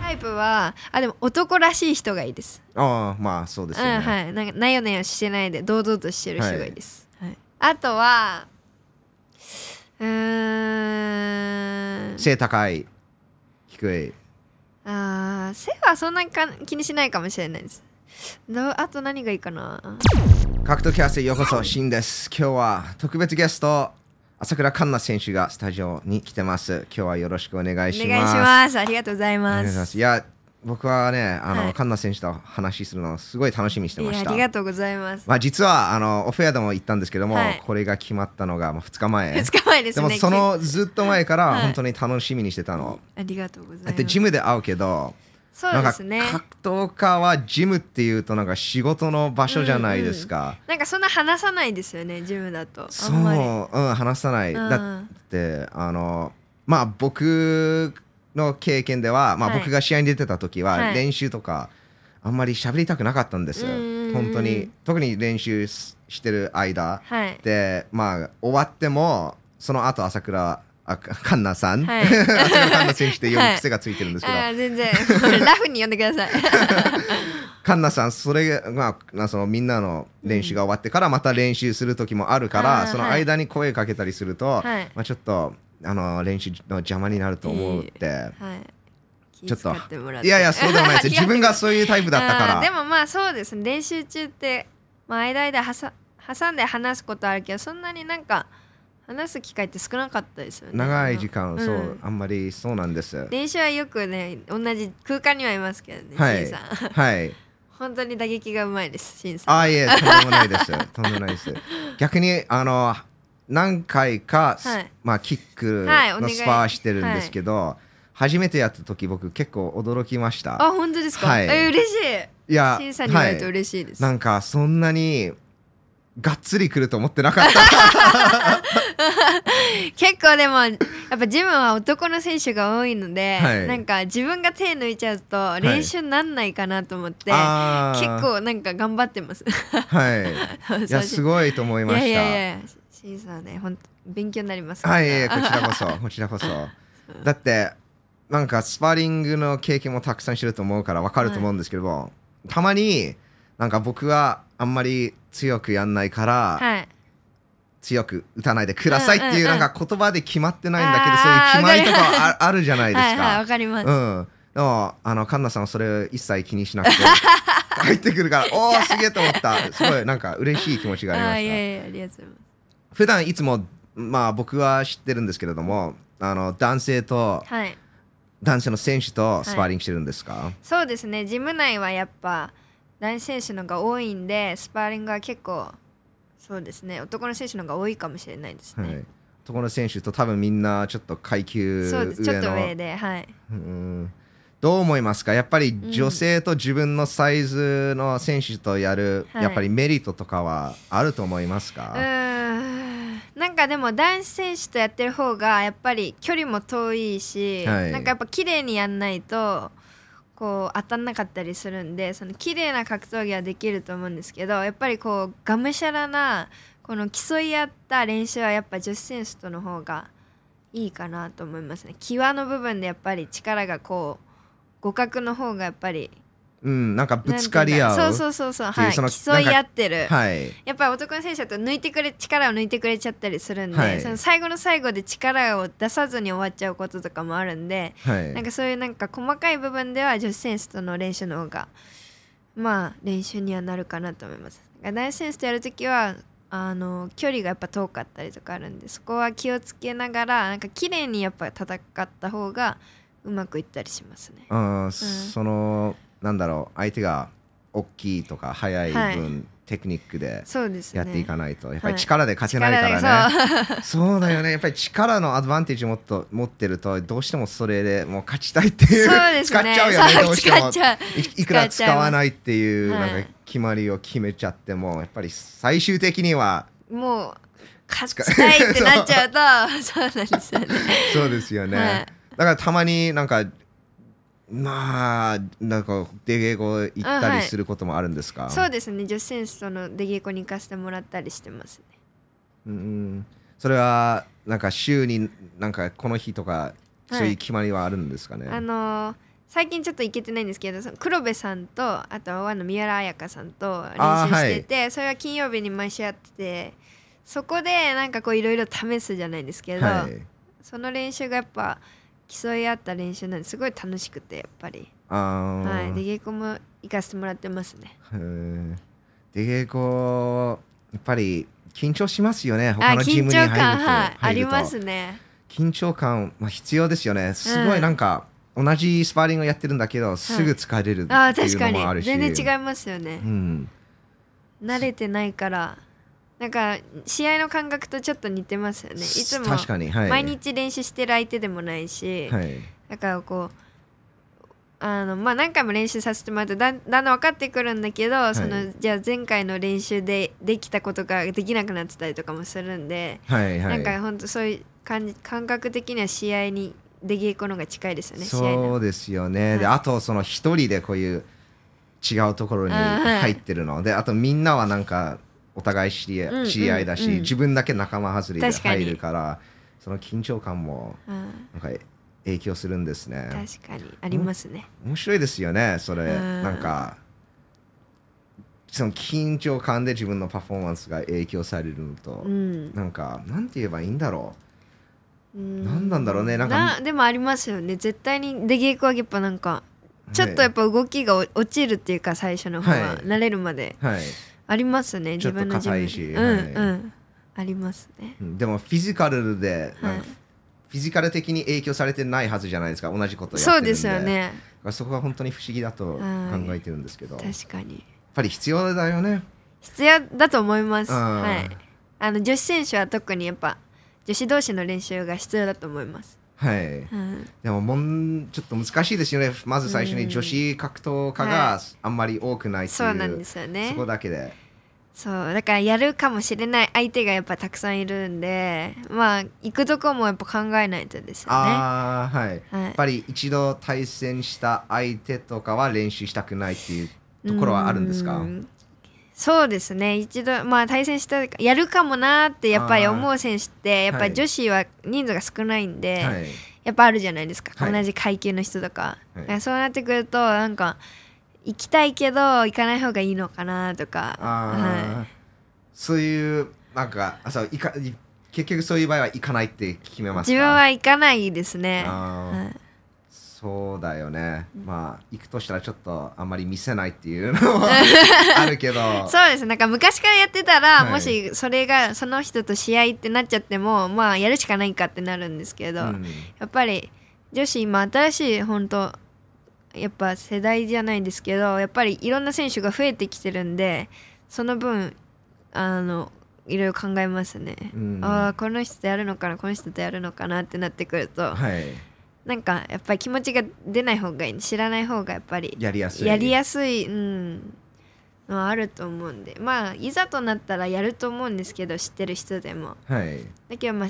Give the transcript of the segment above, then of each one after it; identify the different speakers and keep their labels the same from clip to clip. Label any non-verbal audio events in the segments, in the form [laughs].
Speaker 1: タイプはあでも男らしい人がいいです、
Speaker 2: ああまあそうです
Speaker 1: う
Speaker 2: よ
Speaker 1: ん
Speaker 2: ね、
Speaker 1: はいなんかなよなよしてないで堂々としてる人がいいです、はいあとはうーん
Speaker 2: 背高い低い
Speaker 1: あー背はそんなにか気にしないかもしれないですどうあと何がいいかな
Speaker 2: 格闘キャストへようこそシンです今日は特別ゲスト朝倉環奈選手がスタジオに来てます今日はよろしくお願いします
Speaker 1: お願いしますありがとうござい
Speaker 2: お
Speaker 1: ま
Speaker 2: 願い
Speaker 1: す
Speaker 2: しますいや僕はねあの、
Speaker 1: はい
Speaker 2: 環奈選手と話するのをすごい楽しみにしてまし
Speaker 1: いや
Speaker 2: た
Speaker 1: ありがとうございます
Speaker 2: まあ実はあのオフェアでも言ったんですけども、
Speaker 1: はい
Speaker 2: これが決まったのがまあ2日前
Speaker 1: 2日前です
Speaker 2: で
Speaker 1: ね
Speaker 2: もそのずっと前か
Speaker 1: は
Speaker 2: ら
Speaker 1: い
Speaker 2: 本当に楽しみにしてたの、
Speaker 1: ありがとうございま
Speaker 2: だっ
Speaker 1: す
Speaker 2: てジムで会うけど
Speaker 1: そうですね
Speaker 2: なんか格闘家はジムっていうとなんか仕事の場所じゃないですか、
Speaker 1: なんかそんな話さないですよねジムだとあ
Speaker 2: そうん
Speaker 1: まり
Speaker 2: うん話さない、
Speaker 1: うん
Speaker 2: だってあのまあ僕の経験では、まあ、
Speaker 1: はい
Speaker 2: 僕が試合に出てた時は、
Speaker 1: はい
Speaker 2: 練習とかあんまり喋りたくなかったんですよ、
Speaker 1: うんうんうん
Speaker 2: 本当に特に練習ししてる間
Speaker 1: はい
Speaker 2: でまあ終わってもその後朝倉あカンナさん、
Speaker 1: はい
Speaker 2: [laughs] 朝倉環奈選手って呼
Speaker 1: は
Speaker 2: ぶ
Speaker 1: い
Speaker 2: 癖がついてるんですけど、
Speaker 1: あー全然 [laughs] ラフに呼んでください
Speaker 2: カンナさんそれが、まあ、なそのみんなの練習が終わってからまた練習する時もあるから、
Speaker 1: あー
Speaker 2: その間に声かけたりすると、
Speaker 1: はい
Speaker 2: まあ、ちょっとあの練習の邪魔になると思うって、
Speaker 1: はい
Speaker 2: ちょっと
Speaker 1: 気遣てもらっ
Speaker 2: い
Speaker 1: て
Speaker 2: やいやそうで
Speaker 1: [laughs]
Speaker 2: もない
Speaker 1: 違
Speaker 2: です
Speaker 1: う
Speaker 2: 自分がそういうタイプだったから
Speaker 1: あーでもまあそうですね練習中って、まあ、間々はさ挟んで話すことあるけどそんなになんか話す機会って少なかったですよね
Speaker 2: 長い時間、
Speaker 1: うん
Speaker 2: そう、
Speaker 1: うん
Speaker 2: あんまりそうなんです
Speaker 1: 練習はよくね同じ空間にはいますけどね、
Speaker 2: は
Speaker 1: シ
Speaker 2: い
Speaker 1: ンさん [laughs]
Speaker 2: はい
Speaker 1: 本当に打撃がうまいですシンさん
Speaker 2: ああ
Speaker 1: [laughs]
Speaker 2: いえとんでもないですとんでもないです逆にあの何回か、
Speaker 1: はい
Speaker 2: まあ、キック
Speaker 1: はいお
Speaker 2: の
Speaker 1: 願い
Speaker 2: スパーしてるんですけど、初めてやった時僕結構驚きました
Speaker 1: あ本当ですか、
Speaker 2: はい
Speaker 1: え嬉し
Speaker 2: いや
Speaker 1: いシンさんに言われ
Speaker 2: はい
Speaker 1: て嬉しいです、
Speaker 2: なんかそんなにがっつり来ると思ってなか
Speaker 1: [laughs]
Speaker 2: った。
Speaker 1: 結構でもやっぱジムは男の選手が多いので、
Speaker 2: はい
Speaker 1: なんか自分が手抜いちゃうと
Speaker 2: い
Speaker 1: 練習になんないかなと思って、
Speaker 2: あ
Speaker 1: 結
Speaker 2: ー
Speaker 1: 構なんか頑張ってます [laughs]
Speaker 2: はい。いやすごいと思いました。
Speaker 1: いやいやいやシンさんね本当勉強になります
Speaker 2: はいいやいや、こちらこそ、
Speaker 1: [laughs]
Speaker 2: こちらこそ。だってなんかスパーリングの経験もたくさんしてると思うからわかると思うんですけども、たまになんか僕はあんまり強くやんないから、
Speaker 1: はい
Speaker 2: 強く打たないでくださいってい
Speaker 1: う
Speaker 2: う
Speaker 1: んう
Speaker 2: なんん
Speaker 1: うん
Speaker 2: か言葉で決まってないんだけど、
Speaker 1: あー
Speaker 2: そういう決まりと
Speaker 1: わかる
Speaker 2: かああるじゃないですか。
Speaker 1: はいはいわかります、
Speaker 2: うん。でも、あの、カンナさんはそれ一切気にし
Speaker 1: [laughs]
Speaker 2: なくて、入ってくるから、おー、すげえと思った。すごい、なんか嬉しい気持ちがありま
Speaker 1: あい
Speaker 2: した。
Speaker 1: やいやありがとうございます
Speaker 2: 普段いつも、まあ僕は知ってるんですけれども、あの、男性と、
Speaker 1: はい
Speaker 2: 男性の選手とスパーリングしてるんですか、
Speaker 1: そうですねジム内はやっぱ男子選手のが多いんでスパーリングは結構そうですね男の選手のが多いかもしれないです
Speaker 2: は
Speaker 1: ね、
Speaker 2: い。男の選手と多分みんなちょっと階級
Speaker 1: そうですちょ
Speaker 2: 上
Speaker 1: っと
Speaker 2: の。
Speaker 1: 上ではい
Speaker 2: うんどう思いますかやっぱり女性と自分のサイズの選手とやる、
Speaker 1: はい
Speaker 2: やっぱりメリットとかはあると思いますか、
Speaker 1: うーんなんかでも男子選手とやってる方がやっぱり距離も遠いし、
Speaker 2: はい
Speaker 1: なんかやっぱ綺麗にやんないとこう当たんなかったりするんでその綺麗な格闘技はできると思うんですけどやっぱりこうがむしゃらなこの競い合った練習はやっぱ女子選手との方がいいかなと思いますね際の部分でやっぱり力がこう互角の方がやっぱり
Speaker 2: うん、なんかぶ
Speaker 1: なんていうんだろう
Speaker 2: つかり合う。
Speaker 1: そうそうそうそう
Speaker 2: っていう
Speaker 1: はい
Speaker 2: その
Speaker 1: 競い合ってる
Speaker 2: はい。
Speaker 1: やっぱり男の選手だと抜いてくれ力を抜いてくれちゃったりするんで、
Speaker 2: はい
Speaker 1: その最後の最後で力を出さずに終わっちゃうこととかもあるんで、
Speaker 2: はい。
Speaker 1: なんかそういうなんか細かい部分では女子選手との練習の方がまあ練習にはなるかなと思います。だから男子選手とやるときはあの距離がやっぱ遠かったりとかあるんでそこは気をつけながらなんか綺麗にやっぱ戦った方がうまくいったりしますね。
Speaker 2: うん、その、なんだろう、相手が大きいとか速い分、
Speaker 1: はい
Speaker 2: テクニックで
Speaker 1: そうですね。
Speaker 2: やっていかないと、やっぱり
Speaker 1: はい
Speaker 2: 力で勝てないからね。
Speaker 1: 力でそう
Speaker 2: そうだよね、やっぱり力のアドバンテージもっと持ってると、どうしてもそれでもう勝ちたいっていう、
Speaker 1: そうですね。
Speaker 2: [laughs] 使っちゃうよね、
Speaker 1: そ
Speaker 2: どうし
Speaker 1: [laughs]
Speaker 2: て
Speaker 1: 使
Speaker 2: も
Speaker 1: っち。ゃう
Speaker 2: いいくら使わないっていう、
Speaker 1: 使っちゃいます
Speaker 2: なん
Speaker 1: は
Speaker 2: か決まりを決めちゃっても、やっぱり最終的には、
Speaker 1: もう勝ちたいってなっちゃうと [laughs] そうなんですよね。
Speaker 2: [laughs] そうですよね。
Speaker 1: はい
Speaker 2: だからたまになんかまあなんか出稽古行った
Speaker 1: あは
Speaker 2: り
Speaker 1: い
Speaker 2: することもあるんですか、
Speaker 1: そうですね女子選手との出稽古に行かせてもらったりしてますね。
Speaker 2: うんうんそれはなんか週になんかこの日とか
Speaker 1: はい
Speaker 2: そういう決まりはあるんですかね、
Speaker 1: あのー最近ちょっと行けてないんですけどその黒部さんとあとはの宮原彩香さんと練
Speaker 2: あー
Speaker 1: 習してて、それは金曜日に毎週やっててそこでなんかこういろいろ試すじゃないですけど、
Speaker 2: はい
Speaker 1: その練習がやっぱ競い合った練習なんですごい楽しくてやっぱり、
Speaker 2: あー
Speaker 1: はい、で稽古も行かせてもらってますね
Speaker 2: へーで稽古やっぱり緊張しますよね他のチームに入ると
Speaker 1: はいあ
Speaker 2: 入
Speaker 1: り
Speaker 2: ると
Speaker 1: ますね
Speaker 2: 緊張感、まあ、必要ですよねすごいなんか、同じスパーリングをやってるんだけどすぐ疲れるって
Speaker 1: あー
Speaker 2: い
Speaker 1: 確
Speaker 2: う
Speaker 1: か
Speaker 2: のもある
Speaker 1: に
Speaker 2: し、
Speaker 1: 全然
Speaker 2: う、
Speaker 1: 違いますよね
Speaker 2: ん、
Speaker 1: 慣れてないからなんか試合の感覚とちょっと似てますよねいつも
Speaker 2: 確かに、はい、
Speaker 1: 毎日練習してる相手でもないし、
Speaker 2: はい
Speaker 1: だからこうあのまあ何回も練習させてもらってだんだんだん分かってくるんだけど、
Speaker 2: い
Speaker 1: そのじゃあ前回の練習でできたことができなくなってたりとかもするんで、
Speaker 2: はいは
Speaker 1: な
Speaker 2: い
Speaker 1: んか本当そういう感じ感覚的には試合に出稽古の方が近いですよね試合の
Speaker 2: そうですよね、で
Speaker 1: は
Speaker 2: あとその一人でこういう違うところに
Speaker 1: あーはい
Speaker 2: 入ってるのであとみんなはなんかお互い知り,、
Speaker 1: うんうん
Speaker 2: 知り合いだし、
Speaker 1: うん
Speaker 2: 自分だけ仲間外れで
Speaker 1: 確かに
Speaker 2: 入るからその緊張感も
Speaker 1: うん
Speaker 2: なんか影響するんですね
Speaker 1: 確かにありますね、
Speaker 2: 面白いですよねそれ
Speaker 1: うん
Speaker 2: なんかその緊張感で自分のパフォーマンスが影響されるのと、
Speaker 1: うん
Speaker 2: なんかなんて言えばいいんだろ
Speaker 1: うん
Speaker 2: 何なんだろうねなんか
Speaker 1: でもありますよね絶対に出稽古はやっぱなんか
Speaker 2: う
Speaker 1: ちょっとやっ
Speaker 2: ぱ
Speaker 1: ぱ動きがお落ちるっていうか最初の方
Speaker 2: は
Speaker 1: はい慣れるまで
Speaker 2: はい
Speaker 1: ありますね
Speaker 2: ち
Speaker 1: 自
Speaker 2: ょっと
Speaker 1: 分の自分
Speaker 2: 硬いし
Speaker 1: うん
Speaker 2: はい
Speaker 1: うんありますね
Speaker 2: うんでもフィジカルでな
Speaker 1: は
Speaker 2: ん
Speaker 1: い
Speaker 2: かフィジカル的に影響されてないはずじゃないですか同じことやって
Speaker 1: そ
Speaker 2: る
Speaker 1: うん
Speaker 2: で
Speaker 1: ですよね
Speaker 2: だからそこが本当に不思議だと考
Speaker 1: はい
Speaker 2: えてるんですけど、やっ
Speaker 1: 確かに
Speaker 2: ぱり必要だよね
Speaker 1: 必要だと思います
Speaker 2: うん
Speaker 1: はいあの女子選手は特にやっぱ女子同士の練習が必要だと思います
Speaker 2: はい
Speaker 1: うん
Speaker 2: でももんちょっと難しいですよねまず最初に女子格闘家が
Speaker 1: は
Speaker 2: あんまり多くないっていう,、
Speaker 1: そうなんですよね
Speaker 2: そこだけで
Speaker 1: そうだからやるかもしれない相手がやっぱたくさんいるんでまあ行くとこもやっぱ考えないとですよね
Speaker 2: ああはい、
Speaker 1: はい
Speaker 2: やっぱり一度対戦した相手とかは練習したくないっていうところはあるんですか
Speaker 1: うんそうですね一度まあ対戦したやるかもなーってやっぱり思う選手ってやっぱ
Speaker 2: はい
Speaker 1: り女子は人数が少ないんで、
Speaker 2: はい
Speaker 1: やっぱあるじゃないですか、
Speaker 2: はい
Speaker 1: 同じ階級の人とか,、
Speaker 2: はい
Speaker 1: そうなってくるとなんか行きたいけど行かない方がいいのかなとか
Speaker 2: あー
Speaker 1: はい
Speaker 2: そういうなんかあそういかい結局そういう場合は行かないって決めますか
Speaker 1: 自分は行かないですね、
Speaker 2: あー
Speaker 1: はい
Speaker 2: そうだよねまあ行くとしたらちょっとあんまり見せないっていうのはあるけど
Speaker 1: [laughs] そうですなんか昔からやってたら、
Speaker 2: はい
Speaker 1: もしそれがその人と試合ってなっちゃってもまあやるしかないかってなるんですけど、
Speaker 2: うん
Speaker 1: やっぱり女子今新しい本当やっぱ世代じゃないですけどやっぱりいろんな選手が増えてきてるんでその分あのいろいろ考えますね、
Speaker 2: うん
Speaker 1: ああこの人とやるのかなこの人とやるのかなってなってくると
Speaker 2: はい
Speaker 1: なんかやっぱり気持ちが出ない方がいい知らない方がやっぱり
Speaker 2: やりやすい
Speaker 1: やりやすい、うん、のはあると思うんでまあいざとなったらやると思うんですけど知ってる人でも
Speaker 2: はい
Speaker 1: だけどまあ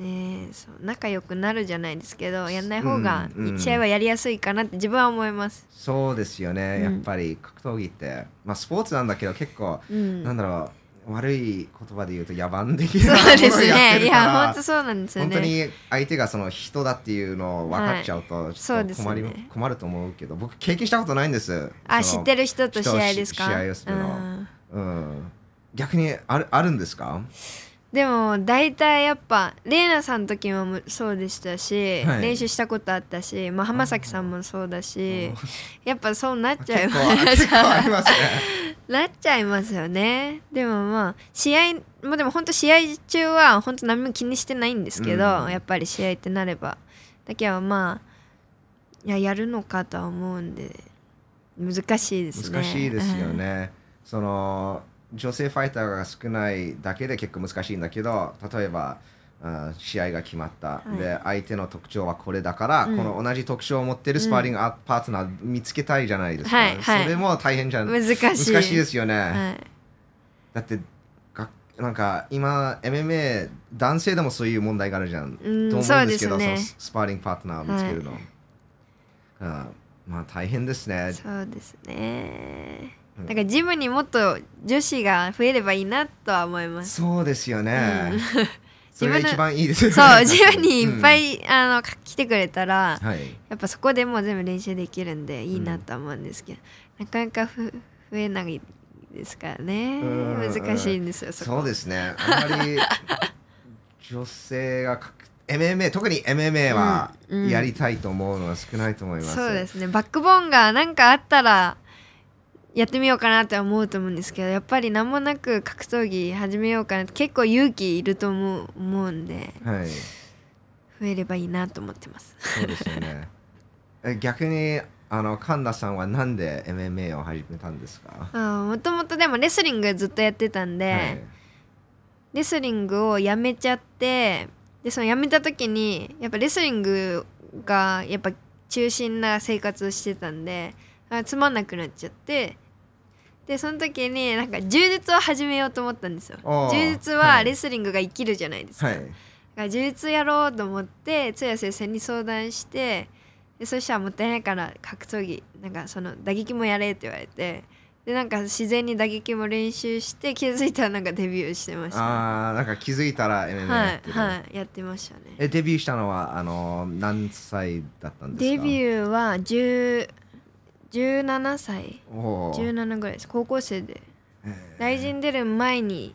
Speaker 1: ねえそう仲良くなるじゃないですけどやんない方が
Speaker 2: うんうん
Speaker 1: 試合はやりやすいかなって自分は思います。
Speaker 2: そうですよね、
Speaker 1: うん
Speaker 2: やっぱり格闘技って、まあ、スポーツなんだけど結構、
Speaker 1: うん、
Speaker 2: なんだろう悪い言葉で言うと野蛮的な
Speaker 1: そう
Speaker 2: [laughs]
Speaker 1: です
Speaker 2: ものをやっ
Speaker 1: ね。
Speaker 2: て
Speaker 1: い
Speaker 2: るから
Speaker 1: や本当そうなんですよ
Speaker 2: 本当
Speaker 1: ね。
Speaker 2: に相手がその人だっていうのを分かっちゃうとち
Speaker 1: そ
Speaker 2: ょ
Speaker 1: う
Speaker 2: っと
Speaker 1: です
Speaker 2: 困り、
Speaker 1: ね
Speaker 2: 困ると思うけど僕経験したことないんです
Speaker 1: あ
Speaker 2: そ
Speaker 1: 知
Speaker 2: の
Speaker 1: ってる人と試合ですか。
Speaker 2: 人を試合をするの
Speaker 1: うん
Speaker 2: うん逆にあるあるんですか
Speaker 1: でも大体やっぱレイナさんの時ももそうでしたし、
Speaker 2: はい
Speaker 1: 練習したことあったし、まあ、浜崎さんもそうだし
Speaker 2: あ
Speaker 1: やっぱそうなっちゃい
Speaker 2: 結
Speaker 1: ま [laughs]
Speaker 2: 構結構ありますね
Speaker 1: なっちゃいますよねでもまあ試合もでも本当試合中は本当何も気にしてないんですけど、
Speaker 2: うん
Speaker 1: やっぱり試合ってなればだけどまあいややるのかとは思うんで難しいですね
Speaker 2: 難しいですよ、ねその女性ファイターが少ないだけで結構難しいんだけど例えばあー試合が決まった、
Speaker 1: い
Speaker 2: で相手の特徴はこれだから、
Speaker 1: うん
Speaker 2: この同じ特徴を持ってるスパーリングあパートナー見つけたいじゃないですか、
Speaker 1: はいはい
Speaker 2: それも大変じゃ
Speaker 1: うんん難しい
Speaker 2: 難しいですよね、
Speaker 1: はい
Speaker 2: だってがなんか今 MMA 男性でもそういう問題があるじゃん、
Speaker 1: うん
Speaker 2: と思
Speaker 1: そ
Speaker 2: うん
Speaker 1: う
Speaker 2: で
Speaker 1: です
Speaker 2: け
Speaker 1: す
Speaker 2: ど
Speaker 1: ね
Speaker 2: そのスパーリングパートナーを見つけるの、あまあ大変ですね
Speaker 1: そうですね
Speaker 2: うん
Speaker 1: だからジムにもっと女子が増えればいいなとは思います
Speaker 2: そうですよね、 [laughs] それが一番いいですよね
Speaker 1: そう自由にいっぱ、い、あのか来てくれたら
Speaker 2: うんはい
Speaker 1: やっぱそこでもう全部練習できるんでいいなとは思うんですけど、なかなかふ増えないですからね
Speaker 2: うん
Speaker 1: 難しいんですよそこ
Speaker 2: そうですねあんまり女性がかく MMA 特に MMA は
Speaker 1: うんうん
Speaker 2: やりたいと思うのは少ないと思います、
Speaker 1: そうですねバックボーンが何かあったらやってみようかなって思うと思うんですけどやっぱり何もなく格闘技始めようかなって結構勇気いると思う思うんで
Speaker 2: はい
Speaker 1: 増えればいいなと思ってます。
Speaker 2: そうですよねえ逆にあの神田さんはなんで MMA を始めたんですか
Speaker 1: もともとでもレスリングずっとやってたんで、
Speaker 2: はい
Speaker 1: レスリングをやめちゃってでそのやめた時にやっぱレスリングがやっぱ中心な生活をしてたんであつまんなくなっちゃってでその時になんか柔術を始めようと思ったんですよ
Speaker 2: あー
Speaker 1: 柔術
Speaker 2: は
Speaker 1: はいレスリングが生きるじゃないですか、
Speaker 2: はい
Speaker 1: が呪術やろうと思って通夜先生に相談してでそしたらもったいないから格闘技なんかその打撃もやれって言われてでなんか自然に打撃も練習して気づいたらなんかデビューしてました、
Speaker 2: あーなんか気づいたら MMA や
Speaker 1: は
Speaker 2: っ
Speaker 1: い
Speaker 2: てる、
Speaker 1: はいやってましたね
Speaker 2: えデビューしたのはあの何歳だったんです
Speaker 1: デ
Speaker 2: か
Speaker 1: ビ
Speaker 2: ュ
Speaker 1: ューは10 17歳
Speaker 2: ーおー
Speaker 1: 17ぐらいです高校生で
Speaker 2: えー
Speaker 1: 大臣出る前に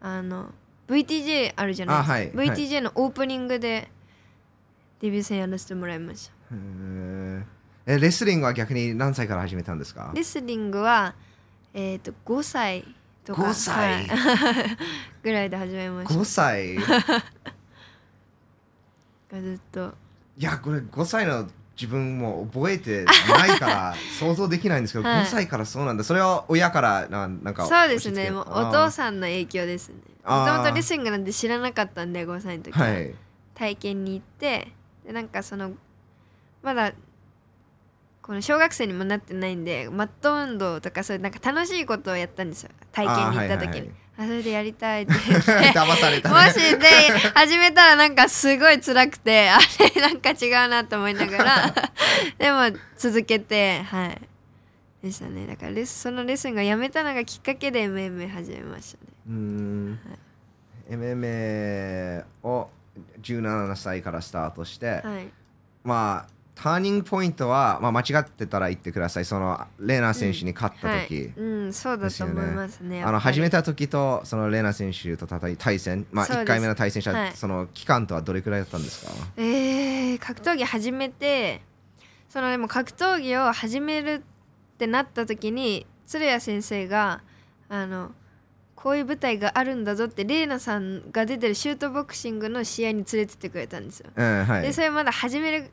Speaker 1: あの VTJ あるじゃないですか、
Speaker 2: あはいはい
Speaker 1: VTJ のオープニングでデビュー戦やらせてもらいました
Speaker 2: へーえレスリングは逆に何歳から始めたんですか
Speaker 1: レスリングは、えー、と5歳とか
Speaker 2: 5歳
Speaker 1: はい [laughs] ぐらいで始めまし
Speaker 2: 5歳い
Speaker 1: たずっと
Speaker 2: やこれ5歳の自分も覚えてないから想像できないんですけど、
Speaker 1: はい
Speaker 2: 5歳からそうなんだそれは親からなんなんか
Speaker 1: そうですねもうお父
Speaker 2: さ
Speaker 1: さんの影響ですねも
Speaker 2: あー
Speaker 1: ともとレスリングなんて知らなかったんで5歳の時は、
Speaker 2: はい
Speaker 1: 体験に行ってでなんかそのまだこの小学生にもなってないんでマット運動とかそういうなんか楽しいことをやったんですよ体験に行った時にあ,、それでやりたいって [laughs] 言って
Speaker 2: 騙された、
Speaker 1: も
Speaker 2: ね、
Speaker 1: しで始めたらなんかすごい辛くてあれなんか違うなと思いなが
Speaker 2: [laughs]
Speaker 1: らでも続けてはいでしたねだからレッスそのレッスンがやめたのがきっかけで MMA 始めましたね
Speaker 2: うーん MMA を17歳からスタートして、
Speaker 1: はい
Speaker 2: まあターニングポイントは、まあ、間違ってたら言ってくださいそのレーナー選手に勝った
Speaker 1: はい
Speaker 2: 時、
Speaker 1: うんそうだと思いますねやっぱ
Speaker 2: あ
Speaker 1: り
Speaker 2: の始めた時とそのレーナ選手と戦い対戦、まあ、
Speaker 1: そうです
Speaker 2: 1回目の対戦者、
Speaker 1: はい
Speaker 2: その期間とはどれくらいだったんですか
Speaker 1: えー、格闘技始めてそのでも格闘技を始めるってなった時に鶴谷先生があのこういう舞台があるんだぞって玲奈さんが出てるシュートボクシングの試合に連れてってくれたんですよ。
Speaker 2: うんはい
Speaker 1: でそれまだ始める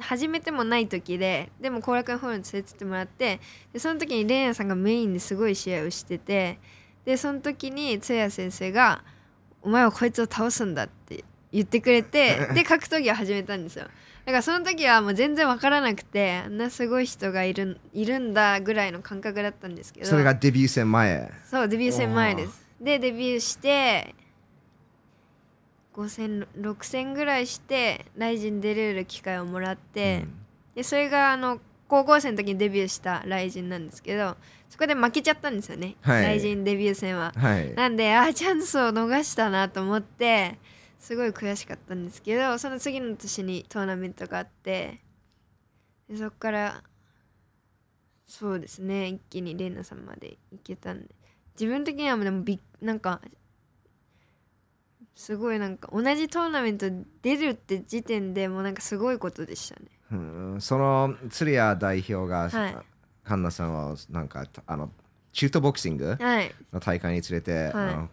Speaker 1: 始めてもない時ででも後楽園ホールに連れてってもらってでその時にレイナさんがメインですごい試合をしててでその時につや先生が「お前はこいつを倒すんだ」って言ってくれ
Speaker 2: [laughs]
Speaker 1: てで格闘技を始めたんですよだからその時はもう全然分からなくてあんなすごい人がいるんいるんだぐらいの感覚だったんですけど
Speaker 2: それがデビュー戦前
Speaker 1: そうデビュー戦前ですでデビューして5戦6戦ぐらいしてライジン出れる機会をもらって、でそれがあの高校生の時にデビューしたライジンなんですけどそこで負けちゃったんですよね、
Speaker 2: はい
Speaker 1: ライジンデビュー戦は
Speaker 2: うんはい
Speaker 1: なんであーチャンスを逃したなと思ってすごい悔しかったんですけどその次の年にトーナメントがあってでそこからそうですね一気にレイナさんまで行けたんで自分的にはでもびっなんかすごいなんか同じトーナメント出るって時点でもうなんかすごいことでしたね。
Speaker 2: うんその鶴谷代表が、
Speaker 1: はい
Speaker 2: カンナさんをなんかあのシュートボクシング
Speaker 1: はい、
Speaker 2: の大会に連れて、
Speaker 1: い
Speaker 2: あの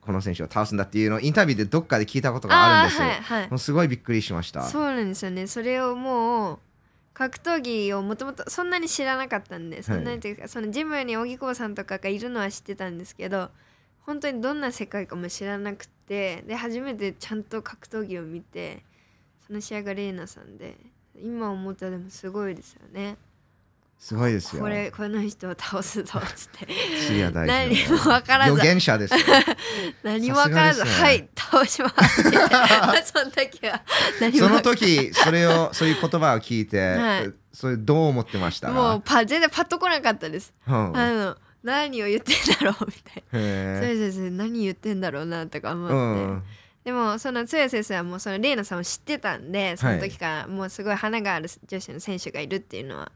Speaker 2: この選手を倒すんだっていうのをインタビューでどっかで聞いたことがあ
Speaker 1: あ
Speaker 2: る
Speaker 1: あ
Speaker 2: んですよ、
Speaker 1: ーはいはい
Speaker 2: もうすごいびっくりしました
Speaker 1: そうなんですよねそれをもう格闘技をもともとそんなに知らなかったんでそんなにというか、そのジムに荻窪さんとかがいるのは知ってたんですけど本当にどんな世界かも知らなくてで初めてちゃんと格闘技を見てその試合がレイナさんで今思ったらでもすごいですよね
Speaker 2: すごいですよ
Speaker 1: これこの人を倒すぞっつって
Speaker 2: 鶴谷代
Speaker 1: 何
Speaker 2: 表
Speaker 1: も分からず
Speaker 2: 予言者ですよ
Speaker 1: 何も分からず「
Speaker 2: さすが
Speaker 1: は
Speaker 2: です
Speaker 1: い倒します」
Speaker 2: [laughs]
Speaker 1: って [laughs] 言ってその時は何も
Speaker 2: そ
Speaker 1: 分
Speaker 2: の
Speaker 1: か
Speaker 2: 時それをそういう言葉を聞いて、
Speaker 1: はい
Speaker 2: それどう思ってました
Speaker 1: もうパ全然パッとこなかったです
Speaker 2: うん
Speaker 1: あの何を言ってんだろうみたいな。そう
Speaker 2: へ
Speaker 1: ですね何言ってんだろうなとか思って、
Speaker 2: ーうん
Speaker 1: でもその強い先生はもうそのレイナさんを知ってたんでその時からもうすごい花がある女子の選手がいるっていうのは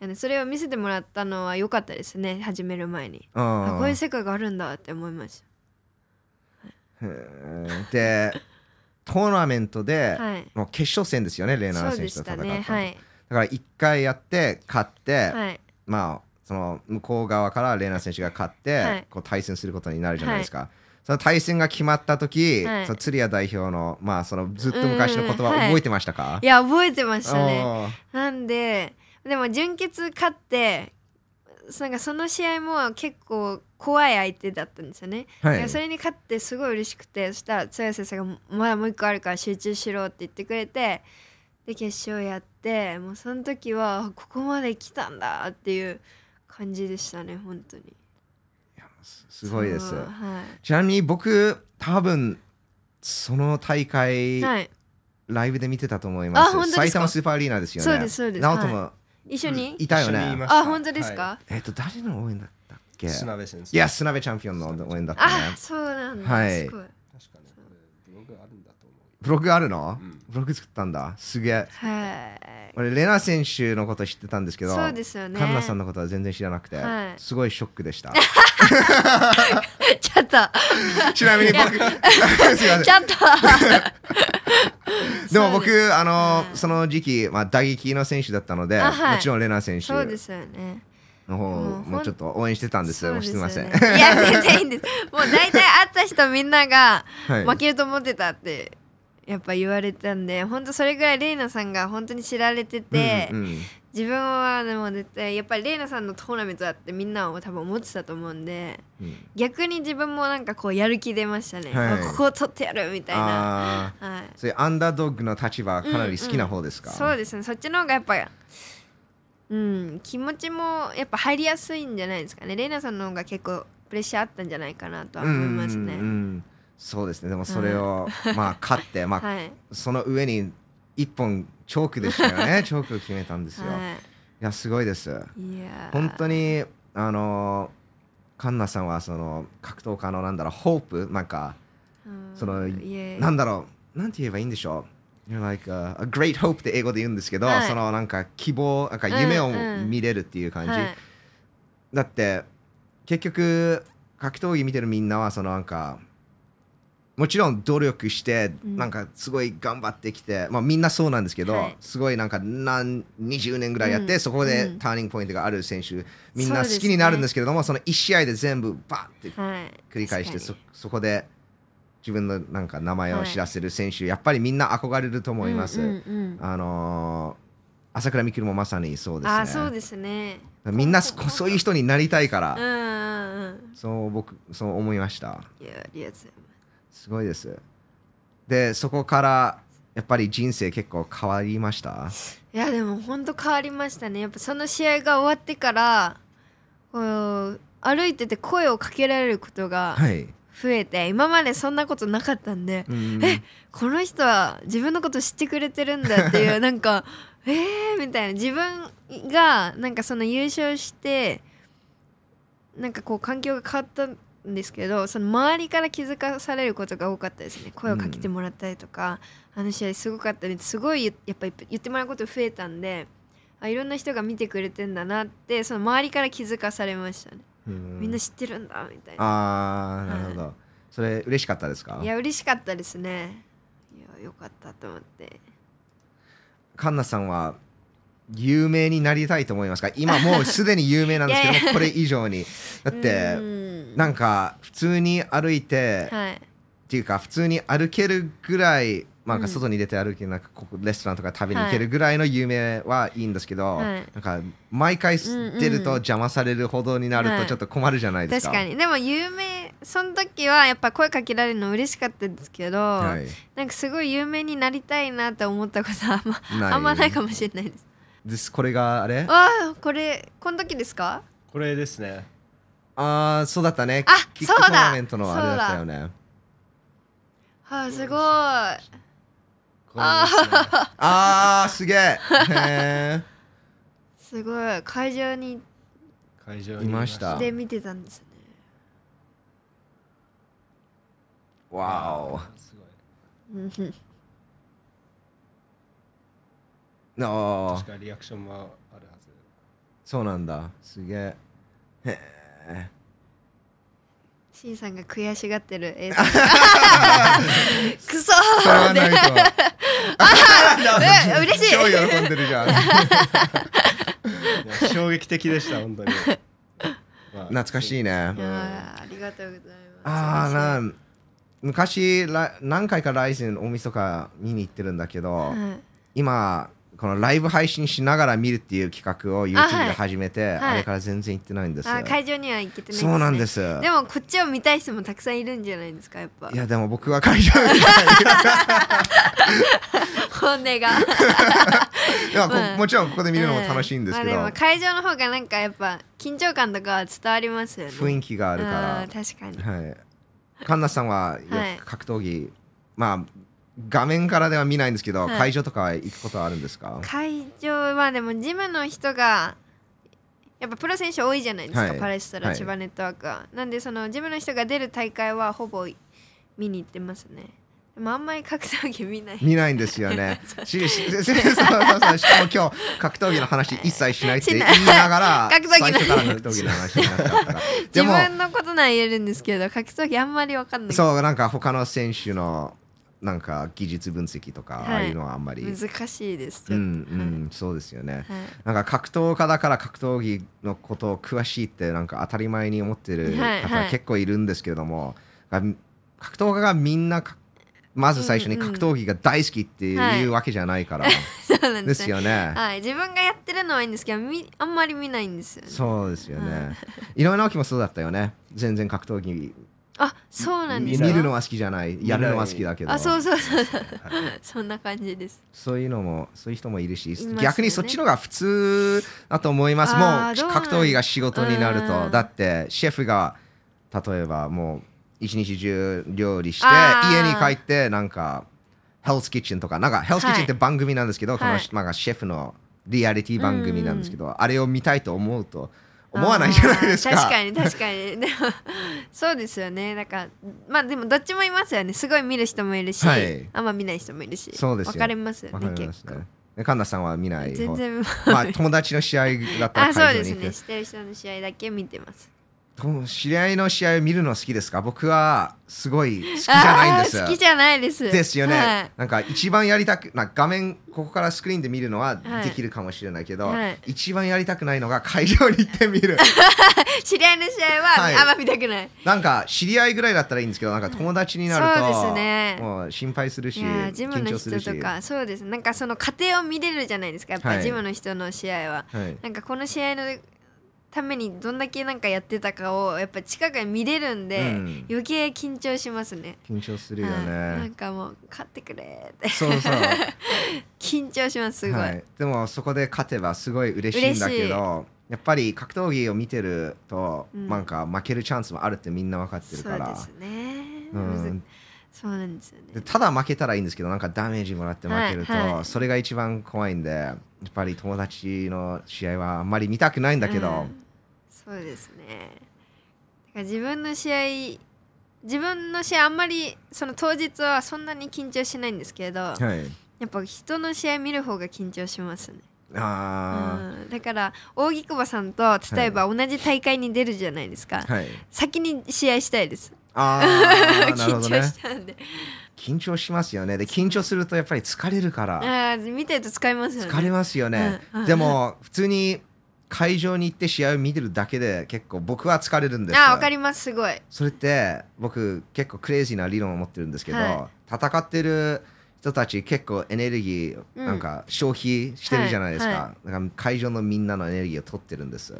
Speaker 1: なんでそれを見せてもらったのは良かったですね始める前にあ
Speaker 2: あ
Speaker 1: こういう世界があるんだって思いまし
Speaker 2: うんでトーナメントで
Speaker 1: た、はい
Speaker 2: もう決勝戦ですよねレーナ
Speaker 1: そう
Speaker 2: ー選
Speaker 1: でし
Speaker 2: 手と戦
Speaker 1: た
Speaker 2: ったの
Speaker 1: ねはい
Speaker 2: だから1回やって勝って、
Speaker 1: はい
Speaker 2: まあその向こう側からレーナー選手が勝って、
Speaker 1: はい
Speaker 2: こう対戦することになるじゃないですか、その対戦が決まった時、
Speaker 1: はい
Speaker 2: その釣り屋代表のまあそのずっと昔の言葉
Speaker 1: うんはい
Speaker 2: 覚えてましたか、
Speaker 1: いや覚えてましたね
Speaker 2: おー
Speaker 1: なんででも準決勝ってなんかその試合も結構怖い相手だったんですよね、
Speaker 2: は
Speaker 1: だ
Speaker 2: い
Speaker 1: からそれに勝ってすごい嬉しくてそしたら強い先生が「まだもう一個あるから集中しろ」って言ってくれてで決勝やってもうその時はあここまで来たんだっていう感じでしたね本当に
Speaker 2: すすごいで
Speaker 1: そ
Speaker 2: す
Speaker 1: うは
Speaker 2: ちなみに僕多分その大会、
Speaker 1: い、はい、
Speaker 2: ライブで見てたと思いま
Speaker 1: あ本当で
Speaker 2: す
Speaker 1: すか
Speaker 2: 埼玉スーパーアリーナですよね
Speaker 1: そうですそうです
Speaker 2: 直人も、
Speaker 1: 一緒に
Speaker 2: いたよ
Speaker 3: 一緒に
Speaker 2: ね
Speaker 3: いま
Speaker 1: あ本当ですか、
Speaker 2: えっ、と誰の応援だったっけ
Speaker 3: す砂部先生
Speaker 2: いや、スナベチャンピオンの応援だった
Speaker 1: あ
Speaker 2: ね。
Speaker 1: そうなんだ、
Speaker 2: はい
Speaker 1: すごい
Speaker 3: 確かねこれブログあるんだと思う
Speaker 2: ブログあるの、
Speaker 3: うん
Speaker 2: ブログ作ったんだ。すげえ。
Speaker 1: はい
Speaker 2: 俺、レナ選手のこと知ってたんですけど、
Speaker 1: そうですよね
Speaker 2: カンナさんのことは全然知らなくて、
Speaker 1: はい
Speaker 2: すごいショックでし
Speaker 1: [laughs]
Speaker 2: た。
Speaker 1: ちょっと
Speaker 2: ちなみに僕、 [laughs] すいません。
Speaker 1: ちょ
Speaker 2: [laughs]
Speaker 1: っと
Speaker 2: でも僕
Speaker 1: そう、
Speaker 2: あの、
Speaker 1: はい
Speaker 2: その時期、まあ、打撃の選手だったので、
Speaker 1: あはい
Speaker 2: もちろんレナ選手
Speaker 1: そうですよね
Speaker 2: の方
Speaker 1: もうほん
Speaker 2: もちょっと応援してたんです。
Speaker 1: そう
Speaker 2: もう
Speaker 1: ですす
Speaker 2: み
Speaker 1: よ
Speaker 2: ま
Speaker 1: ね
Speaker 2: せん。
Speaker 1: いや全然いいんですもう大体会った人みんなが [laughs]
Speaker 2: はい
Speaker 1: 負けると思ってたってやっぱ言われたんで本当それぐらいレイナさんが本当に知られてて、
Speaker 2: うんうん
Speaker 1: 自分はでも絶対やっぱりレイナさんのトーナメントだってみんなは多分思ってたと思うんで
Speaker 2: うん
Speaker 1: 逆に自分もなんかこうやる気出ましたね、
Speaker 2: はい
Speaker 1: あここを取ってやるみたいな、
Speaker 2: ああ、
Speaker 1: はい、
Speaker 2: そういうアンダードッグの立場はかなり好きな方ですか、
Speaker 1: そうですねそっちの方がやっぱうん気持ちもやっぱ入りやすいんじゃないですかねレイナさんの方が結構プレッシャーあったんじゃないかなとは
Speaker 2: うん
Speaker 1: 思いますね、
Speaker 2: うんうんそうですねでもそれを、 [laughs] まあ勝って、まあ
Speaker 1: はい
Speaker 2: その上に一本チョークでした
Speaker 1: [laughs]
Speaker 2: よねチョークを決めたんですよ、い、
Speaker 1: は
Speaker 2: やすごいです
Speaker 1: いいやー
Speaker 2: 本当にあのーカンナさんはその格闘家のなんだろうホープなんか
Speaker 1: うん
Speaker 2: その
Speaker 1: いやいや
Speaker 2: なんだろうなんて言えばいいんでしょう You're like a, a great hope って英語で言うんですけど、
Speaker 1: はい
Speaker 2: そのなんか希望なんか夢を
Speaker 1: うんうん
Speaker 2: 見れるっていう感じ、
Speaker 1: はい
Speaker 2: だって結局格闘技見てるみんなはそのなんかもちろん努力して
Speaker 1: うん
Speaker 2: なんかすごい頑張ってきて、まあみんなそうなんですけど、
Speaker 1: はい
Speaker 2: すごいなんか何20年ぐらいやって、
Speaker 1: うん
Speaker 2: そこで
Speaker 1: うん
Speaker 2: ターニングポイントがある選手みんな
Speaker 1: そうですね
Speaker 2: 好きになるんですけれどもそ,、の1試合で全部バッて
Speaker 1: はい
Speaker 2: 繰り返して
Speaker 1: 確
Speaker 2: そ
Speaker 1: か
Speaker 2: そこで自分のなんか名前を知らせる選手、やっぱりみんな憧れると
Speaker 1: に
Speaker 2: 思います。
Speaker 1: うんうんうん
Speaker 2: あのー朝倉未来もまさにそうですね
Speaker 1: あーそうですね
Speaker 2: みんなそそういう人になりたいから
Speaker 1: うん、うんうん
Speaker 2: そう僕そう思いました
Speaker 1: いやありがとうございます
Speaker 2: すごいですでそこからやっぱり人生結構変わりました
Speaker 1: いやでも本当変わりましたねやっぱその試合が終わってからこう歩いてて声をかけられることが
Speaker 2: はい
Speaker 1: 増えて、今までそんなことなかったんで
Speaker 2: うん
Speaker 1: えこの人は自分のこと知ってくれてるんだって
Speaker 2: [laughs]
Speaker 1: いうなんかえーみたいな自分がなんかその優勝してなんかこう環境が変わったんですけどその周りから気づかされることが多かったですね声をかけてもらったりとか、あの試合すごかったねってすごい言やっぱ言ってもらうこと増えたんであいろんな人が見てくれてんだなってその周りから気づかされましたね、
Speaker 2: う
Speaker 1: [laughs] みんな知ってるんだみたいな
Speaker 2: あーなるほど、それ嬉しかったですか
Speaker 1: いや嬉しかったですねいやよかったと思って
Speaker 2: カンナさんは有名になりたいと思いますか今もうすでに有名なんですけど
Speaker 1: [laughs] いやい
Speaker 2: これ以上にだって
Speaker 1: うん
Speaker 2: なんか普通に歩いて、
Speaker 1: はい
Speaker 2: っていうか普通に歩けるぐらいまあなんか
Speaker 1: うん
Speaker 2: 外に出て歩きなんかここレストランとか食べに行けるぐらいの有名はいいんですけど、
Speaker 1: はい
Speaker 2: なんか毎回
Speaker 1: うんうん
Speaker 2: 出ると邪魔されるほどになる
Speaker 1: は
Speaker 2: と
Speaker 1: い
Speaker 2: ちょっと困るじゃないです
Speaker 1: 確
Speaker 2: か。
Speaker 1: かにでも有名その時はやっぱ声かけられるの嬉しかったですけど、
Speaker 2: はい、
Speaker 1: なんかすごい有名になりたいなって思ったことはあんま
Speaker 2: ない
Speaker 1: あんまないかもしれないで
Speaker 2: [laughs]
Speaker 1: す
Speaker 2: ですこれがあれ
Speaker 1: わあこれこの時ですか
Speaker 3: これですね
Speaker 2: ああそうだったね
Speaker 1: あ
Speaker 2: キッ
Speaker 1: そ
Speaker 2: ク
Speaker 1: う
Speaker 2: ト
Speaker 1: だ
Speaker 2: ーナメントのあれだったよね
Speaker 1: はあすごい
Speaker 3: これですね
Speaker 2: あーすげえへー
Speaker 1: すごい会場に
Speaker 3: 会場
Speaker 2: いました
Speaker 1: 行って見てたんですね
Speaker 2: わお [laughs]
Speaker 3: すご
Speaker 1: う
Speaker 3: い
Speaker 1: ん
Speaker 2: ああ
Speaker 3: 確かリアクションはあるはず。
Speaker 2: そうなんだすげえへえ
Speaker 1: シンさんが悔しがってる映像
Speaker 2: [laughs]
Speaker 1: くそ
Speaker 2: それはないと [laughs]
Speaker 1: あ嬉しい
Speaker 2: 超喜んでるじゃん
Speaker 3: いや
Speaker 2: [laughs]
Speaker 3: 衝撃的でした、本当に。
Speaker 2: 懐かし
Speaker 1: [laughs]
Speaker 2: い
Speaker 3: ね。
Speaker 2: ね
Speaker 1: いやーありがとうございます
Speaker 2: ああな昔ら何回かライズン大晦日見に行ってるんだけど、
Speaker 1: はい
Speaker 2: 今このライブ配信しながら見るっていう企画を YouTube で始めて、
Speaker 1: いはい
Speaker 2: あれから全然行ってないんです、
Speaker 1: あー会場には行けてない
Speaker 2: そうなんですす
Speaker 1: ねでもこっちを見たい人もたくさんいるんじゃないですかやっぱ
Speaker 2: いやでも僕は会場に行か
Speaker 1: 本音が
Speaker 2: ないいやこ
Speaker 1: まあ
Speaker 2: もちろん [laughs] ここで見るのも楽しいんですけど、
Speaker 1: うまあ、でも会場の方がなんかやっぱ緊張感とかは伝わりますよね
Speaker 2: 雰
Speaker 1: 囲気
Speaker 2: 囲気があるから
Speaker 1: 確かに
Speaker 2: はい、カンナさんは
Speaker 1: はい
Speaker 2: よく格闘技、まあ画面からでは見ないんですけど、
Speaker 1: はい
Speaker 2: 会場とか行くことはあるんですか
Speaker 1: 会場はでもジムの人がやっぱプロ選手多いじゃないですか、
Speaker 2: はい
Speaker 1: パレスト
Speaker 2: は
Speaker 1: ラ
Speaker 2: い
Speaker 1: 千葉ネットワークは、なんでそのジムの人が出る大会はほぼ見に行ってますねでもあんまり格闘技見ない
Speaker 2: 見ないんですよね。ししし [laughs] そうそうそうしかも今日格闘技の話一切しないって言いながら
Speaker 1: しない
Speaker 2: 最
Speaker 1: 格闘技の
Speaker 2: 初から [laughs] 格闘技の話になっちゃったから。 [laughs] [laughs] で
Speaker 1: 自
Speaker 2: も
Speaker 1: 分のことなら言えるんですけど格闘技あんまりわかんない
Speaker 2: そうなんか他の選手のなんか技術分析とか、
Speaker 1: はい
Speaker 2: ああいうのはあんまり。うん
Speaker 1: 難しいですち
Speaker 2: う
Speaker 1: ょっと
Speaker 2: んそうですよね。
Speaker 1: はい
Speaker 2: なんか格闘家だから格闘技のことを詳しいってなんか当たり前に思ってる
Speaker 1: はいは
Speaker 2: 方
Speaker 1: い
Speaker 2: 結構いるんですけれども、が格闘家がみんなかまず最初に
Speaker 1: うんうん
Speaker 2: 格闘技が大好きって
Speaker 1: はいいう
Speaker 2: わけじゃないから、
Speaker 1: そうなんで
Speaker 2: [laughs] ですす
Speaker 1: ね
Speaker 2: よね。
Speaker 1: はい、自分がやってるのはいいんですけどみあんまり見ないんですよね
Speaker 2: そうですよ
Speaker 1: は
Speaker 2: ね。井上直樹もそうだったよね。全然格闘技
Speaker 1: あそうなんで
Speaker 2: 見
Speaker 1: すか
Speaker 2: るのは好きじゃない、やるのは好きだけど、
Speaker 1: あそうそうそうそう
Speaker 3: はい
Speaker 1: [laughs] そんな感じです
Speaker 2: そういうのもそういう人もいるし、
Speaker 1: ますよね
Speaker 2: 逆にそっちのが普通だと思います。
Speaker 1: あーど
Speaker 2: も
Speaker 1: う
Speaker 2: う
Speaker 1: なん
Speaker 2: 格闘技が仕事になる
Speaker 1: うん
Speaker 2: と、だってシェフが例えばもう一日中料理して
Speaker 1: あー
Speaker 2: 家に帰ってなんかヘルスキッチンとかなんかヘルスキッチンって番組なんですけど、
Speaker 1: い
Speaker 2: このまあシェフのリアリティ番組なんですけど、あれを見たいと思うと思わないじゃないです
Speaker 1: あー確かに確かにでもそうですよねなんかまあでもどっちもいますよねすごい見る人もいるし、
Speaker 2: はい
Speaker 1: あんま見ない人もいるし
Speaker 2: そうですよ
Speaker 1: 分かれますよ
Speaker 2: わ
Speaker 1: ね
Speaker 2: かります
Speaker 1: 結構
Speaker 2: ね。で神田さんは見ない
Speaker 1: 全
Speaker 2: 方。
Speaker 1: 然
Speaker 2: まあ友達の試合だった
Speaker 1: あ
Speaker 2: ら
Speaker 1: そう
Speaker 2: 会場
Speaker 1: で
Speaker 2: に
Speaker 1: す
Speaker 2: 行
Speaker 1: ね
Speaker 2: く
Speaker 1: 知ってる人の試合だけ見てます
Speaker 2: と。知り合いの試合を見るの好きですか僕はすごい好きじゃないんです。
Speaker 1: あー好きじゃないです
Speaker 2: ですよね、
Speaker 1: はい
Speaker 2: なんか一番やりたくな画面ここからスクリーンで見るのは
Speaker 1: はい
Speaker 2: できるかもしれないけど、
Speaker 1: はい
Speaker 2: 一番やりたくないのが会場に行って見
Speaker 1: [laughs]
Speaker 2: る
Speaker 1: 知り合いの試合は
Speaker 2: はい
Speaker 1: あんま見たくない、
Speaker 2: なんか知り合いぐらいだったらいいんですけどなんか友達になると、
Speaker 1: そうですね
Speaker 2: もう心配する
Speaker 1: い
Speaker 2: し
Speaker 1: やージム
Speaker 2: 緊
Speaker 1: の
Speaker 2: 張す
Speaker 1: 人
Speaker 2: るし
Speaker 1: とかそうですなんかその過程を見れるじゃないですかやっぱ
Speaker 2: は
Speaker 1: り
Speaker 2: い
Speaker 1: ジムの人の試合は、
Speaker 2: はい、
Speaker 1: なんかこの試合のためにどんだけなんかやってたかをやっぱ近くで見れるんで、
Speaker 2: うん
Speaker 1: 余計緊張しますね
Speaker 2: 緊張するよね、
Speaker 1: はいなんかもう勝ってくれーって
Speaker 2: そうそう
Speaker 1: [laughs] 緊張しますすごい、
Speaker 2: はい、でもそこで勝てばすごい嬉しいんだけどやっぱり格闘技を見てると、
Speaker 1: うん
Speaker 2: なんか負けるチャンスもあるってみんな分かって
Speaker 1: そ
Speaker 2: る
Speaker 1: う
Speaker 2: から
Speaker 1: ですね、
Speaker 2: うん
Speaker 1: むずそうなんですよね
Speaker 2: でただ負けたらいいんですけどなんかダメージもらって負けると、
Speaker 1: はいはい
Speaker 2: それが一番怖いんでやっぱり友達の試合はあんまり見たくないんだけど、
Speaker 1: うんそうですねだから自分の試合自分の試合あんまりその当日はそんなに緊張しないんですけど、
Speaker 2: はい
Speaker 1: やっぱ人の試合見る方が緊張しますね
Speaker 2: あ
Speaker 1: うんだから扇久保さんと例えば同じ大会に出るじゃないですか、
Speaker 2: ーはい
Speaker 1: 先に試合したいです
Speaker 2: あーなる
Speaker 1: [laughs] 緊張
Speaker 2: ほどね
Speaker 1: しちゃうんで、
Speaker 2: 緊張しますよねで緊張するとやっぱり疲れるから、
Speaker 1: あー見てると使いますよね
Speaker 2: 疲れますよね、
Speaker 1: うんうん
Speaker 2: でも普通に会場に行って試合を見てるだけで結構僕は疲れるんですよ
Speaker 1: あーわかりますすごい
Speaker 2: それって僕結構クレイジーな理論を持ってるんですけど、
Speaker 1: は
Speaker 2: 戦ってる人たち結構エネルギー
Speaker 1: うん
Speaker 2: なんか消費してるじゃないですか,、
Speaker 1: はい
Speaker 2: だから会場のみんなのエネルギーを取ってるんです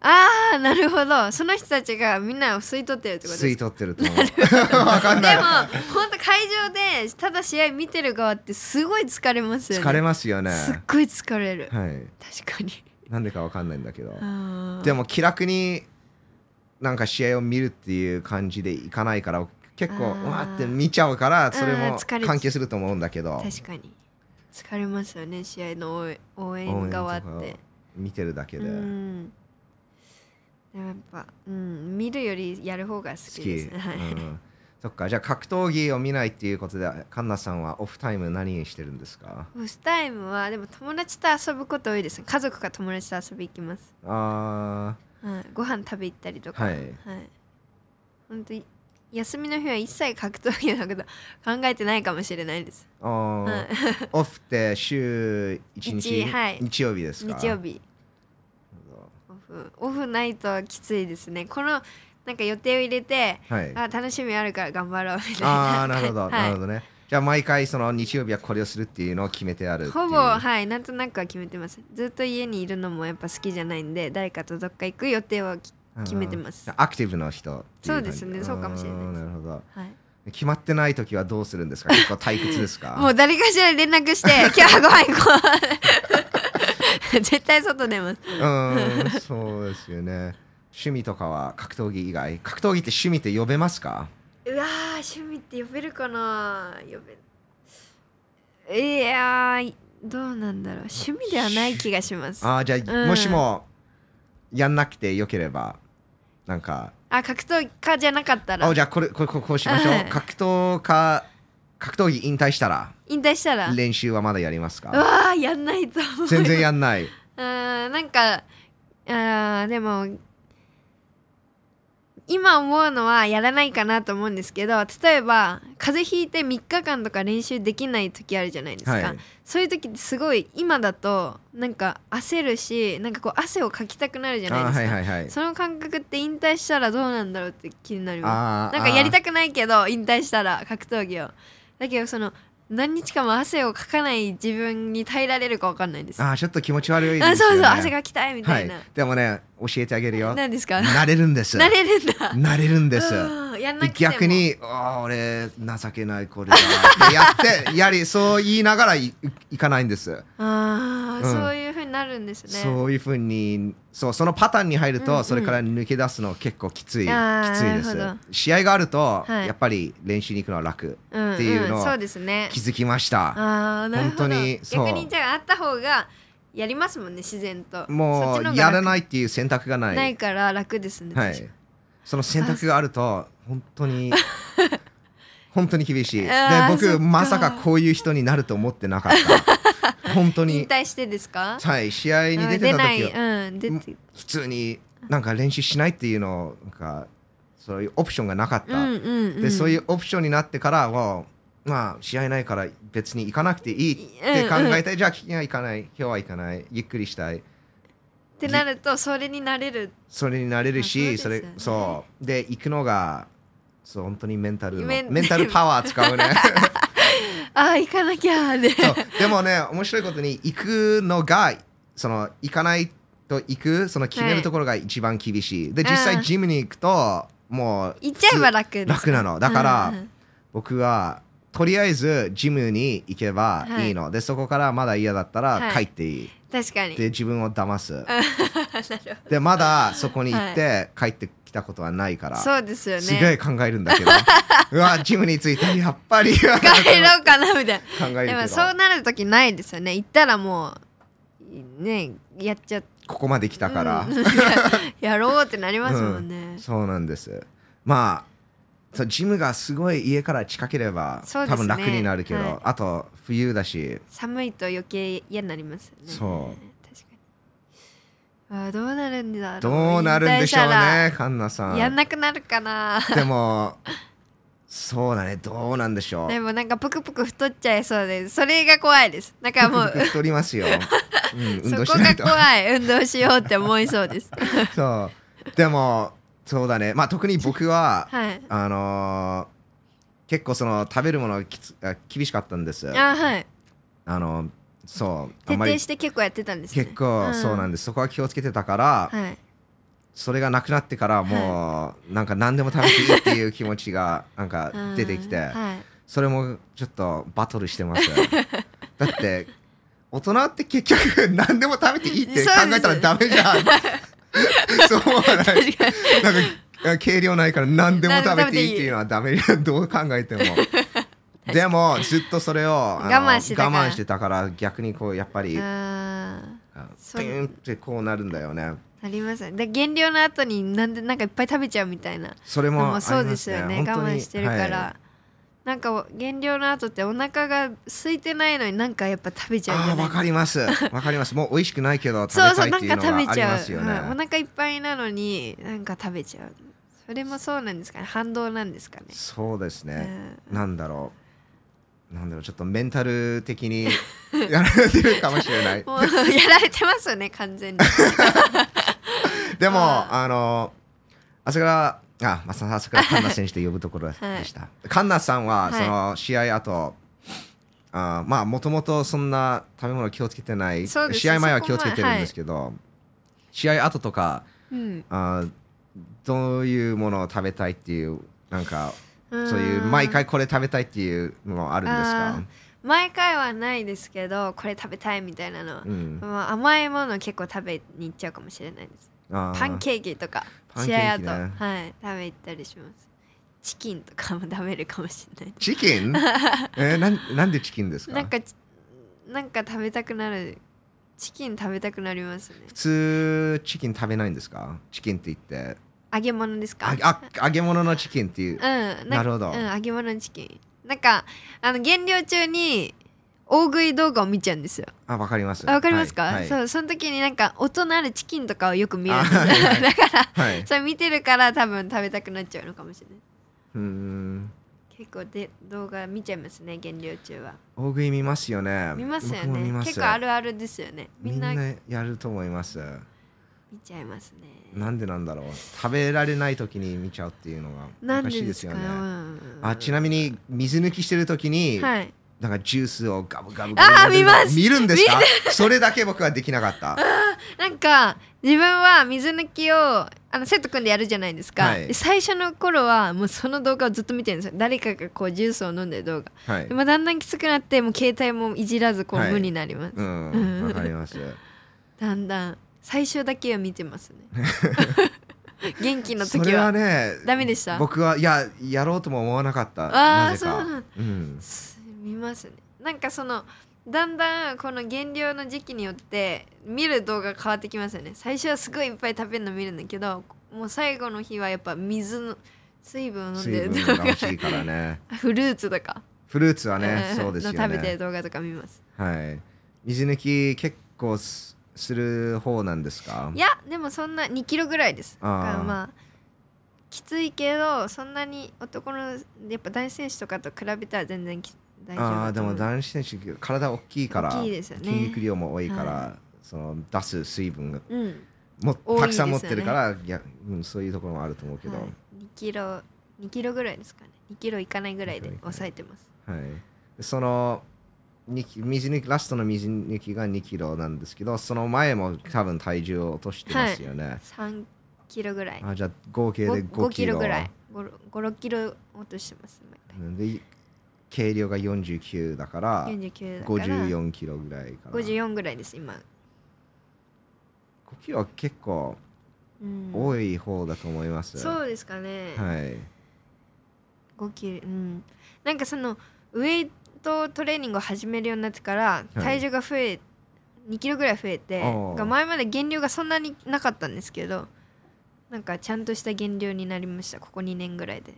Speaker 1: ああなるほどその人たちがみんなを吸い取ってるってこと
Speaker 2: 吸
Speaker 1: で
Speaker 2: い
Speaker 1: す
Speaker 2: 取ってると思うわかん
Speaker 1: でも
Speaker 2: ない
Speaker 1: 本当会場でただ試合見てる側ってすごい疲れますよね
Speaker 2: 疲れますよね
Speaker 1: すっごい疲れる
Speaker 2: はい
Speaker 1: 確か
Speaker 2: [laughs]
Speaker 1: に
Speaker 2: なんでかわかんないんだけど
Speaker 1: あー
Speaker 2: でも気楽になんか試合を見るっていう感じでいかないから結構
Speaker 1: あ
Speaker 2: わ
Speaker 1: ー
Speaker 2: ーって見ちゃうからそれ
Speaker 1: あー
Speaker 2: も
Speaker 1: 疲れち
Speaker 2: 関係すると思うんだけど
Speaker 1: 確かに疲れますよね試合の応援応援側っ
Speaker 2: 応
Speaker 1: て
Speaker 2: 援とか見てるだけで。
Speaker 1: うん、でもやっぱ、うん、見るよりやる方が好
Speaker 2: 好
Speaker 1: き
Speaker 2: き、
Speaker 1: ですね。はい
Speaker 2: うんそっかじゃあ格闘技を見ないっていうことでカンナさんはオフタイム何してるんですか
Speaker 1: オフタイムはでも友達と遊ぶこと多いですね家族か友達と遊び行きます、
Speaker 2: あ
Speaker 1: はい、ご飯食べ行ったりと
Speaker 2: ー
Speaker 1: か、
Speaker 2: はいい
Speaker 1: 本当に休みの日は一切格闘技のこと考えてないかもしれないです
Speaker 2: あー、
Speaker 1: はい
Speaker 2: [laughs] オフって週1日
Speaker 1: 一はい
Speaker 2: 日曜日ですか
Speaker 1: 日曜日オフオフないときついですねこのなんか予定を入れて
Speaker 2: はい
Speaker 1: あ楽しみあるから頑張ろうみたいな
Speaker 2: ああなるほど、
Speaker 1: [laughs] はい
Speaker 2: なるほどねじゃあ毎回その日曜日はこれをするっていうのを決めてあるっていう
Speaker 1: ほぼはいなんとなくは決めてますずっと家にいるのもやっぱ好きじゃないんで誰かとどっか行く予定はき
Speaker 2: うん
Speaker 1: 決めてます
Speaker 2: アクティブの人ってい感じ
Speaker 1: そうですねそうかもしれない
Speaker 2: あー
Speaker 1: です
Speaker 2: なるほど
Speaker 1: はい
Speaker 2: 決まってない時はどうするんです
Speaker 1: [laughs]
Speaker 2: か結構退屈ですか
Speaker 1: もう誰かしら連絡して「今日はご飯行こう」 [laughs] 絶対外出ます
Speaker 2: うーんそうですよね趣味とかは格闘技以外格闘技って趣味って呼べますか
Speaker 1: うわー趣味って呼べるかな呼べいやーどうなんだろう趣味ではない気がしますあ
Speaker 2: あーじゃあ、
Speaker 1: うん
Speaker 2: もしもやんなくてよければなんか
Speaker 1: 格闘家じゃなかったら
Speaker 2: あじゃあこれこれこれこうしましょう、
Speaker 1: はい
Speaker 2: 格闘家格闘技引退したら
Speaker 1: 引退したらう
Speaker 2: 練習はまだやりますか
Speaker 1: わーやんないと思う
Speaker 2: 全然やんな
Speaker 1: [laughs]
Speaker 2: い
Speaker 1: うーんなんかあーでも今思うのはやらないかなと思うんですけど例えば風邪ひいて3日間とか練習できない時あるじゃないですか、
Speaker 2: はい
Speaker 1: そういう時ってすごい今だとなんか焦るしなんかこう汗をかきたくなるじゃない
Speaker 2: あ
Speaker 1: ですか、
Speaker 2: はいはいはい
Speaker 1: その感覚って引退したらどうなんだろうって気になります
Speaker 2: あー
Speaker 1: なんかやり
Speaker 2: あ
Speaker 1: たくないけど引退したら格闘技をだけどその何日間も汗をかかない自分に耐えられるかわかんないです
Speaker 2: ーあーちょっと気持ち悪いですよ、ね、
Speaker 1: あそうそう汗がきたいみたいな、
Speaker 2: はい、でもね教えてあげるよ
Speaker 1: 何ですか
Speaker 2: なれるんです
Speaker 1: なれるんだ
Speaker 2: なれるんです
Speaker 1: うんやんな
Speaker 2: で
Speaker 1: くても
Speaker 2: 逆に「ああ俺情けないこれだ」ってやってやはりそう言いながらいいかないんです、
Speaker 1: ああ、
Speaker 2: うん
Speaker 1: そういうふうになるんですね
Speaker 2: そういうふうにそうそのパターンに入ると、
Speaker 1: うんうん
Speaker 2: それから抜け出すの結構きついきつい
Speaker 1: あー
Speaker 2: で
Speaker 1: なる
Speaker 2: す
Speaker 1: ほ
Speaker 2: 試合があると、
Speaker 1: はい
Speaker 2: やっぱり練習に行くのは楽
Speaker 1: うん
Speaker 2: っていうのを
Speaker 1: んそうですね
Speaker 2: 気づきました
Speaker 1: ああなるほど
Speaker 2: 本当にそう
Speaker 1: 逆にじゃああった方がやりますもんね自然とそっ
Speaker 2: も
Speaker 1: ちの
Speaker 2: う
Speaker 1: 方が
Speaker 2: やら
Speaker 1: 楽
Speaker 2: ないっていう選択がない
Speaker 1: ないから楽ですね、
Speaker 2: は
Speaker 1: 確か
Speaker 2: い、その選択があると本
Speaker 1: [laughs]
Speaker 2: 当に本当に厳しいで
Speaker 1: あーそっ
Speaker 2: 僕
Speaker 1: か
Speaker 2: まさかこういう人になると思ってなかっ
Speaker 1: [laughs]
Speaker 2: た本当
Speaker 1: に引
Speaker 2: に
Speaker 1: 退してですか
Speaker 2: はい試合に出
Speaker 1: うん
Speaker 2: てた
Speaker 1: ない
Speaker 2: 時は
Speaker 1: うん出て
Speaker 2: 普通になんか練習しないっていうのなんかそういうオプションがなかっ
Speaker 1: う
Speaker 2: た、
Speaker 1: んうんうん
Speaker 2: でそういうオプションになってからはまあ試合ないから別に行かなくていいって考えて、じゃあ今日は行かない今日は行かないゆっくりしたい
Speaker 1: ってなるとそれになれる
Speaker 2: それになれるし
Speaker 1: あ
Speaker 2: そ
Speaker 1: そうです
Speaker 2: れ
Speaker 1: よね
Speaker 2: そうで行くのがそう本当にメンタルの
Speaker 1: メ
Speaker 2: メ
Speaker 1: ン [laughs]
Speaker 2: ンタルパワー使うね
Speaker 1: ああ行かなきゃで
Speaker 2: そうでもね面白いことに行くのがその行かないと行くその決め
Speaker 1: は
Speaker 2: る
Speaker 1: い
Speaker 2: ところが一番厳しいで
Speaker 1: あー
Speaker 2: 実際ジムに行くともう
Speaker 1: 行っちゃえば楽です
Speaker 2: 楽なのだから
Speaker 1: うんうん
Speaker 2: 僕はとりあえずジムに行けば
Speaker 1: はい
Speaker 2: いいの、でそこからまだ嫌だったら
Speaker 1: は
Speaker 2: 帰
Speaker 1: い
Speaker 2: っていい、
Speaker 1: 確かに
Speaker 2: で自分を騙す
Speaker 1: [laughs] なる
Speaker 2: でまだそこに行って帰ってきたことはないか
Speaker 1: ほど
Speaker 2: ら、
Speaker 1: そうですよね
Speaker 2: すげえ考えるん
Speaker 1: [laughs]
Speaker 2: だけどうわジムについてやっぱり考
Speaker 1: 帰ろうかなみたい
Speaker 2: え
Speaker 1: なで
Speaker 2: るけ
Speaker 1: も
Speaker 2: ど
Speaker 1: そうなる時ないですよね行ったらもうねやっちゃっ
Speaker 2: ここまで来たから、
Speaker 1: やろうってなりますもんね、
Speaker 2: そうなんですまあそうジムがすごい家から近ければ、
Speaker 1: そうで
Speaker 2: 多
Speaker 1: すね
Speaker 2: 分楽になるけど、
Speaker 1: はい
Speaker 2: あと冬だし
Speaker 1: 寒いと余計嫌になりますよね
Speaker 2: そう
Speaker 1: 確かにあーどうなるんだろう
Speaker 2: どうなるんでしょう
Speaker 1: 引退たら
Speaker 2: ねカンナさん
Speaker 1: やんなくなるかな
Speaker 2: でもそうだねどうなんでしょう
Speaker 1: でもなんかぷくぷく太っちゃいそうでそれが怖いですだからもう
Speaker 2: 僕太りますよ、うん、 [laughs] 運動
Speaker 1: そ
Speaker 2: し
Speaker 1: こ
Speaker 2: な
Speaker 1: が
Speaker 2: いと
Speaker 1: 怖い運動しようって思いそうです
Speaker 2: そうでもそうだねまあ特に僕 [laughs] は
Speaker 1: はい
Speaker 2: あのー結構その食べるものきつあ厳しかったんです
Speaker 1: あ
Speaker 2: あ
Speaker 1: ーはい
Speaker 2: のそうあ
Speaker 1: 徹
Speaker 2: んま
Speaker 1: 底
Speaker 2: り
Speaker 1: して結構やってたんですね
Speaker 2: 結構そうなん
Speaker 1: で
Speaker 2: です、そこは気をつけてたから、
Speaker 1: はい
Speaker 2: それがなくなってからもうなんか何でも食べていいっていう気持ちがなんか出てきて、
Speaker 1: うんはい
Speaker 2: それもちょっとバトルしてます
Speaker 1: [laughs]
Speaker 2: だって大人って結局何でも食べていいって考えたらダメ
Speaker 1: [laughs]
Speaker 2: じゃんそう思わない
Speaker 1: 確かに
Speaker 2: なんか軽量ないから何でも食べていいっていうのはダ
Speaker 1: [laughs]
Speaker 2: メどう考えても。でもずっとそれをあの
Speaker 1: 我慢してたから
Speaker 2: 我慢してたから逆にこうやっぱり
Speaker 1: あ
Speaker 2: か
Speaker 1: そう
Speaker 2: ピュンってこうなるんだよね
Speaker 1: なりますねで減量の後になんでなんかいっぱい食べちゃうみたいな
Speaker 2: それ
Speaker 1: の
Speaker 2: もあり
Speaker 1: も
Speaker 2: ます
Speaker 1: そうですよね
Speaker 2: 本当に
Speaker 1: 我慢してるから、
Speaker 2: はい
Speaker 1: なんか減量の後ってお腹が空いてないのになんかやっぱ食べちゃうじ
Speaker 2: あ
Speaker 1: ゃ
Speaker 2: あ
Speaker 1: ない
Speaker 2: わかりますわかりますもう美味しくないけど食
Speaker 1: そう
Speaker 2: べ
Speaker 1: そ
Speaker 2: た
Speaker 1: う
Speaker 2: い
Speaker 1: な
Speaker 2: っ
Speaker 1: ん
Speaker 2: ていう
Speaker 1: か
Speaker 2: の
Speaker 1: 食べ
Speaker 2: はあ
Speaker 1: ち
Speaker 2: り
Speaker 1: ゃ
Speaker 2: ま
Speaker 1: う
Speaker 2: すよ
Speaker 1: はいお
Speaker 2: ね
Speaker 1: 腹いっぱいなのになんか食べちゃうそれもそうなんですかね反動なんですかね
Speaker 2: そうですね
Speaker 1: う
Speaker 2: なんだろうなんだろうちょっとメンタル的に [laughs] やられてるかもしれ
Speaker 1: [laughs]
Speaker 2: ない
Speaker 1: もうやられてますよね完全に
Speaker 2: でも
Speaker 1: あ
Speaker 2: あの朝倉あまあさ朝倉環奈選手と呼ぶところでした環奈さん
Speaker 1: はい
Speaker 2: はその試合後あまあもともとそんな食べ物気をつけてない
Speaker 1: そうです
Speaker 2: 試合前は
Speaker 1: そ
Speaker 2: 気
Speaker 1: こ
Speaker 2: を
Speaker 1: は
Speaker 2: つけてるんですけど試合後とか
Speaker 1: うん
Speaker 2: あーどういうものを食べたいっていうなんか
Speaker 1: そ
Speaker 2: そういう毎回これ食べたいっていうのはあるんですか
Speaker 1: 毎回はないですけどこれ食べたいみたいなのは、
Speaker 2: うん
Speaker 1: まあ、甘いもの結構食べに行っちゃうかもしれないです
Speaker 2: あー
Speaker 1: パンケーキとか
Speaker 2: パンケ
Speaker 1: 試
Speaker 2: ーキ
Speaker 1: 合後、
Speaker 2: ね
Speaker 1: はい食べ行ったりしますチキンとかも食べるかもしれない
Speaker 2: チキ
Speaker 1: [laughs]
Speaker 2: ンえーなんなんでチキンです
Speaker 1: なん
Speaker 2: か
Speaker 1: かちなんか食べたくなるチキン食べたくなりますね
Speaker 2: 普通チキン食べないんですかチキンって言って
Speaker 1: 揚げ物ですか
Speaker 2: ああ揚げ物のチキンっていう
Speaker 1: うん
Speaker 2: なるほど
Speaker 1: うん、揚げ物のチキンなんかあの減量中に大食い動画を見ちゃうんですよ
Speaker 2: あわかります
Speaker 1: あわかりますか、
Speaker 2: はい
Speaker 1: そううその時になんか音のあるチキンとかをよく見るんですよ
Speaker 2: あはいは
Speaker 1: [laughs]
Speaker 2: い
Speaker 1: だから
Speaker 2: はい
Speaker 1: それ見てるから多分食べたくなっちゃうのかもしれないう
Speaker 2: ーん
Speaker 1: 結構で動画見ちゃいますね減量中は
Speaker 2: 大食い見ますよね
Speaker 1: 見ますよ
Speaker 2: 僕も見
Speaker 1: ね
Speaker 2: ます
Speaker 1: 結構あるあるですよねみ
Speaker 2: み
Speaker 1: ん
Speaker 2: ん
Speaker 1: な
Speaker 2: なやると思います
Speaker 1: 見ちゃいますね
Speaker 2: なんでなんだろう食べられない時に見ちゃうっていうのが
Speaker 1: な
Speaker 2: お
Speaker 1: ん
Speaker 2: かし
Speaker 1: で
Speaker 2: い
Speaker 1: で
Speaker 2: ですす
Speaker 1: か
Speaker 2: よ
Speaker 1: ね
Speaker 2: ねあちなみに水抜きしてる時に、
Speaker 1: はい
Speaker 2: なんかジュースをガブガブガブ
Speaker 1: あー
Speaker 2: 飲んで
Speaker 1: 見
Speaker 2: る
Speaker 1: ます
Speaker 2: 見るんですかそれだけ僕はできなかった
Speaker 1: なんか自分は水抜きをあのセット組んでやるじゃないですか、
Speaker 2: はい
Speaker 1: で最初の頃はもうその動画をずっと見てるんですよ誰かがこうジュースを飲んでる動画
Speaker 2: はい
Speaker 1: でもだんだんきつくなってもう携帯もいじらずこう
Speaker 2: はい
Speaker 1: 無になります、
Speaker 2: うんわかります
Speaker 1: だんだん最初だけは見てます
Speaker 2: [laughs]
Speaker 1: ね元気の時
Speaker 2: そ
Speaker 1: は
Speaker 2: れはね
Speaker 1: ダメでした
Speaker 2: 僕はいややろうとも思わなかった
Speaker 1: あー
Speaker 2: なぜか
Speaker 1: そうなんだ
Speaker 2: うん
Speaker 1: す見ますねなんかそのだんだんこの減量の時期によって見る動画変わってきますよね最初はすごいいっぱい食べるの見るんだけどもう最後の日はやっぱ水の水分を飲ん
Speaker 2: 水
Speaker 1: でる動
Speaker 2: 分が
Speaker 1: 画
Speaker 2: 欲しいからね
Speaker 1: フルーツとか、
Speaker 2: フルーツは
Speaker 1: え
Speaker 2: ね
Speaker 1: ー
Speaker 2: そうですよ
Speaker 1: の食べてる
Speaker 2: ね
Speaker 1: 動画とか見ます
Speaker 2: はい水抜き結構すする方なんですか
Speaker 1: いやでもそんな2キロぐらいですだ
Speaker 2: あー
Speaker 1: からまあきついけどそんなに男のやっぱ男子選手とかと比べたら全然き大丈夫
Speaker 2: あー
Speaker 1: だと
Speaker 2: で
Speaker 1: 思う
Speaker 2: も男子選手体大きいから
Speaker 1: 大きいですよね
Speaker 2: 筋肉量も多いから、
Speaker 1: は
Speaker 2: その出す水分が
Speaker 1: うん
Speaker 2: も
Speaker 1: 多いですよね
Speaker 2: たくさん持ってるから、いやうん、そういうところもあると思うけど、
Speaker 1: は
Speaker 2: は
Speaker 1: い、
Speaker 2: い
Speaker 1: 2キロ2キロぐらいですかね2キロいかないぐらいで抑えてます
Speaker 2: そのに水抜きラストの水抜きが2キロなんですけどその前も多分体重を落としてますよね、
Speaker 1: 3キロぐらい
Speaker 2: あじゃあ合計で
Speaker 1: 5,
Speaker 2: 5キロ
Speaker 1: キロぐらい56キロ落としてます毎
Speaker 2: うんで計量が49だから
Speaker 1: 回49だから
Speaker 2: 54キロぐらいかな5
Speaker 1: 54ぐらいです今、
Speaker 2: キロは結構
Speaker 1: うん、
Speaker 2: 多い方だと思います、
Speaker 1: そうですかね、
Speaker 2: はい
Speaker 1: 5キロうんなんかそのウエイトトレーニングを始めるようになってから
Speaker 2: い
Speaker 1: 体重が増え、2キロぐらい増えて
Speaker 2: あー
Speaker 1: が前まで減量がそんなになかったんですけどなんかちゃんとした減量になりましたここ2年ぐらい
Speaker 2: [laughs]
Speaker 1: で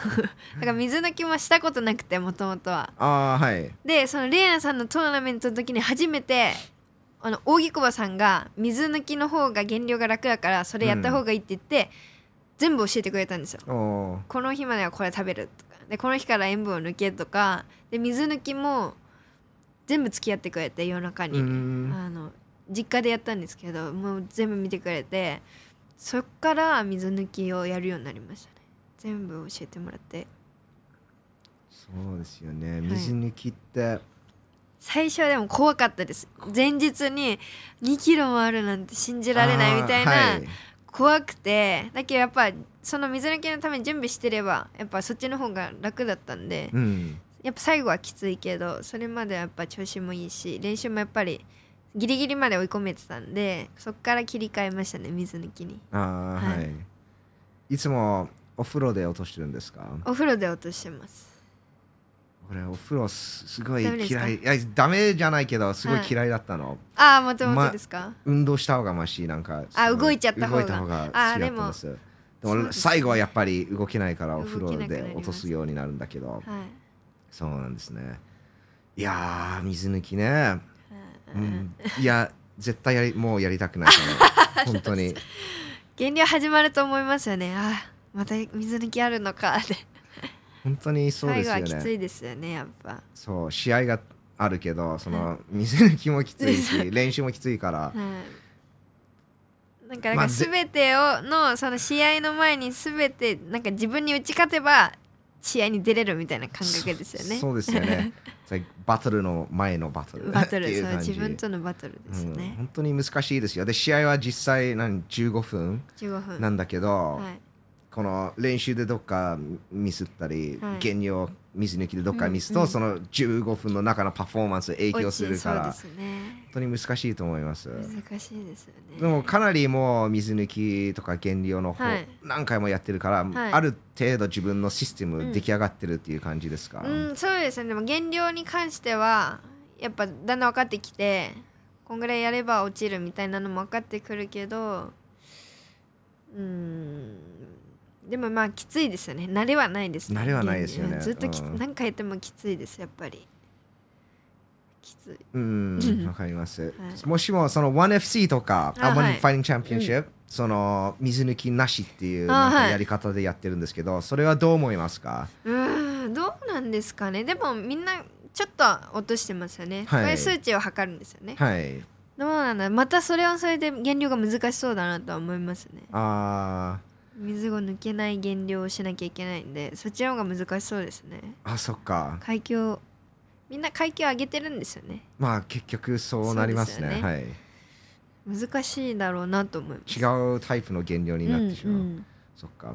Speaker 1: だから水抜きもしたことなくてもともとは
Speaker 2: ああはい
Speaker 1: でそのレイナさんのトーナメントの時に初めてあの扇久保さんが水抜きの方が減量が楽だからそれやった方がいいって言って、全部教えてくれたんですよ
Speaker 2: おお
Speaker 1: この日まではこれ食べるとかでこの日から塩分を抜けとかで水抜きも全部付き合ってくれて夜中
Speaker 2: ーうー
Speaker 1: に、
Speaker 2: ん
Speaker 1: あの実家でやったんですけどもう全部見てくれてそっから水抜きをやるようになりましたね全部教えてもらって
Speaker 2: そうですよね水抜きって、
Speaker 1: 最初はでも怖かったです前日に2キロもあるなんて信じられないみたいな、
Speaker 2: あーはい
Speaker 1: 怖くてだけどやっぱその水抜きのために準備してればやっぱそっちの方が楽だったんで、
Speaker 2: うん
Speaker 1: やっぱ最後はきついけどそれまではやっぱ調子もいいし練習もやっぱりギリギリまで追い込めてたんでそっから切り替えましたね水抜きに
Speaker 2: ああー
Speaker 1: は
Speaker 2: はいい、いつもお風呂で落としてるんですか
Speaker 1: お風呂で落としてます
Speaker 2: 俺お風呂すすごい
Speaker 1: ダメですか
Speaker 2: 嫌いいやダメじゃないけどすごい嫌いだったの、
Speaker 1: ああもとも
Speaker 2: ま
Speaker 1: とですか、
Speaker 2: 運動した方がマシなんか
Speaker 1: あ
Speaker 2: すご
Speaker 1: 動いちゃった方が
Speaker 2: 動いた方が
Speaker 1: あ
Speaker 2: 好き
Speaker 1: で
Speaker 2: だった
Speaker 1: も
Speaker 2: んですで
Speaker 1: そう
Speaker 2: も
Speaker 1: ですね
Speaker 2: 最後はやっぱり動けないからお風
Speaker 1: 動
Speaker 2: 呂
Speaker 1: けなくなりま
Speaker 2: です落とすようになるんだけど
Speaker 1: はいはい
Speaker 2: そうなんですねいやー水抜きね、うん、いや絶対やりもうやりたくないから
Speaker 1: [laughs]
Speaker 2: 本当に
Speaker 1: 減量始まると思いますよねああまた水抜きあるのか [laughs] って、
Speaker 2: 本当にそう
Speaker 1: 最
Speaker 2: です
Speaker 1: 後
Speaker 2: よ
Speaker 1: はきつ
Speaker 2: ね
Speaker 1: いですよねやっぱ
Speaker 2: そう試合があるけどその水抜きもきつ
Speaker 1: [laughs]
Speaker 2: いし練習もきついから
Speaker 1: はい。なんかなん
Speaker 2: ま
Speaker 1: か
Speaker 2: あぜ
Speaker 1: 全てをのその試合の前に全てなんか自分に打ち勝てば試合に出れるみたいな感覚ですよね。
Speaker 2: そうそうですよねそれバトルの前のバトル
Speaker 1: バト
Speaker 2: っ
Speaker 1: ル
Speaker 2: てい
Speaker 1: そう
Speaker 2: 感じ
Speaker 1: 自分とのバトルですよ
Speaker 2: うん、
Speaker 1: ね。
Speaker 2: 本当に難しいですよで試合は実際何15分
Speaker 1: 15分。
Speaker 2: なんだけど、
Speaker 1: はい。
Speaker 2: この練習でどっかミスったり、
Speaker 1: はい
Speaker 2: 減量水抜きでどっかミス
Speaker 1: うん
Speaker 2: と、
Speaker 1: うん
Speaker 2: その15分の中のパフォーマンス影響するから
Speaker 1: 落
Speaker 2: 本
Speaker 1: ちそうですね。
Speaker 2: 当に難しいと思います。
Speaker 1: 難しいですよね。
Speaker 2: でもかなりもう水抜きとか減量の方、
Speaker 1: はい
Speaker 2: 何回もやってるから、
Speaker 1: はい
Speaker 2: ある程度自分のシステ
Speaker 1: うん
Speaker 2: ム出来上がってるっていう感じですか、
Speaker 1: うん、そうですね。でも減量に関しては、やっぱだんだん分かってきて、こんぐらいやれば落ちるみたいなのも分かってくるけど、うん、でもまあきついですよね。慣れはないです、
Speaker 2: 慣れはないですよ
Speaker 1: 減
Speaker 2: ね
Speaker 1: 量ずっときつ、
Speaker 2: うん
Speaker 1: 何回やってもきついです、やっぱり。きつい。
Speaker 2: うん、わかります。
Speaker 1: い
Speaker 2: もしもその 1FC とか、
Speaker 1: あ
Speaker 2: あ One
Speaker 1: はい
Speaker 2: Fighting Championship、その水抜きなしっていう
Speaker 1: あ
Speaker 2: なんか
Speaker 1: はい
Speaker 2: やり方でやってるんですけど、それはどう思いますか
Speaker 1: うーん、どうなんですかね。でもみんなちょっとは落としてますよね。
Speaker 2: はい
Speaker 1: これ数値を測るんですよね。
Speaker 2: はい。
Speaker 1: どうなんだまたそれはそれで減量が難しそうだなとは思いますね。
Speaker 2: あ
Speaker 1: 水を抜けない減量をしなきゃいけないんでそっちの方が難しそうですね
Speaker 2: ーあ、そっか。
Speaker 1: 階級みんな階級上げてるんですよね
Speaker 2: まあ結局そうなります
Speaker 1: そ
Speaker 2: ね。
Speaker 1: うですよ
Speaker 2: はい。
Speaker 1: 難しいだろうなと思います
Speaker 2: 違うタイプの減量になってしまう。
Speaker 1: んん
Speaker 2: そっか。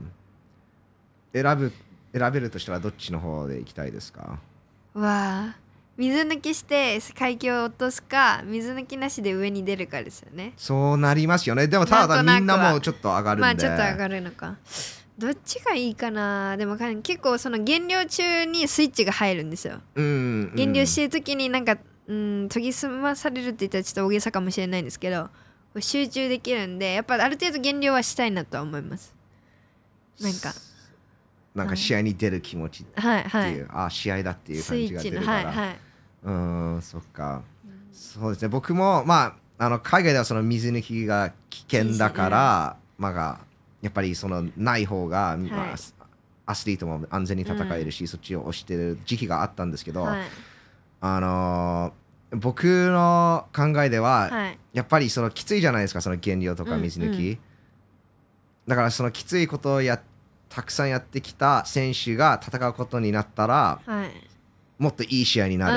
Speaker 2: 選ぶ選べるとしたらどっちの方で行きたいですか
Speaker 1: うわあ水抜きして階級を落とすか水抜きなしで上に出るかですよね
Speaker 2: そうなりますよね。でもただ
Speaker 1: なんとなくは
Speaker 2: みんなもうちょっと上がるんで。
Speaker 1: まあちょっと上がるのかどっちがいいかなでもか結構その減量中にスイッチが入るんですよ
Speaker 2: うん。
Speaker 1: 減量してる時になんか、うん、研ぎ澄まされるって言ったらちょっと大げさかもしれないんですけどこう集中できるんでやっぱある程度減量はしたいなとは思いますなんか
Speaker 2: なんか試合に出る気持ち
Speaker 1: はい
Speaker 2: っ
Speaker 1: は
Speaker 2: てい、
Speaker 1: いう
Speaker 2: あ試合だっていう
Speaker 1: ス
Speaker 2: 感
Speaker 1: イ
Speaker 2: じ
Speaker 1: ッ
Speaker 2: が出
Speaker 1: チの
Speaker 2: る
Speaker 1: は
Speaker 2: か
Speaker 1: い
Speaker 2: ら、
Speaker 1: はいう
Speaker 2: ーんそっかそうですね僕もまああの海外ではその水抜きが危険だから、まあがやっぱりそのない方が、まあ
Speaker 1: はい
Speaker 2: アスリートも安全に戦えるし、そっちを推してる時期があったんですけど、
Speaker 1: はい
Speaker 2: あのー僕の考えでは、
Speaker 1: はい
Speaker 2: やっぱりそのきついじゃないですかその減量とか水抜き、
Speaker 1: うんう
Speaker 2: だからそのきついことをやたくさんやってきた選手が戦うことになったら
Speaker 1: はい
Speaker 2: もっといい試合にな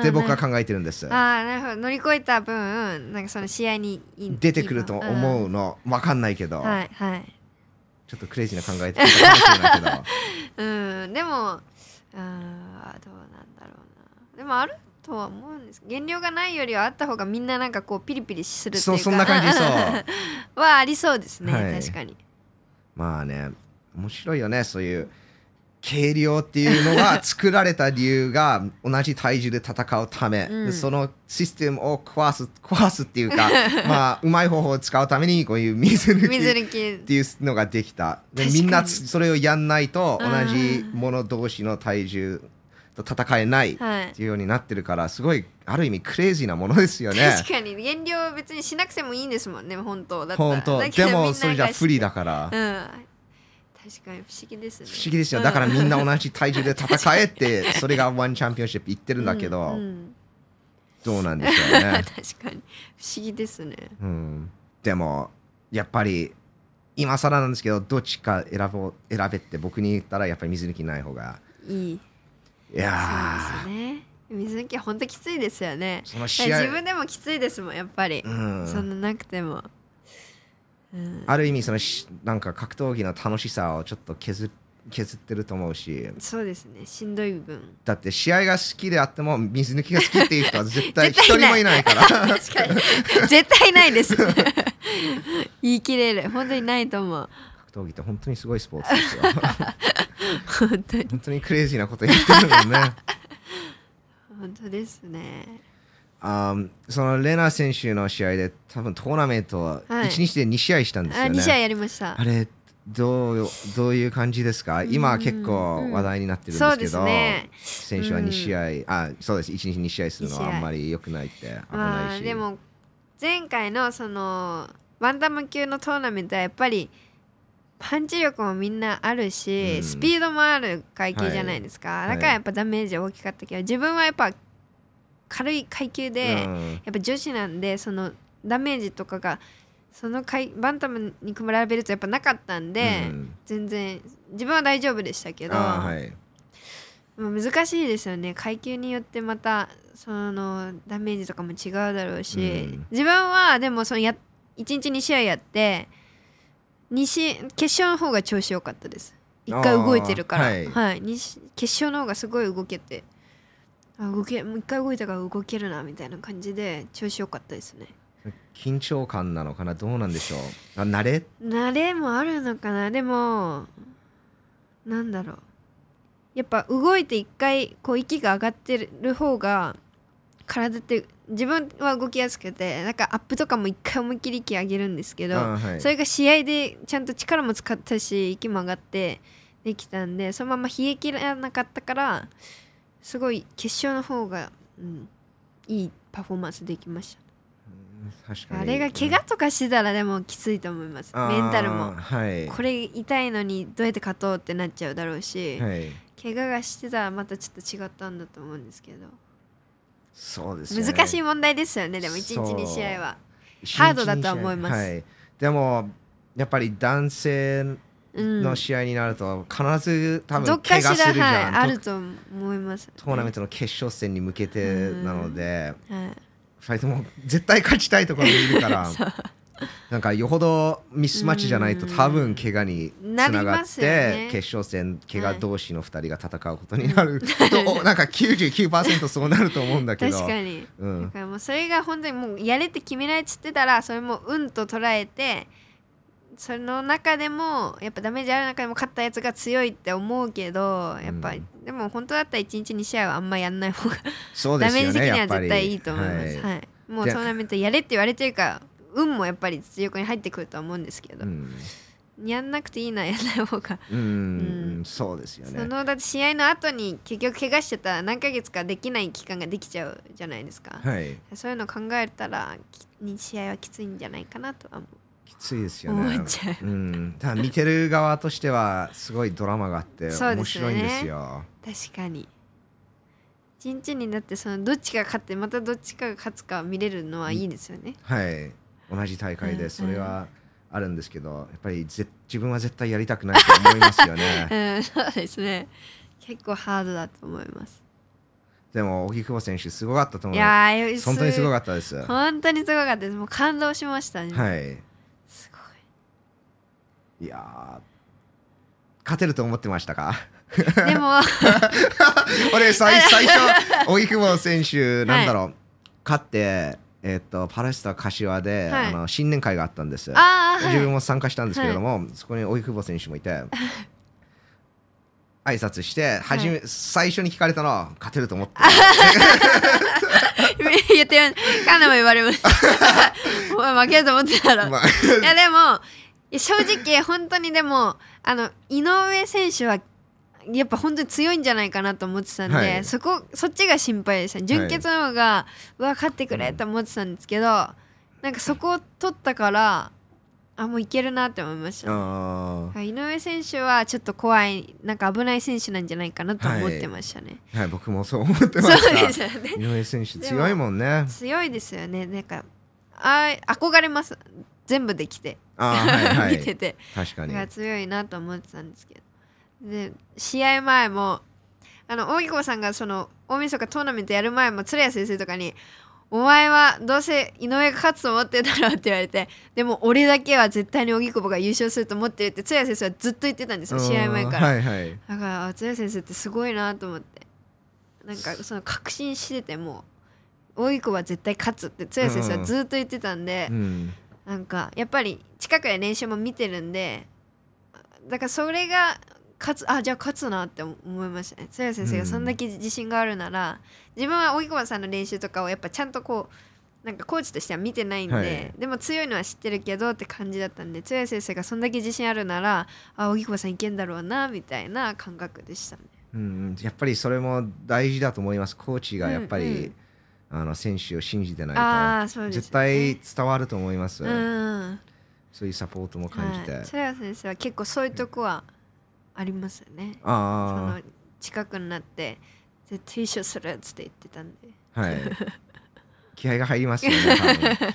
Speaker 1: あ
Speaker 2: って僕は
Speaker 1: あ
Speaker 2: 考えてるんです
Speaker 1: あーなるほど乗り越えた分うんなんかその試合にいい
Speaker 2: 出てくると思
Speaker 1: ん
Speaker 2: うの分かんないけど、
Speaker 1: はいはい
Speaker 2: ちょっとクレイジーな考えかもしれない
Speaker 1: [laughs]
Speaker 2: け
Speaker 1: う
Speaker 2: ど
Speaker 1: んでもうんあどうなんだろうなでもあるとは思うんです減量がないよりはあった方がみんななんかこうピリピリするっていうか
Speaker 2: そうそんな感じそう
Speaker 1: [laughs] はありそうですね、
Speaker 2: はい
Speaker 1: 確か
Speaker 2: [laughs]
Speaker 1: に
Speaker 2: まあね面白いよねそういう軽量っていうのが作られた理由が [laughs] 同じ体重で戦うため、
Speaker 1: うん
Speaker 2: でそのシステムを壊す壊すっていう
Speaker 1: [laughs]
Speaker 2: かまあうまい方法を使うためにこういう水抜き
Speaker 1: 水抜
Speaker 2: っ
Speaker 1: き
Speaker 2: ていうのができたで
Speaker 1: 確かに
Speaker 2: みんなつそれをやんないと
Speaker 1: う
Speaker 2: 同
Speaker 1: ん
Speaker 2: じもの同士の体重と戦えないっ
Speaker 1: はい
Speaker 2: ていうようになってるからすごいある意味クレイジーなものですよね
Speaker 1: 確かに減量別にしなくてもいいんですもんね本当だったら
Speaker 2: 本当
Speaker 1: だけど
Speaker 2: で
Speaker 1: みん
Speaker 2: も
Speaker 1: な
Speaker 2: それじゃ
Speaker 1: が
Speaker 2: 不利だから
Speaker 1: うん確かに不思議ですね
Speaker 2: 不思議ですよだからみんな同じ体重で戦えってそれがワンチャンピオンシップ言ってるんだけど、
Speaker 1: うんうん
Speaker 2: どうなんでしょうね
Speaker 1: [laughs] 確、かに不思議ですね
Speaker 2: うん、でもやっぱり今更なんですけどどっちか選ぼう選べって僕に言ったらやっぱり水抜きない方が
Speaker 1: いい
Speaker 2: いや
Speaker 1: そう
Speaker 2: ー
Speaker 1: ですね水抜き本当きついですよね
Speaker 2: その
Speaker 1: だか
Speaker 2: 試
Speaker 1: ら
Speaker 2: 合
Speaker 1: 自分でもきついですもんやっぱり、
Speaker 2: うん
Speaker 1: そんななくても
Speaker 2: ある意味そのしなんか格闘技の楽しさをちょっと削削ってると思うし
Speaker 1: そうですねしんどい
Speaker 2: [laughs]
Speaker 1: 分
Speaker 2: だって試合が好きであっても水抜きが好きっていう人は絶対一
Speaker 1: [laughs] 絶対い
Speaker 2: 人
Speaker 1: ない
Speaker 2: もいないから
Speaker 1: 確かに絶対ないです言い切れる本当にないと思う
Speaker 2: 格闘技って本当にすごいスポーツですよ
Speaker 1: 本当に
Speaker 2: 本当にクレイジーなこと言ってるもんね [laughs]
Speaker 1: 本当ですね
Speaker 2: あーそのレナ選手の試合で多分トーナメントは
Speaker 1: はい
Speaker 2: 1日で2試合したんです
Speaker 1: あ
Speaker 2: よ
Speaker 1: 2試合
Speaker 2: ね。
Speaker 1: やりました
Speaker 2: あれどうどういう感じですか今は結構話題になってるんですけ
Speaker 1: そう
Speaker 2: ど、
Speaker 1: です
Speaker 2: 選手は2試合、あそうです1日2試合するの
Speaker 1: 二
Speaker 2: は
Speaker 1: 試合
Speaker 2: あんまり良くないって
Speaker 1: ま
Speaker 2: 危な
Speaker 1: あ
Speaker 2: いし。
Speaker 1: でも前回のそのバンタム級のトーナメントはやっぱりパンチ力もみんなあるし、
Speaker 2: うん
Speaker 1: スピードもある階級じゃないですか、
Speaker 2: い
Speaker 1: だからやっぱダメージ大きかったけど自分はやっぱ軽い階級で、
Speaker 2: う
Speaker 1: や
Speaker 2: ん
Speaker 1: っぱ女子なんでそのダメージとかがその階バンタムに比べるとやっぱなかったんで、
Speaker 2: うん
Speaker 1: 全然自分は大丈夫でしたけど、
Speaker 2: あーはい
Speaker 1: まあ難しいですよね階級によってまたそのダメージとかも違うだろうし、
Speaker 2: うん
Speaker 1: 自分はでもそのや1日2試合やって2試決勝の方が調子良かったです1回動いてるから、
Speaker 2: あ
Speaker 1: は
Speaker 2: ー
Speaker 1: い
Speaker 2: は
Speaker 1: にし決勝の方がすごい動けてあ動けもう1回動いたから動けるなみたいな感じで調子良かったですね
Speaker 2: 緊張感なのかなどうなんでしょうあ慣れ
Speaker 1: 慣れもあるのかなでもなんだろうやっぱ動いて一回こう息が上がってる方が体って自分は動きやすくてなんかアップとかも一回思いっきり息上げるんですけど、
Speaker 2: あーはい
Speaker 1: それが試合でちゃんと力も使ったし息も上がってできたんでそのまま冷え切らなかったからすごい決勝の方が、うん、いいパフォーマンスできました。
Speaker 2: 確かに
Speaker 1: あれが怪我とかしてたらでもきついと思います
Speaker 2: あー
Speaker 1: メンタルも
Speaker 2: はい
Speaker 1: これ痛いのにどうやって勝とうってなっちゃうだろうし、
Speaker 2: はい
Speaker 1: 怪我がしてたらまたちょっと違ったんだと思うんですけど
Speaker 2: そうですね
Speaker 1: 難しい問題ですよねでも1日
Speaker 2: そう
Speaker 1: 2試合は
Speaker 2: 新
Speaker 1: ハードだとは思います
Speaker 2: 新試合はいでもやっぱり男性
Speaker 1: うん
Speaker 2: の試合になると必ず多
Speaker 1: ど
Speaker 2: 分
Speaker 1: っか
Speaker 2: 怪
Speaker 1: しら
Speaker 2: 我するじ
Speaker 1: はい
Speaker 2: ゃん、
Speaker 1: あると思います
Speaker 2: トトーナメントの決勝戦に向けてなので
Speaker 1: はい
Speaker 2: 2人とも絶対勝ちたいところにいるから
Speaker 1: [laughs]
Speaker 2: なんかよほどミスマッチじゃないと
Speaker 1: うん
Speaker 2: 多分怪我につ
Speaker 1: な
Speaker 2: な
Speaker 1: り
Speaker 2: が
Speaker 1: ま
Speaker 2: っ
Speaker 1: すよね
Speaker 2: て決勝戦怪我同士の2人が戦うことになる [laughs] となんか99%そうなると思うんだけ
Speaker 1: 確
Speaker 2: ど。
Speaker 1: かに、
Speaker 2: うん
Speaker 1: だからもうそれが本当にもうやれって決められちってたらそれも運と捉えてその中でもやっぱダメージある中でも勝ったやつが強いって思うけどやっぱ、
Speaker 2: うん
Speaker 1: でも本当だったら1日2試合はあんまやんない方が
Speaker 2: そうで
Speaker 1: ダ
Speaker 2: す
Speaker 1: メー
Speaker 2: よ
Speaker 1: ジ的
Speaker 2: ね
Speaker 1: には
Speaker 2: やっぱり
Speaker 1: 絶対いいと思います。
Speaker 2: は
Speaker 1: はいもう
Speaker 2: で
Speaker 1: トーナメントやれって言われてるから運もやっぱり強くに入ってくるとは思うんですけど、
Speaker 2: うん
Speaker 1: やんなくていいなやんない方が、
Speaker 2: うん
Speaker 1: う
Speaker 2: うんそうですよ
Speaker 1: そ
Speaker 2: ね。
Speaker 1: のだって試合の後に結局怪我してたら何ヶ月かできない期間ができちゃうじゃないですか、
Speaker 2: はい、
Speaker 1: そういうの考えたらきに試合はきついんじゃないかなとは思う
Speaker 2: きついですよね。
Speaker 1: 思っちゃ
Speaker 2: うん、ただ見てる側としてはすごいドラマがあって
Speaker 1: そうで
Speaker 2: 面
Speaker 1: すよ
Speaker 2: 白
Speaker 1: ね
Speaker 2: いんですよ。
Speaker 1: 確かに一日になってそのどっちが勝ってまたどっちかが勝つか見れるのはいいですよね、
Speaker 2: はい、同じ大会
Speaker 1: うんう
Speaker 2: で
Speaker 1: ん
Speaker 2: それはあるんですけど、やっぱりぜ自分は絶対やりたくないと思いますよ
Speaker 1: [laughs] う
Speaker 2: ね。
Speaker 1: ん、そうですね結構ハードだと思います
Speaker 2: でも荻久保選手すごかったと思。
Speaker 1: いうやー
Speaker 2: 本当にすごか
Speaker 1: っ
Speaker 2: ったです。は
Speaker 1: 本当にすごかったですもう感動しましたね、
Speaker 2: い。
Speaker 1: す
Speaker 2: いやー。勝てると思ってましたか
Speaker 1: ごいでも
Speaker 2: [laughs] 俺最最初荻久保選手なんだろう、勝って、えっとパレスタ柏で、
Speaker 1: はい
Speaker 2: あの新年会があったんです。
Speaker 1: ああ、はい、
Speaker 2: 自分も参加したんですけれども、そこに荻久保選
Speaker 1: [laughs]
Speaker 2: 手もいて挨拶して初め、最初に聞かれたのは勝てると思って
Speaker 1: 言ってるカンナも言われました
Speaker 2: [laughs]
Speaker 1: お前負けると思ってたら、
Speaker 2: まあ [laughs]
Speaker 1: いやでもいや正直本当にでもあの井上選手はやっぱ本当に強いんじゃないかなと思ってたんで、
Speaker 2: はい
Speaker 1: そこそっちが心配でした準決の方が、うわ勝ってくれと思ってたんですけど、なんかそこを取ったからあもういけるなって思いました、
Speaker 2: あ
Speaker 1: 井上選手はちょっと怖いなんか危ない選手なんじゃないかなと思ってましたね、
Speaker 2: ーはい、僕もそう思ってま
Speaker 1: そうで
Speaker 2: し
Speaker 1: す
Speaker 2: た
Speaker 1: よね
Speaker 2: 井上選手強いもんね
Speaker 1: 強いですよねなんかあ憧れます全部できて、
Speaker 2: あーはいは
Speaker 1: [laughs]
Speaker 2: い
Speaker 1: 見てて
Speaker 2: 確かに
Speaker 1: が強いなと思ってたんですけどで試合前もあの大木子さんがその大晦日トーナメントやる前も鶴谷先生とかに「お前はどうせ井上が勝つと思ってたろ」って言われてでも俺だけは絶対に荻久保が優勝すると思ってるって鶴谷先生はずっと言ってたんですよ試合前から、
Speaker 2: うんはいはい
Speaker 1: だからあ鶴谷先生ってすごいなと思ってなんかその確信しててもう大井子は絶対勝つって鶴谷先生はずっと言ってたんで、
Speaker 2: うん
Speaker 1: なんかやっぱり近くで練習も見てるんでだからそれが勝つあじゃあ勝つなって思いましたねそや先生
Speaker 2: う
Speaker 1: が
Speaker 2: ん
Speaker 1: そんだけ自信があるなら、自分は及川さんの練習とかをやっぱちゃんとこうなんかコーチとしては見てないんで、
Speaker 2: はい
Speaker 1: でも強いのは知ってるけどって感じだったんでや先生がそんだけ自信あるならあ荻川さんいけんだろうなみたいな感覚でしたね。
Speaker 2: うん、やっぱりそれも大事だと思います。コーチがやっぱり、
Speaker 1: うんうん
Speaker 2: あの選手を信じてない
Speaker 1: ああーそう
Speaker 2: と
Speaker 1: です、ね、
Speaker 2: 絶対伝わると思います、
Speaker 1: うん
Speaker 2: そういうサポートも感じて。
Speaker 1: はい、それは先生は結構そういうとこはありますよね。そ
Speaker 2: あ
Speaker 1: の近くになって絶対一緒するっつって言ってたんで。
Speaker 2: あ、はい。気合が入りますよね。多分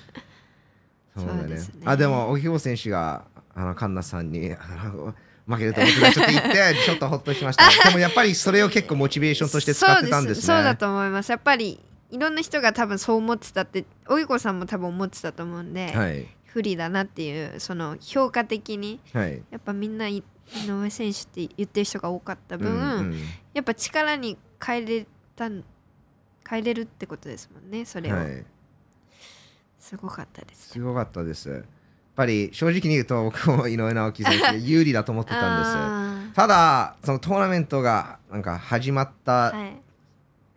Speaker 1: [laughs]
Speaker 2: そうだ
Speaker 1: そう
Speaker 2: ね。
Speaker 1: ですね
Speaker 2: あでも荻窪選手があのカンナさんにあの負けると思ってたちょっと
Speaker 1: [laughs]
Speaker 2: 言ってちょっとほっとしました。でもやっぱりそれを結構モチベーションとして使ってたんですね。
Speaker 1: そうそうだと思います。やっぱりいろんな人が多分そう思ってたって、おいこさんも多分思ってたと思うんで、
Speaker 2: はい
Speaker 1: 不利だなっていうその評価的に
Speaker 2: はい。
Speaker 1: やっぱみんない井上選手って言ってる人が多かった分、
Speaker 2: うん
Speaker 1: やっぱ力に変えれたん変えれるってことですもんね。そ
Speaker 2: うん
Speaker 1: れを、
Speaker 2: はい。
Speaker 1: すごかったです
Speaker 2: すごかったです。やっぱり正直に言うと僕も井 [laughs] 上直樹選手が有利だと思ってたんで
Speaker 1: あ
Speaker 2: す。ただそのトーナメントがなんか始まっ
Speaker 1: ー
Speaker 2: た
Speaker 1: はい、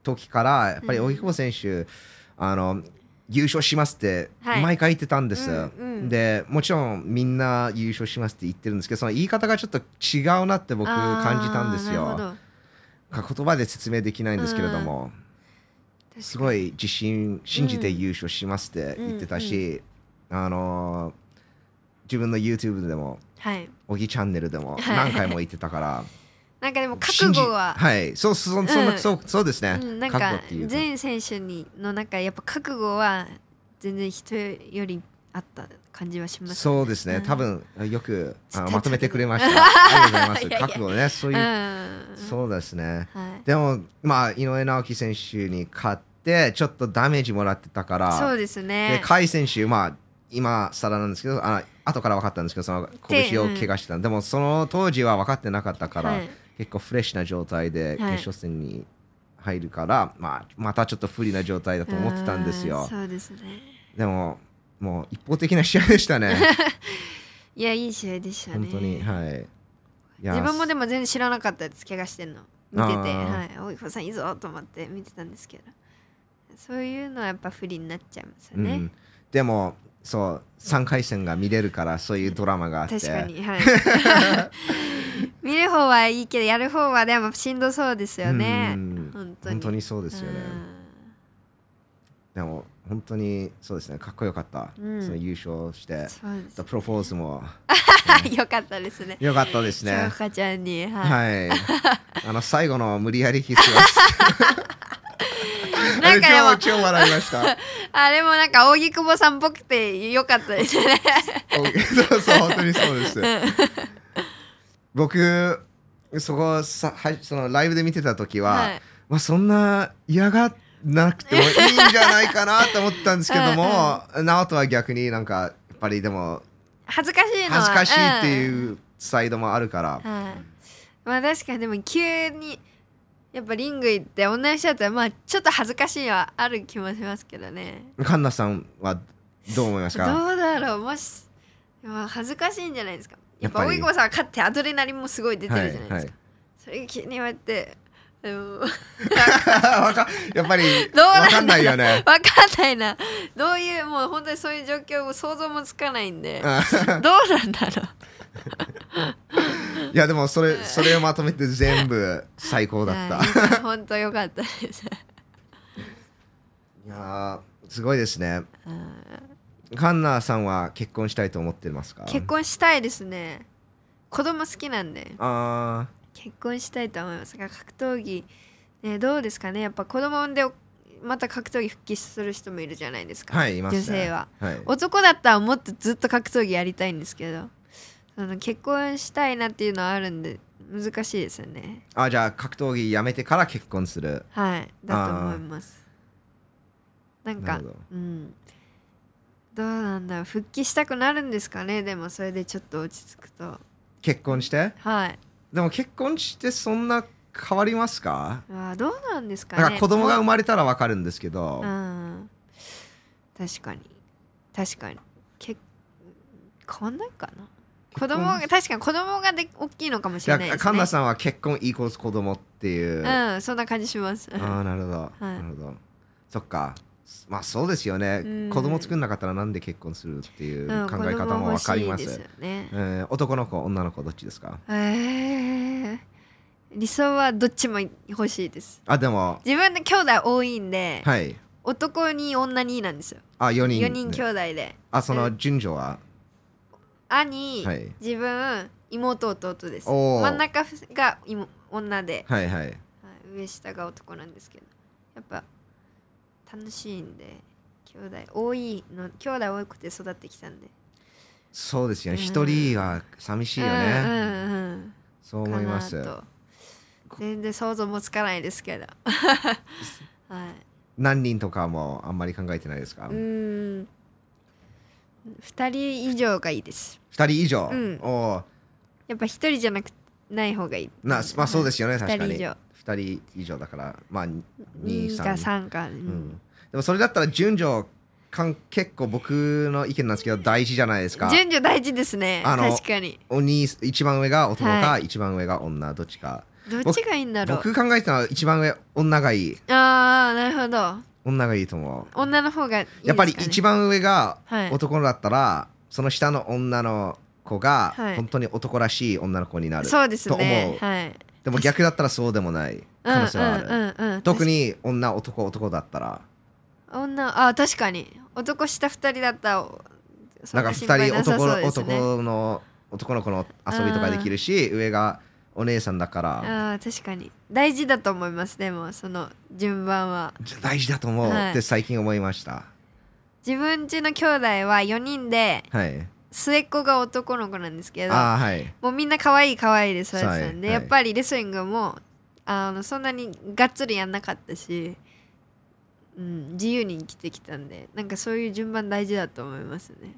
Speaker 2: 時からやっぱり荻久保選手、あの優勝しますって
Speaker 1: はい
Speaker 2: 毎回言ってたんです、
Speaker 1: うんうん
Speaker 2: でもちろんみんな優勝しますって言ってるんですけどその言い方がちょっと違うなって僕感じたんで
Speaker 1: あ
Speaker 2: す
Speaker 1: ーなるほ
Speaker 2: よ
Speaker 1: ど
Speaker 2: 言葉で説明できないんですけれども、すごい自信信じて優勝しますって言ってたし、あの自分の YouTube でも
Speaker 1: はい。
Speaker 2: 小木チャンネルでも
Speaker 1: はい
Speaker 2: 何回も言ってたから
Speaker 1: なん [laughs] かでも覚
Speaker 2: 信じ
Speaker 1: 悟は、
Speaker 2: はいそうそそん
Speaker 1: うん
Speaker 2: なそうそうですね、
Speaker 1: うん、なん
Speaker 2: 覚悟
Speaker 1: か
Speaker 2: っていうか
Speaker 1: 全選手にの中やっぱ覚悟は全然人よりあった感じはします。
Speaker 2: そうです
Speaker 1: う
Speaker 2: ね、
Speaker 1: ん
Speaker 2: 多分よく
Speaker 1: 伝え
Speaker 2: あの
Speaker 1: て
Speaker 2: まとめてくれました。ありがとう
Speaker 1: [laughs]
Speaker 2: ござい
Speaker 1: い
Speaker 2: ま
Speaker 1: やい
Speaker 2: す。
Speaker 1: や
Speaker 2: 覚悟ね、そう
Speaker 1: う
Speaker 2: い
Speaker 1: ん。
Speaker 2: う、
Speaker 1: は
Speaker 2: そうですね。
Speaker 1: い。
Speaker 2: でも、まあ、井上直樹選手に勝って、ちょっとダメージもらってたから、
Speaker 1: そうです
Speaker 2: で
Speaker 1: ね。
Speaker 2: 甲斐選手、まあ、今更なんですけど、あ後から分かったんですけど、その
Speaker 1: 手
Speaker 2: 拳を怪我してた、でも、その当時は分かってなかったから、
Speaker 1: はい
Speaker 2: 結構フレッシュな状態で決
Speaker 1: はい
Speaker 2: 勝戦に入るから、まあ、またちょっと不利な状態だと思ってたんです
Speaker 1: う
Speaker 2: よ。
Speaker 1: そうですね。
Speaker 2: でも、もう一方的な試合でしたね。
Speaker 1: いやいい試合でしたね。
Speaker 2: 本当に、はい。いや
Speaker 1: 自分もでも全然知らなかったです。怪我してんの見てて、
Speaker 2: あー
Speaker 1: はい。おいこさんいいぞと思って見てたんですけど、そういうのはやっぱ不利になっちゃいますよ
Speaker 2: う
Speaker 1: ね。
Speaker 2: ん、でもそう3回戦が見れるからそういうドラマがあって
Speaker 1: 確かにはい
Speaker 2: [laughs]
Speaker 1: 見る方はいいけどやる方はでもしんどそうですよね
Speaker 2: うん
Speaker 1: 本当に
Speaker 2: 本当にそうですよねでも本当にそうですねかっこよかった、
Speaker 1: うん
Speaker 2: その優勝
Speaker 1: う [laughs]
Speaker 2: して
Speaker 1: んそうです
Speaker 2: プロポーズも
Speaker 1: [laughs] よかったですね
Speaker 2: よかったです
Speaker 1: [laughs] 翔
Speaker 2: ね
Speaker 1: かちゃんにはい [laughs]
Speaker 2: はいあの最後の無理やりキスは
Speaker 1: な
Speaker 2: あ
Speaker 1: ん
Speaker 2: れ
Speaker 1: かで
Speaker 2: 超
Speaker 1: も
Speaker 2: 超笑いました
Speaker 1: あれもなんか扇久保さんっぽくてよかったですね
Speaker 2: おそうそう本当にそうです僕そこさはそのライブで見てた時は、
Speaker 1: はい
Speaker 2: まあ、そんな嫌がなくてもいいんじゃないかなと思ったんですけども
Speaker 1: [laughs]
Speaker 2: 直人は逆になんかやっぱりでも
Speaker 1: 恥ずかしいのは
Speaker 2: 恥ずかしいって
Speaker 1: うん
Speaker 2: いうサイドもあるから、
Speaker 1: はいまあ確かにでも急にやっぱリング行って同じ人だったらまあちょっと恥ずかしいのはある気もしますけどね
Speaker 2: カンナさんはどう思いますか
Speaker 1: どうだろうもしまあ恥ずかしいんじゃないですかやっぱ
Speaker 2: やっぱ
Speaker 1: 大
Speaker 2: り
Speaker 1: 井川さんは勝ってアドレナリンもすごい出て
Speaker 2: は
Speaker 1: る
Speaker 2: い
Speaker 1: じゃないですか、それが気に入ってでも [laughs] わ
Speaker 2: はい、 [laughs] わかやっぱり
Speaker 1: [laughs] どうなんだろう
Speaker 2: わかんないよね。
Speaker 1: かんないなどういうもう本当にそういう状況を想像もつかないんで [laughs] どうなんだろ
Speaker 2: いやでもそれそれをまとめて全部最高
Speaker 1: う
Speaker 2: だった。
Speaker 1: はい
Speaker 2: い、
Speaker 1: 本当良かった
Speaker 2: [laughs]
Speaker 1: です
Speaker 2: やーすごいですね。
Speaker 1: うん
Speaker 2: カンナさんは結婚したいと思ってますか
Speaker 1: 結婚したいですね子供好きなんで
Speaker 2: あ
Speaker 1: 結婚したいと思いますが格闘技、ね、どうですかねやっぱ子供産んでまた格闘技復帰する人もいるじゃないです
Speaker 2: ー
Speaker 1: か、
Speaker 2: はいいますね。
Speaker 1: 女性は。
Speaker 2: はい、
Speaker 1: 男だったらもっとずっと格闘技やりたいんですけどあの結婚したいなっていうのはあるんで難しいですよね
Speaker 2: あじゃあ格闘技やめてから結婚する。
Speaker 1: はいだと思いますなん
Speaker 2: な
Speaker 1: か
Speaker 2: るほど
Speaker 1: うんどうなんだろう復帰したくなるんですかねでもそれでちょっと落ち着くと
Speaker 2: 結婚して
Speaker 1: はい
Speaker 2: でも結婚してそんな変わりますか
Speaker 1: あーどうなんですかね
Speaker 2: なんか子供が生まれたらわかるんですけど、
Speaker 1: うん確かに確かにけ変わんないかな子供が確かに子供がで大きいのかもしれないですね。
Speaker 2: 神田さんは結婚イコール子供っていう、あ
Speaker 1: うん、そんな感じします。
Speaker 2: あなるほど、なるほどそっかまあそうですよね、
Speaker 1: うん
Speaker 2: 子供作んなかったらなんで結婚するっていう
Speaker 1: うん
Speaker 2: 考え方も分かりま
Speaker 1: 子供欲し
Speaker 2: す,、
Speaker 1: いですよね。
Speaker 2: えー男の子女の子どっちですか
Speaker 1: えー理想はどっちも欲しいです。
Speaker 2: あでも
Speaker 1: 自分で兄弟多いんで、
Speaker 2: はい
Speaker 1: 男に女になんですよ。
Speaker 2: あ4人
Speaker 1: 四人兄弟で、
Speaker 2: あそ
Speaker 1: え
Speaker 2: の順序は
Speaker 1: 兄、
Speaker 2: はい
Speaker 1: 自分、妹、弟です。
Speaker 2: おー
Speaker 1: 真ん中が妹女で、
Speaker 2: はいはい
Speaker 1: はい上下が男なんですけど、やっぱ楽しいんで、兄弟多いの兄弟多くて育ってきたんで。
Speaker 2: そうですよね
Speaker 1: うん
Speaker 2: 一、人は寂しいよね、
Speaker 1: うんうんうん。
Speaker 2: そう思います
Speaker 1: かなと全然想像もつかないですけど [laughs] はい
Speaker 2: 何人とかもあんまり考えてないですか、
Speaker 1: う
Speaker 2: 2
Speaker 1: ん2人以上がいいです
Speaker 2: 人以上、
Speaker 1: うん
Speaker 2: おー
Speaker 1: やっぱ1人じゃなくない方がいい
Speaker 2: なまあそうですすよね、確かに
Speaker 1: 二人以上
Speaker 2: 2人以上だからまあに
Speaker 1: 2
Speaker 2: 2
Speaker 1: か
Speaker 2: 三
Speaker 1: 3か、う
Speaker 2: うんん、でもそれだったら順序かん結構僕の意見なんですけど大事じゃないですか
Speaker 1: 順序大事ですね
Speaker 2: あの
Speaker 1: 確かに
Speaker 2: お兄一番上が男か、
Speaker 1: は
Speaker 2: 一番上が女どっちか
Speaker 1: どっちがいいんだろう
Speaker 2: 僕考えてたのは一番上女がいい
Speaker 1: ああなるほど
Speaker 2: 女がいいと思う
Speaker 1: 女の方がいいですか、ね、
Speaker 2: やっぱり一番上が
Speaker 1: はい
Speaker 2: 男だったら、その下の女の子が
Speaker 1: はい
Speaker 2: 本当に男らしい女の子になる、
Speaker 1: そうです
Speaker 2: と思
Speaker 1: ね
Speaker 2: う
Speaker 1: はい
Speaker 2: でも逆だったらそうでもな
Speaker 1: う
Speaker 2: い
Speaker 1: ん
Speaker 2: 可能性はある、
Speaker 1: うんうんうん
Speaker 2: 特に女男男だったら
Speaker 1: 女あ確かに男下2人だったらそ
Speaker 2: なん
Speaker 1: ん
Speaker 2: か
Speaker 1: な心
Speaker 2: 2
Speaker 1: 配
Speaker 2: 人
Speaker 1: なさ
Speaker 2: 男,、
Speaker 1: そうですね
Speaker 2: 男の男の子の遊びとかできるし上がお姉さんだから
Speaker 1: あー確かに大事だと思いますでもその順番は
Speaker 2: 大事だと思う
Speaker 1: はい
Speaker 2: って最近思いました
Speaker 1: 自分家の兄弟は4人で
Speaker 2: はい、
Speaker 1: 末っ子が男の子なんですけど
Speaker 2: ああはい
Speaker 1: もうみんな可愛い可愛いで育ってたんで、
Speaker 2: はいはい
Speaker 1: やっぱりレスリングもあのそんなにがっつりやんなかったし、うん、自由に生きてきたんでなんかそういう順番大事だと思いますね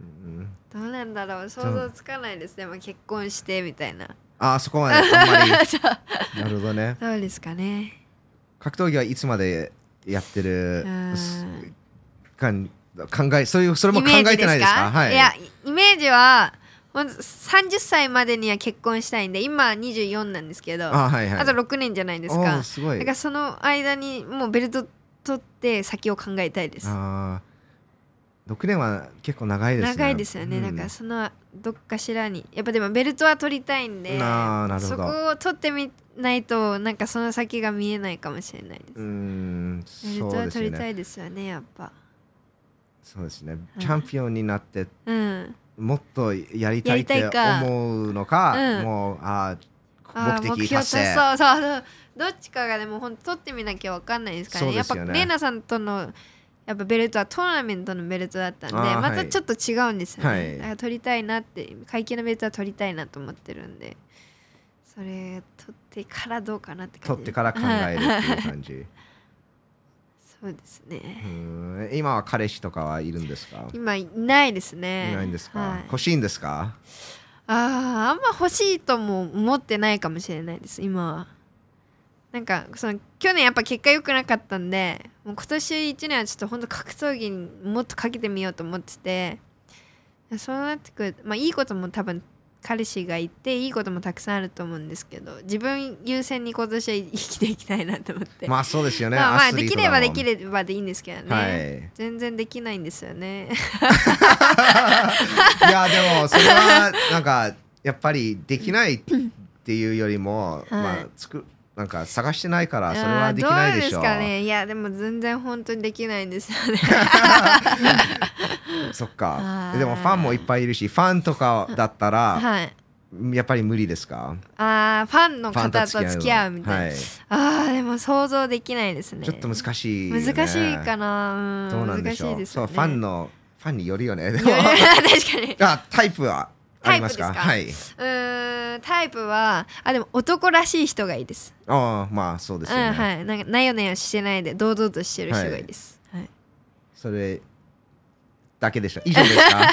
Speaker 2: うん
Speaker 1: どうなんだろう想像つかないですでも結婚してみたいな
Speaker 2: ああそこまであんまり
Speaker 1: [laughs]
Speaker 2: なるほどね
Speaker 1: どうですかね
Speaker 2: 格闘技はいつまでやってる
Speaker 1: うん
Speaker 2: すかん考えそういうそれも考えてないですかはい
Speaker 1: いやイメージはまず30歳までには結婚したいんで今24なんですけどあ,、
Speaker 2: あはいはい
Speaker 1: と6年じゃないです
Speaker 2: お
Speaker 1: か
Speaker 2: ーすごい
Speaker 1: だからその間にもうベルト取って先を考えたいです
Speaker 2: あー6年は結構長いですね
Speaker 1: 長いですよね、
Speaker 2: うん
Speaker 1: なんかそのどっかしらにやっぱでもベルトは取りたいんで
Speaker 2: なあなるほ
Speaker 1: そ
Speaker 2: ど
Speaker 1: こを取ってみないとなんかその先が見えないかもしれないです、
Speaker 2: うん
Speaker 1: ベル
Speaker 2: そ
Speaker 1: ト
Speaker 2: う
Speaker 1: は
Speaker 2: です
Speaker 1: 取
Speaker 2: よ
Speaker 1: りた
Speaker 2: ね
Speaker 1: いですよねやっぱ
Speaker 2: そうですねチャンピオンになって
Speaker 1: うん
Speaker 2: もっとやりたいっ
Speaker 1: や
Speaker 2: て
Speaker 1: りたいか
Speaker 2: 思うのか
Speaker 1: うん
Speaker 2: もうあ
Speaker 1: あ
Speaker 2: あ
Speaker 1: ー
Speaker 2: 目的達成
Speaker 1: そうそう [laughs] そうどっちかがでも本当取ってみなきゃ分かんないですからね
Speaker 2: そうですよ
Speaker 1: やっぱ
Speaker 2: ね
Speaker 1: レイナさんとのやっぱベルトはトーナメントのベルトだったんで
Speaker 2: あー
Speaker 1: ま
Speaker 2: は
Speaker 1: た
Speaker 2: い
Speaker 1: ちょっと違うんですよね、
Speaker 2: はい
Speaker 1: だから取りたいなって階級のベルトは取りたいなと思ってるんでそれ取ってからどうかなって感
Speaker 2: 取
Speaker 1: じ
Speaker 2: ってから考えるって
Speaker 1: はい
Speaker 2: いう感じ
Speaker 1: そうですね
Speaker 2: うん今は彼氏とかはいるんですか
Speaker 1: 今いないですね
Speaker 2: いないんです
Speaker 1: は
Speaker 2: か
Speaker 1: い
Speaker 2: 欲しいんですか
Speaker 1: あーあんま欲しいとも思ってないかもしれないです今はなんかその去年やっぱ結果良くなかったんでもう今年1年はちょっと本当格闘技にもっとかけてみようと思っててそうなってくるまあいいことも多分彼氏がいていいこともたくさんあると思うんですけど自分優先に今年は生きていきたいなと思って、
Speaker 2: まあそうですよね
Speaker 1: まあま
Speaker 2: ア
Speaker 1: あ
Speaker 2: スリ
Speaker 1: で
Speaker 2: ー
Speaker 1: き
Speaker 2: ト
Speaker 1: れ
Speaker 2: だ
Speaker 1: ば
Speaker 2: もん
Speaker 1: できればでいいんですけどね、
Speaker 2: はい
Speaker 1: 全然できないんですよね
Speaker 2: いやでもそれはなんかやっぱりできないっていうよりも、まあつくなんか探してないからそれはできないでしょ
Speaker 1: あーどうですかねいやでも全然本当にできないんです
Speaker 2: [laughs]
Speaker 1: よね
Speaker 2: そっか
Speaker 1: はい
Speaker 2: でもファンもいっぱいいるしファンとかだったら
Speaker 1: はい
Speaker 2: やっぱり無理ですか
Speaker 1: あーファンの
Speaker 2: ファ
Speaker 1: 方
Speaker 2: ンと
Speaker 1: と
Speaker 2: 付き合うの
Speaker 1: 付き合うみたいな、
Speaker 2: はい
Speaker 1: あーでも想像できないですね
Speaker 2: ちょっと難しいよね、
Speaker 1: 難しいかな
Speaker 2: どうなんで
Speaker 1: 難
Speaker 2: しょう
Speaker 1: しいです
Speaker 2: そ
Speaker 1: よ
Speaker 2: う
Speaker 1: ね
Speaker 2: ファンのファンによるよねで
Speaker 1: い
Speaker 2: も
Speaker 1: や [laughs] 確かに
Speaker 2: [laughs] あタイプはありますか
Speaker 1: タ
Speaker 2: は
Speaker 1: イ
Speaker 2: いう
Speaker 1: ーんタイプはあでも男らしい人がいいです
Speaker 2: ああまあそうですよね、
Speaker 1: うんはいなんかなよなよしてないで堂々としてる人がいいです、はい
Speaker 2: それだけでしょ以上ですか
Speaker 1: あ
Speaker 2: [laughs]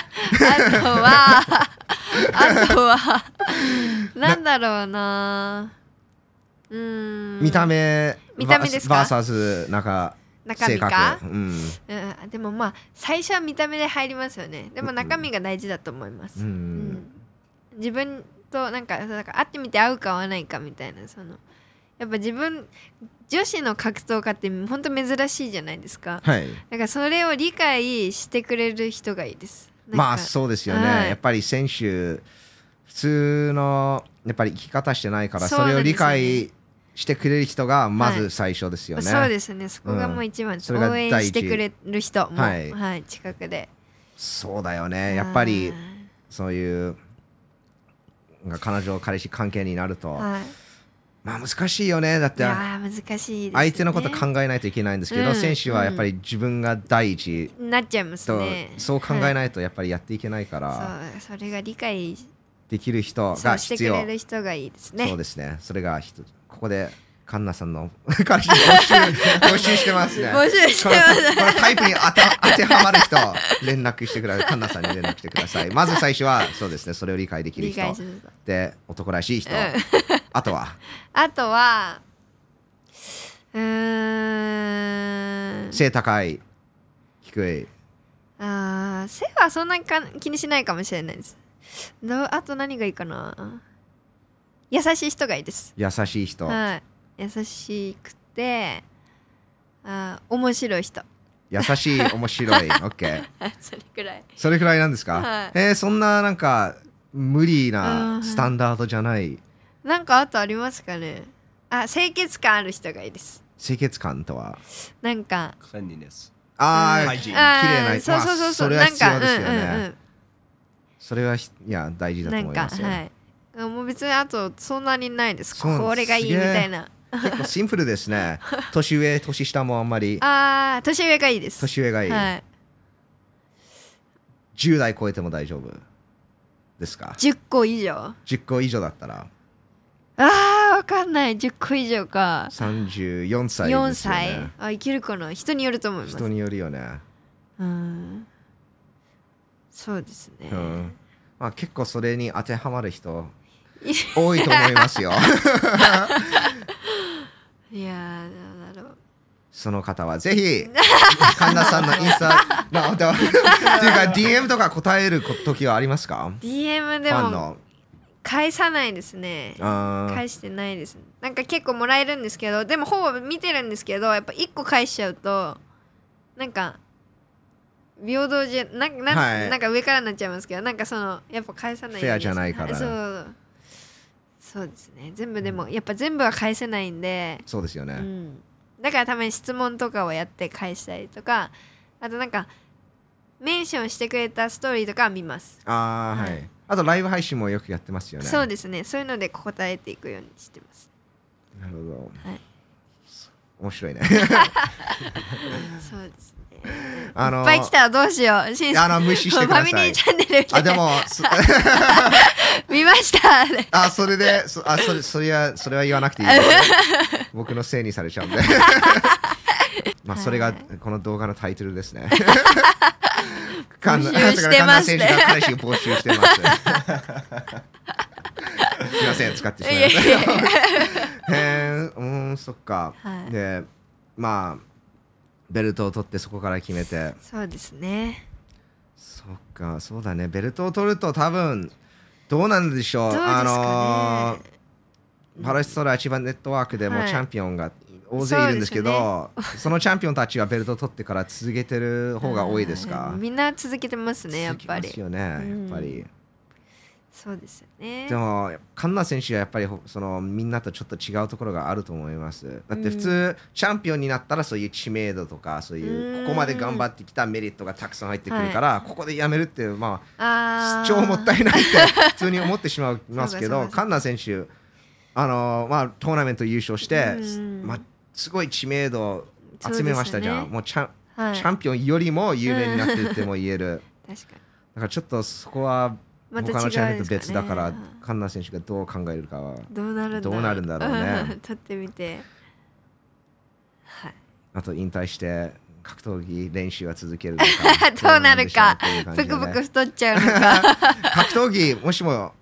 Speaker 1: とはあとはなんだろうな [laughs] うーん
Speaker 2: 見た目
Speaker 1: 見た目ですか
Speaker 2: バーサス中
Speaker 1: 中
Speaker 2: 性
Speaker 1: 身
Speaker 2: 格
Speaker 1: か、
Speaker 2: うん
Speaker 1: うん、でもまあ最初は見た目で入りますよねでも中身が大事だと思います、
Speaker 2: うん
Speaker 1: うん自分となんかなんか会ってみて合うか合わないかみたいなそのやっぱ自分女子の格闘家って本当珍しいじゃないですか
Speaker 2: はい
Speaker 1: だからそれを理解してくれる人がいいですなんか
Speaker 2: まあそうですよね、
Speaker 1: はい
Speaker 2: やっぱり選手普通のやっぱり生き方してないから
Speaker 1: そうな
Speaker 2: そ
Speaker 1: んで
Speaker 2: れ
Speaker 1: すよ
Speaker 2: を
Speaker 1: ね
Speaker 2: 理解してくれる人がま
Speaker 1: は
Speaker 2: ず
Speaker 1: い
Speaker 2: 最初ですよね、
Speaker 1: そうですねそこがもう一番です、応援してくれる人も、
Speaker 2: は
Speaker 1: はいい近くで
Speaker 2: そうだよねやっぱり
Speaker 1: はい
Speaker 2: そういう彼女彼氏関係になると、
Speaker 1: はい、
Speaker 2: まあ難しいよねだっ
Speaker 1: い
Speaker 2: て
Speaker 1: やー難しいです、ね、
Speaker 2: 相手のこと考えないといけないんですけど、
Speaker 1: うん
Speaker 2: 選手はやっぱり自分が第一
Speaker 1: なっちゃいます
Speaker 2: と、
Speaker 1: ね
Speaker 2: そう考え
Speaker 1: い、
Speaker 2: ないとやっぱりやっていけないから、
Speaker 1: はいそうそれが理解
Speaker 2: できる人
Speaker 1: そ
Speaker 2: が
Speaker 1: うして
Speaker 2: 必
Speaker 1: く
Speaker 2: 要
Speaker 1: れる人がいいですね
Speaker 2: そうですねそれが一つここでカンナさんの [laughs] 彼氏募集募集してますね
Speaker 1: [laughs] 募集してま
Speaker 2: [laughs]
Speaker 1: す
Speaker 2: このこのタイプに当て当てはまる人連絡してくださいカンナさんに連絡してくださいまず最初はそうですねそれを理解できる
Speaker 1: 理
Speaker 2: 人
Speaker 1: 解すると
Speaker 2: で男らしい人、
Speaker 1: うん
Speaker 2: [laughs] あとは
Speaker 1: あとはうーん
Speaker 2: 背高い低い
Speaker 1: あー背はそんなにか気にしないかもしれないですどうあと何がいいかな優しい人がいいです
Speaker 2: 優しい人、
Speaker 1: はい優しくてあー面白い人
Speaker 2: 優しい面白い OK
Speaker 1: [laughs] それくらい
Speaker 2: それくらいなんですか、
Speaker 1: はい
Speaker 2: えーそんななんか無理
Speaker 1: う
Speaker 2: なんスタンダードじゃない
Speaker 1: なんかあとありますかねあ清潔感ある人がいいです
Speaker 2: 清潔感とは
Speaker 1: なんか
Speaker 3: 管理です。
Speaker 2: ああ、
Speaker 3: うん
Speaker 2: 綺麗
Speaker 1: あ
Speaker 2: な
Speaker 1: ーそうそうそうそう
Speaker 2: まあそれは
Speaker 1: なん
Speaker 2: 必要
Speaker 1: か
Speaker 2: ですよね、
Speaker 1: うんうん
Speaker 2: それはひいや大事
Speaker 1: うん
Speaker 2: だと
Speaker 1: な
Speaker 2: 思
Speaker 1: ん
Speaker 2: い
Speaker 1: か
Speaker 2: ますよ、
Speaker 1: はいもう別にあとそんなにないです
Speaker 2: そう
Speaker 1: これがいい
Speaker 2: すげ
Speaker 1: み
Speaker 2: え
Speaker 1: たいな
Speaker 2: 結構シンプルです
Speaker 1: [laughs]
Speaker 2: ね年上年下もあんまり
Speaker 1: あー年上がいいです
Speaker 2: 年上がいい、
Speaker 1: はい
Speaker 2: 10代超えても大丈夫ですか
Speaker 1: 10個以上
Speaker 2: 10個以上だったら
Speaker 1: あーわかんない10個以上か
Speaker 2: 34歳ですよ、ね、
Speaker 1: 4歳あいけるかな人によると思います
Speaker 2: 人によるよね、
Speaker 1: うんそうですね、
Speaker 2: うんまあ、結構それに当てはまる人多いと思います
Speaker 1: [laughs]
Speaker 2: よ
Speaker 1: いやーなんだろう
Speaker 2: その方はぜひ神田さんのインスタ
Speaker 1: [laughs]
Speaker 2: のではっていうか DM とか答える時はありますか
Speaker 1: DM で
Speaker 2: ファ
Speaker 1: も
Speaker 2: ンの
Speaker 1: 返さないですね
Speaker 2: あー
Speaker 1: 返してないですなんか結構もらえるんですけどでもほぼ見てるんですけどやっぱ1個返しちゃうとなんか平等じゃなんかなん,、
Speaker 2: はい
Speaker 1: なんか上からになっちゃいますけどなんかそのやっぱ返さない
Speaker 2: フェアじゃないから
Speaker 1: そうそうですね全部でもやっぱ全部は返せないんで、
Speaker 2: そうですよね、
Speaker 1: うん、だからたまに質問とかをやって返したりとかあとなんかメンションしてくれたストーリーとかは見ます
Speaker 2: あーはい、
Speaker 1: はい
Speaker 2: あとライブ配信もよくやってますよね
Speaker 1: そうですねそういうので答えていくようにしてます
Speaker 2: なるほど、
Speaker 1: はい
Speaker 2: 面白いね [laughs]
Speaker 1: そうですね
Speaker 2: あの
Speaker 1: いっぱい来たらどうしよう。しん
Speaker 2: あの無視してくだ
Speaker 1: ファ
Speaker 2: さ
Speaker 1: ミ
Speaker 2: い
Speaker 1: リーチャンネル
Speaker 2: あでもそ [laughs]
Speaker 1: 見ました。
Speaker 2: あそれでそあそれそれはそれは言わなくてい
Speaker 1: [laughs]
Speaker 2: いですよ僕のせいにされちゃうんでまあそれがこの動画のタイトルですね
Speaker 1: 募集してます
Speaker 2: 神田選手が彼氏を募集してます
Speaker 1: [laughs]
Speaker 2: すいません使ってしまいました
Speaker 1: いやいや
Speaker 2: へえうんそっか、
Speaker 1: はい
Speaker 2: でまあベルトを取ってそこから決めて
Speaker 1: そうですね。
Speaker 2: そっかそうだねベルトを取ると多分どうなんでしょ
Speaker 1: どう
Speaker 2: う
Speaker 1: ですかね。
Speaker 2: あのーパラシュトラ千葉ネットワークでも
Speaker 1: はい
Speaker 2: チャンピオンが大勢いるんですけど、そのチャンピオンたちはベルトを取ってから続けてる方が多いですか
Speaker 1: うんみんな続けてますね、やっぱ
Speaker 2: 続きます
Speaker 1: り。
Speaker 2: よねやっぱり、
Speaker 1: そうですよね
Speaker 2: で。もカンナ選手はやっぱりほそのみんなとちょっと違うところがあると思いますだって普通、チャンピオンになったらそういう知名度とかそういううんここまで頑張ってきたメリットがたくさん入ってくるから、ここでやめるってま
Speaker 1: あ
Speaker 2: あ
Speaker 1: あ。
Speaker 2: 超もったいないって普通に思ってしまいますけ
Speaker 1: そう
Speaker 2: ど
Speaker 1: です
Speaker 2: カンナ選手あのまあトーナメント優勝して、
Speaker 1: うん
Speaker 2: まあ、すごい知名度を集めましたじゃ
Speaker 1: そうです
Speaker 2: ん、
Speaker 1: ね
Speaker 2: もうチャン
Speaker 1: はい。
Speaker 2: チャンピオンよりも有名になってるっても言える、
Speaker 1: 確かに。
Speaker 2: だからちょっとそこは
Speaker 1: また
Speaker 2: 他のチャンネ
Speaker 1: 違う
Speaker 2: ル
Speaker 1: で
Speaker 2: と
Speaker 1: す
Speaker 2: 別だから
Speaker 1: ね、
Speaker 2: カンナ選手がどう考えるかは。
Speaker 1: どうなるんだろう。
Speaker 2: どうなるんだろうね
Speaker 1: [laughs] 撮ってみて。はい。
Speaker 2: あと引退して格闘技練習は続けるの
Speaker 1: [laughs]
Speaker 2: か
Speaker 1: どうなるか
Speaker 2: どうなんで
Speaker 1: ぷ
Speaker 2: しょ
Speaker 1: く
Speaker 2: う
Speaker 1: ぷ
Speaker 2: っていう感
Speaker 1: く太っ
Speaker 2: じでね
Speaker 1: ちゃうの
Speaker 2: [laughs]
Speaker 1: か。
Speaker 2: 格闘技もしも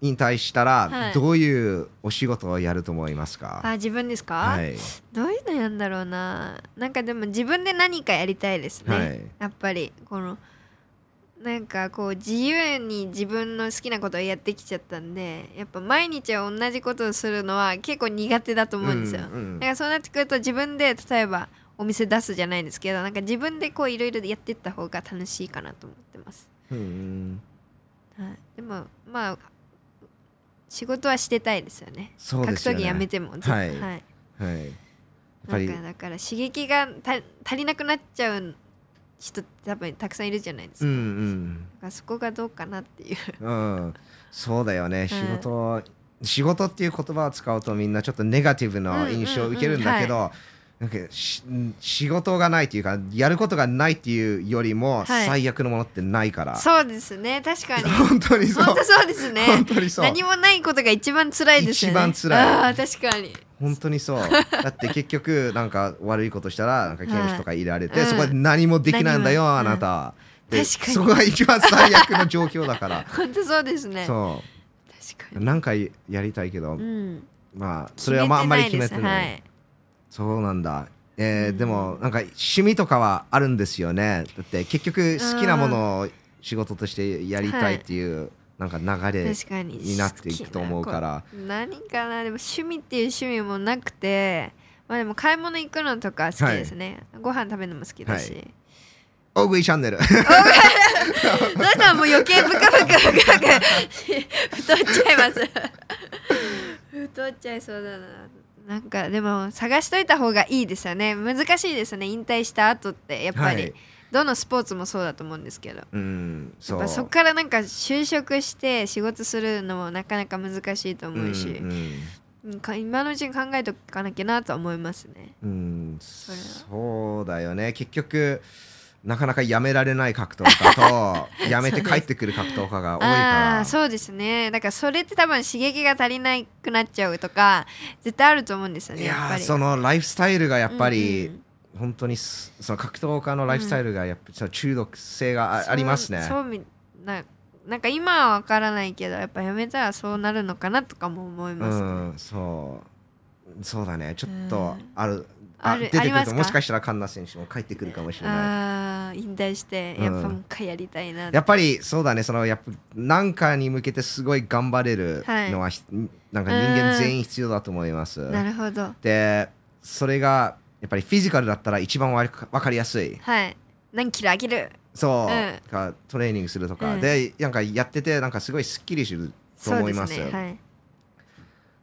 Speaker 2: 引退した
Speaker 1: は
Speaker 2: ら
Speaker 1: い
Speaker 2: どういうお仕事をやると思います
Speaker 1: あ、
Speaker 2: か、
Speaker 1: 自分ですか。
Speaker 2: はい、
Speaker 1: どういうのやんだろうななんかでも自分で何かやりたいですね、
Speaker 2: はい
Speaker 1: やっぱりこのなんかこう自由に自分の好きなことをやってきちゃったんでやっぱ毎日は同じことをするのは結構苦手だと思うんですよ。
Speaker 2: うんうん
Speaker 1: だからそうなってくると自分で例えばお店出すじゃないですけどなんか自分でこういろいろやってった方が楽しいかなと思ってます。
Speaker 2: うん
Speaker 1: はい、でもまあ仕事はしてたいですよね。
Speaker 2: そうですよ
Speaker 1: 格闘
Speaker 2: ね
Speaker 1: 技やめても、
Speaker 2: はい
Speaker 1: はい
Speaker 2: はいやっぱ
Speaker 1: な
Speaker 2: り
Speaker 1: んかだから刺激がた足りなくなっちゃう人って多分たくさんいるじゃないですか。
Speaker 2: うん
Speaker 1: だからそこがどうかなっていう。
Speaker 2: うんうんそうだよね仕事を仕事っていう言葉を使うとみんなちょっとネガティブな印象を受けるんだけどなんかし仕事がないっていうかやることがないっていうよりも
Speaker 1: はい
Speaker 2: 最悪のものってないから
Speaker 1: そうですね確かに
Speaker 2: 本当に [laughs] そう
Speaker 1: 本当そうですね
Speaker 2: 本当にそう
Speaker 1: 何もないことが一番辛いですよね
Speaker 2: 一番辛い
Speaker 1: ああ確かに
Speaker 2: 本当にそう
Speaker 1: [laughs]
Speaker 2: だって結局なんか悪いことしたらなんか刑務所とか入れられて、
Speaker 1: はい
Speaker 2: そこで何もできないんだよ、
Speaker 1: うん
Speaker 2: あなたは、
Speaker 1: うん
Speaker 2: で
Speaker 1: 確かに
Speaker 2: そこが一番最悪の状況だ
Speaker 1: [laughs]
Speaker 2: から
Speaker 1: 本当そうですね
Speaker 2: そ
Speaker 1: 確か
Speaker 2: う
Speaker 1: に
Speaker 2: 何回やりたいけど、
Speaker 1: うん
Speaker 2: まあそれはまああんまり決めてない、
Speaker 1: はい
Speaker 2: そうなんだえー
Speaker 1: うん
Speaker 2: でもなんか趣味とかはあるんですよねだって結局好きなものを仕事としてやりたいっていうなんか流れ
Speaker 1: 確かに
Speaker 2: になっていくと思うから
Speaker 1: 好きなこと何かなでも趣味っていう趣味もなくてまあでも買い物行くのとか好きですね、ご飯食べるのも好きだし、
Speaker 2: は大食いチャンネル
Speaker 1: そしたらもう余計ブカブカブカブカ太っちゃいます太っちゃいそうだななんかでも探しといた方がいいですよね難しいですね引退した後ってやっぱり、
Speaker 2: はい
Speaker 1: どのスポーツもそうだと思うんですけど
Speaker 2: うん
Speaker 1: や
Speaker 2: [laughs] そ
Speaker 1: っ
Speaker 2: う
Speaker 1: ぱそこからなんか就職して仕事するのもなかなか難しいと思うし
Speaker 2: うん、うん
Speaker 1: うんか今のうちに考えておかなきゃなとは思いますね
Speaker 2: うん、
Speaker 1: れは
Speaker 2: そうだよね結局なかなかやめられない格闘家
Speaker 1: [laughs]
Speaker 2: とやめて帰ってくる格闘家が
Speaker 1: ああ
Speaker 2: 多いから
Speaker 1: ーそうですねだからそれって多分刺激が足りなくなっちゃうとか絶対あると思うんですよね
Speaker 2: いや
Speaker 1: やっ
Speaker 2: ー
Speaker 1: ぱり
Speaker 2: そのライフスタイルがやっぱ
Speaker 1: うんう
Speaker 2: り
Speaker 1: ん
Speaker 2: 本当にすその格闘家のライフスタイルがやっぱちょっと中毒性が
Speaker 1: そう
Speaker 2: あありますね
Speaker 1: そうみななんか今は分からないけどやっぱやめたらそうなるのかなとかも思いうますね、
Speaker 2: んそうそうだねちょっと
Speaker 1: うん
Speaker 2: ある
Speaker 1: あ
Speaker 2: あ
Speaker 1: る
Speaker 2: 出て
Speaker 1: あり
Speaker 2: く
Speaker 1: ま
Speaker 2: る
Speaker 1: す
Speaker 2: と
Speaker 1: か
Speaker 2: もしかしたら神田選手も帰ってくるかもしれない
Speaker 1: ああ引退してやっぱもう一回やりたいな、
Speaker 2: やっぱりそうだねそのやっぱなんかに向けてすごい頑張れる
Speaker 1: はい
Speaker 2: のは、ひなんか人間全員必要だと思います。
Speaker 1: なるほど
Speaker 2: でそれがやっぱりフィジカルだったら一番わかわかりやすい
Speaker 1: はい何キロ上げる
Speaker 2: そう、
Speaker 1: うん
Speaker 2: かトレーニングするとか、
Speaker 1: うん
Speaker 2: でなんかやっててなんかすごいすっきりすると
Speaker 1: そう
Speaker 2: 思
Speaker 1: で
Speaker 2: いますす
Speaker 1: ね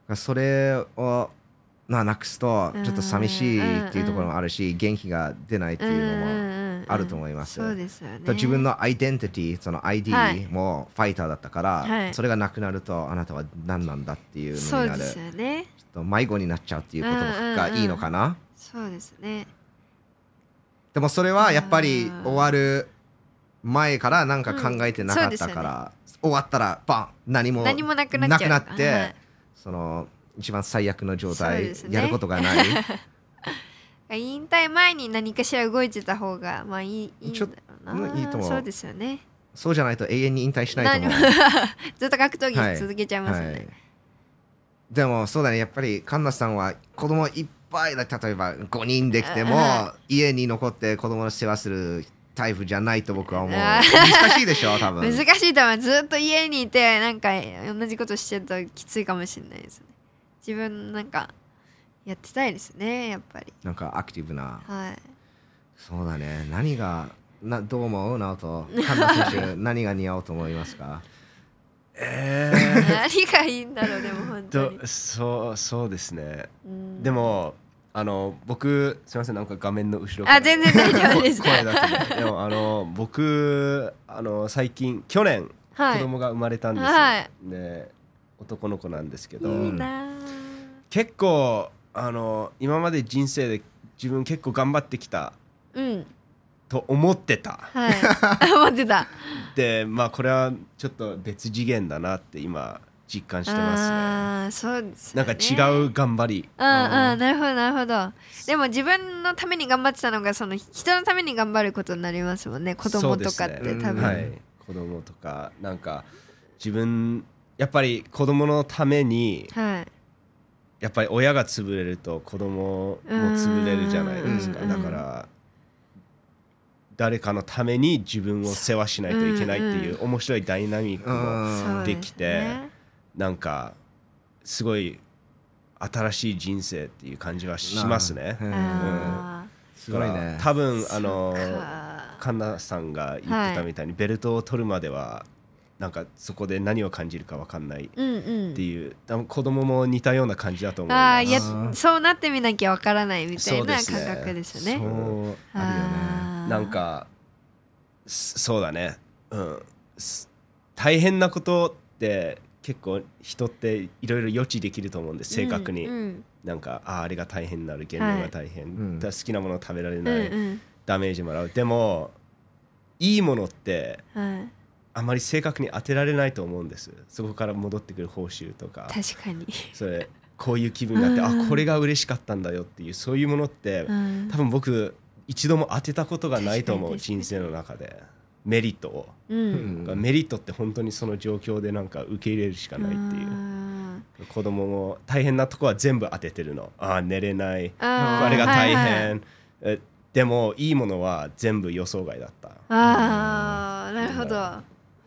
Speaker 1: はい
Speaker 2: それをななくすとちょっと寂しいっていうところもあるし、元気が出ないっていうのも、あると思います
Speaker 1: そうですよね
Speaker 2: 自分
Speaker 1: の
Speaker 2: のアイデンティティその
Speaker 1: は
Speaker 2: ID
Speaker 1: い
Speaker 2: もファイターだったから、
Speaker 1: はい
Speaker 2: それがなくなるとあなたは何なんだっていう
Speaker 1: そ
Speaker 2: の
Speaker 1: う
Speaker 2: にな
Speaker 1: で
Speaker 2: る
Speaker 1: すよね
Speaker 2: ちょっと迷子になっちゃうっていうことがいいのかな、
Speaker 1: そうですね
Speaker 2: でもそれはやっぱり
Speaker 1: うん
Speaker 2: 終わる前から何か考えてなかったから、終わったらバン何も
Speaker 1: 何もなくなっちゃう
Speaker 2: なくなって、
Speaker 1: はい
Speaker 2: その一番最悪の状
Speaker 1: そう
Speaker 2: 態、
Speaker 1: ですね [laughs]
Speaker 2: やることがない
Speaker 1: 引退前に何かしら動いてた方がまあいいいいんだろうな
Speaker 2: ちょいいと思う
Speaker 1: そうですよね
Speaker 2: そうじゃないと永遠に引退しないと思う。
Speaker 1: 何もずっと格闘
Speaker 2: はい
Speaker 1: 技続けちゃいますよ
Speaker 2: は
Speaker 1: ね
Speaker 2: い。でもそうだねやっぱりカンナさんは子供いっぱいだ例えば5人できても
Speaker 1: あ
Speaker 2: 家に残って子供の世話するタイプじゃないと僕は思う
Speaker 1: あ
Speaker 2: 難しいでしょ多分
Speaker 1: [laughs] 難しいと思うずっと家にいてなんか同じことしてるときついかもしれないですね自分なんかやってたいですねやっぱり
Speaker 2: なんかアクティブな
Speaker 3: [laughs]
Speaker 1: はい
Speaker 2: そうだね何がなどう思う直人神田選
Speaker 1: [laughs]
Speaker 2: 手何が似合うと思いますか
Speaker 3: え
Speaker 1: 何がいいんだろうでも本
Speaker 3: ー、
Speaker 1: 当に
Speaker 3: とそうそうですね
Speaker 1: うん
Speaker 3: でもあの僕すみませんなんか画面の後ろから
Speaker 1: あ全然大丈夫です
Speaker 3: 声だけででもあの僕あの最近去年
Speaker 1: は
Speaker 3: 子
Speaker 1: い
Speaker 3: 供が生まれたんですよ、
Speaker 1: はい
Speaker 3: で男の子なんですけど、
Speaker 1: いいな
Speaker 3: 結構あの今まで人生で自分結構頑張ってきた
Speaker 1: ーうん
Speaker 3: と思ってた
Speaker 1: はい
Speaker 3: [laughs]
Speaker 1: 思ってた
Speaker 3: でまあこれはちょっと別次元だなって今実感してますね
Speaker 1: ああーそうです
Speaker 3: な
Speaker 1: よ
Speaker 3: んか
Speaker 1: ね
Speaker 3: 違う頑張り
Speaker 1: うんうんなるほどなるほどでも自分のために頑張ってたのがその人のために頑張ることになりますもんね子供とかって
Speaker 3: そうですね
Speaker 1: 多分、
Speaker 2: うん
Speaker 3: はい、子供とかなんか自分やっぱり子供のために
Speaker 1: はい
Speaker 3: やっぱり親が潰れると子供も潰れるじゃないですか
Speaker 2: うん
Speaker 3: だから誰かのために自分を世話しないといけないっていう面白いダイナミックも
Speaker 1: そう
Speaker 3: できて
Speaker 1: すね
Speaker 3: なんかすごい新しい人生っていう感じはしますね。
Speaker 2: うん
Speaker 1: あ
Speaker 2: [laughs] すごい
Speaker 3: だから
Speaker 2: ね
Speaker 3: 多分あ
Speaker 1: ー
Speaker 3: の
Speaker 1: か
Speaker 3: カンナさんが言ってたみたいにベルトを取るまではなんかそこで何を感じるかわかんないっ
Speaker 1: うんうん
Speaker 3: ていう多分子供も似たような感じだと思い
Speaker 1: あ
Speaker 3: ま
Speaker 1: あ
Speaker 3: す。
Speaker 1: いやそうなってみなきゃわからないみたい
Speaker 3: そう
Speaker 1: な
Speaker 3: で
Speaker 1: 感
Speaker 3: すね
Speaker 1: 覚ですよね。
Speaker 3: そう
Speaker 2: あ
Speaker 1: あー
Speaker 3: なんかすそうだねうんす大変なことって結構人っていろいろ予知できると思うんで正確に、
Speaker 1: うんうん
Speaker 3: なんかあーあれが大変になる減量が大変、
Speaker 2: ん
Speaker 3: だ好きなものを食べられ
Speaker 1: うん
Speaker 3: ない、ダメージもらうでもいいものって
Speaker 1: うんはい
Speaker 3: あまり正確に当てられないと思うんですそこから戻ってくる報酬とか
Speaker 1: 確かに。
Speaker 3: それこういう気分があって、
Speaker 1: うん
Speaker 3: あこれが嬉しかったんだよっていうそういうものって、
Speaker 1: うん
Speaker 3: 多分僕一度も当てたことがないと
Speaker 1: 確
Speaker 3: 思う
Speaker 1: かに
Speaker 3: 人生の中でメリットを、
Speaker 1: うん
Speaker 2: うん
Speaker 3: メリットって本当にその状況でなんか受け入れるしかないっていう、子供も大変なとこは全部当ててるのああ寝れない
Speaker 1: あー
Speaker 3: あれが大変、
Speaker 1: はいはい
Speaker 3: えでもいいものは全部予想外だった、
Speaker 1: ああなるほど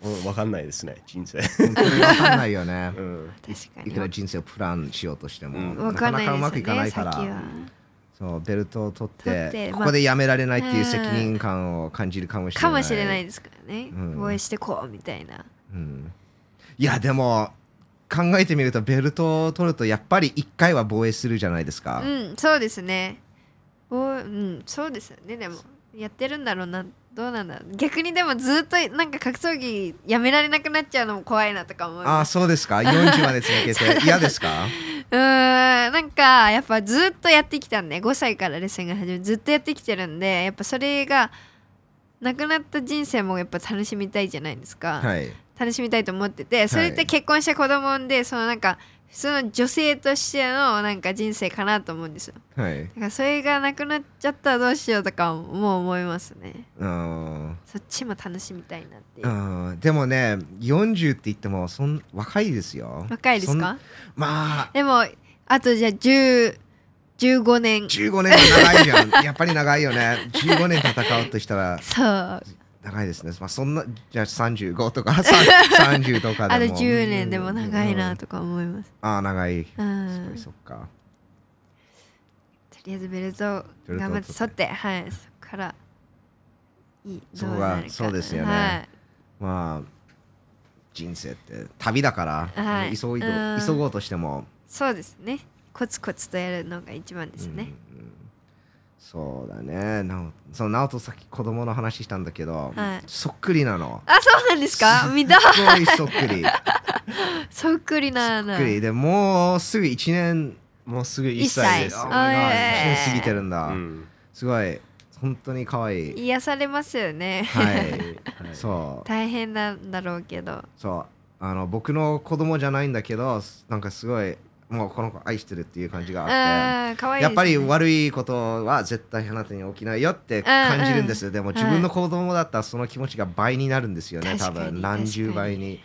Speaker 3: うん、分かんないですね人生、
Speaker 2: 本当に分かんないよね
Speaker 3: う。ん、
Speaker 2: い
Speaker 1: 確
Speaker 2: く
Speaker 1: からに。
Speaker 2: 人生をプランしようとしても、
Speaker 3: うん
Speaker 1: わかんないですよね
Speaker 2: かうまくいかないから
Speaker 1: 先は
Speaker 2: そうベルトを取って
Speaker 1: 取って
Speaker 2: ここでやめられないっていう責任感を感じるかもしれない。
Speaker 1: かもしれないですからね
Speaker 2: うん。
Speaker 1: 応援してこうみたいな。
Speaker 2: うんいやでも考えてみるとベルトを取るとやっぱり1回は防衛するじゃないですか。
Speaker 1: うんそうですね。おうんそうですよねでもやってるんだろうなどうなんだろう逆にでもずっとなんか格闘技やめられなくなっちゃうのも怖いなとか思います
Speaker 2: ああそうですか40まで続
Speaker 1: [laughs]
Speaker 2: けて嫌ですか
Speaker 1: うーんなんかやっぱずっとやってきたんで5歳からレッスンが始めずっとやってきてるんでやっぱそれがなくなった人生もやっぱ楽しみたいじゃないですか、
Speaker 2: はい。
Speaker 1: 楽しみたいと思っててそれって結婚して子供産んでそのなんか普通の女性としてのなんか人生かなと思うんですよ
Speaker 2: はい
Speaker 1: だからそれがなくなっちゃったらどうしようとかもう思いますね
Speaker 2: うん
Speaker 1: そっちも楽しみたいなっていう、
Speaker 2: うん、でもね40って言ってもそん若いですよ
Speaker 1: 若いですか
Speaker 2: そんまあ
Speaker 1: でもあとじゃあ10 15年
Speaker 2: 15年は長いじゃんやっぱり長いよね15年戦うとしたら
Speaker 1: そう
Speaker 2: 長いですねまあそんなじゃあ35とか30とか
Speaker 1: あと
Speaker 2: でも
Speaker 1: 10年でも長いなとか思います。
Speaker 2: ああ長い
Speaker 1: うん
Speaker 2: すごいそっか
Speaker 1: とりあえずベルトを
Speaker 2: ベルトを取って
Speaker 1: 頑張って取って、はい、そこからいい
Speaker 2: そ
Speaker 1: ど
Speaker 2: こ
Speaker 1: う
Speaker 2: が
Speaker 1: なるか。
Speaker 2: そうですよねまあ人生って旅だから、
Speaker 1: はい
Speaker 2: 急いど
Speaker 1: うん
Speaker 2: 急ごうとしても、
Speaker 1: そうですね。コツコツとやるのが一番です
Speaker 2: うん
Speaker 1: ね。
Speaker 2: そうだねなおその直人さっき子供の話したんだけど、
Speaker 1: はい
Speaker 2: そっくりなの
Speaker 1: あ、そうなんですか。見た。
Speaker 2: すごいそっくり
Speaker 1: そっくりな
Speaker 2: そっ
Speaker 1: な
Speaker 2: く。りでもうすぐ1年
Speaker 3: [laughs] もうすぐ1
Speaker 1: 1
Speaker 3: 歳
Speaker 1: 歳
Speaker 3: です、
Speaker 1: あ
Speaker 2: あ
Speaker 1: ええ
Speaker 2: 1年過ぎてるんだ、
Speaker 3: うん
Speaker 2: すごい本当に可愛い
Speaker 1: 癒されますよね。
Speaker 2: は
Speaker 3: [laughs] はいい
Speaker 2: そう
Speaker 1: 大変なんだろうけど。
Speaker 2: そうあの僕の子供じゃないんだけどなんかすごいもうこの子愛してるっていう感じがあって
Speaker 1: うん、可愛いですね。
Speaker 2: やっぱり悪いことは絶対あなたに起きないよって感じるんですよでも
Speaker 1: はい
Speaker 2: 自分の子供だったらその気持ちが倍になるんですよね多
Speaker 1: 確かに
Speaker 2: 分何十倍に。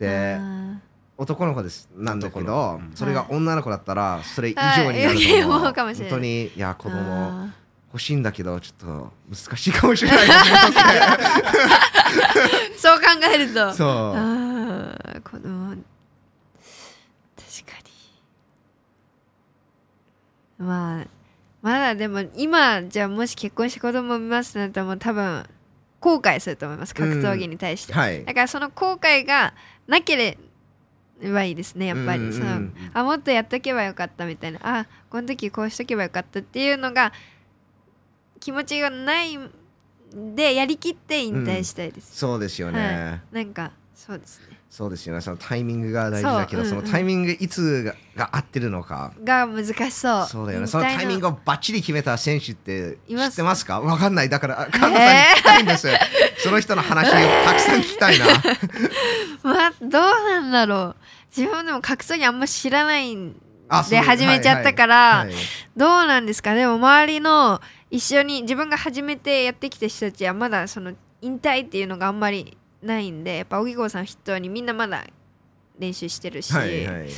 Speaker 2: で
Speaker 1: うん
Speaker 2: 男の子ですなんだけ
Speaker 3: 男の
Speaker 2: ど
Speaker 3: 子うん
Speaker 2: それが女の子だったらそれ以上になると
Speaker 1: はい
Speaker 2: 思う
Speaker 1: いやかもしれない
Speaker 2: 本当にいや子供
Speaker 1: あ
Speaker 2: 欲しいんだけどちょっと難しいか
Speaker 1: [laughs]
Speaker 2: もしれないですね
Speaker 1: ーそう考えると。
Speaker 2: そう
Speaker 1: ああ子供確かにまあまだでも今じゃあもし結婚して子供産みますなんてもう多分後悔すると思います格闘技に対して、
Speaker 2: はい
Speaker 1: だからその後悔がなければいいですねやっぱり、
Speaker 2: うんうんうん
Speaker 1: そのあもっとやっとけばよかったみたいなあこの時こうしとけばよかったっていうのが気持ちがないでやりきって引退したいです、
Speaker 2: そうですよ
Speaker 1: は
Speaker 2: ね
Speaker 1: い、なんかそうですね
Speaker 2: そうですよねそのタイミングが大事だけど
Speaker 1: そう
Speaker 2: そのタイミングいつがが合ってるのか
Speaker 1: が難しそう
Speaker 2: そうだよねそのタイミング
Speaker 1: を
Speaker 2: をバッチリ決めた選手って知
Speaker 1: います
Speaker 2: ってますかわかんないだからカンナさんに聞きたいんです、その人の話をたくさん聞き
Speaker 1: [laughs]
Speaker 2: たいな
Speaker 1: まあどうなんだろう自分でも格闘技あんま知らないん
Speaker 2: あそう
Speaker 1: で始めちゃったから、
Speaker 2: はいはい
Speaker 1: どうなんですかでも周りの一緒に自分が始めてやってきた人たちはまだその引退っていうのがあんまりないんでやっぱ荻郷さんを筆頭にみんなまだ練習してるし、
Speaker 2: はいはい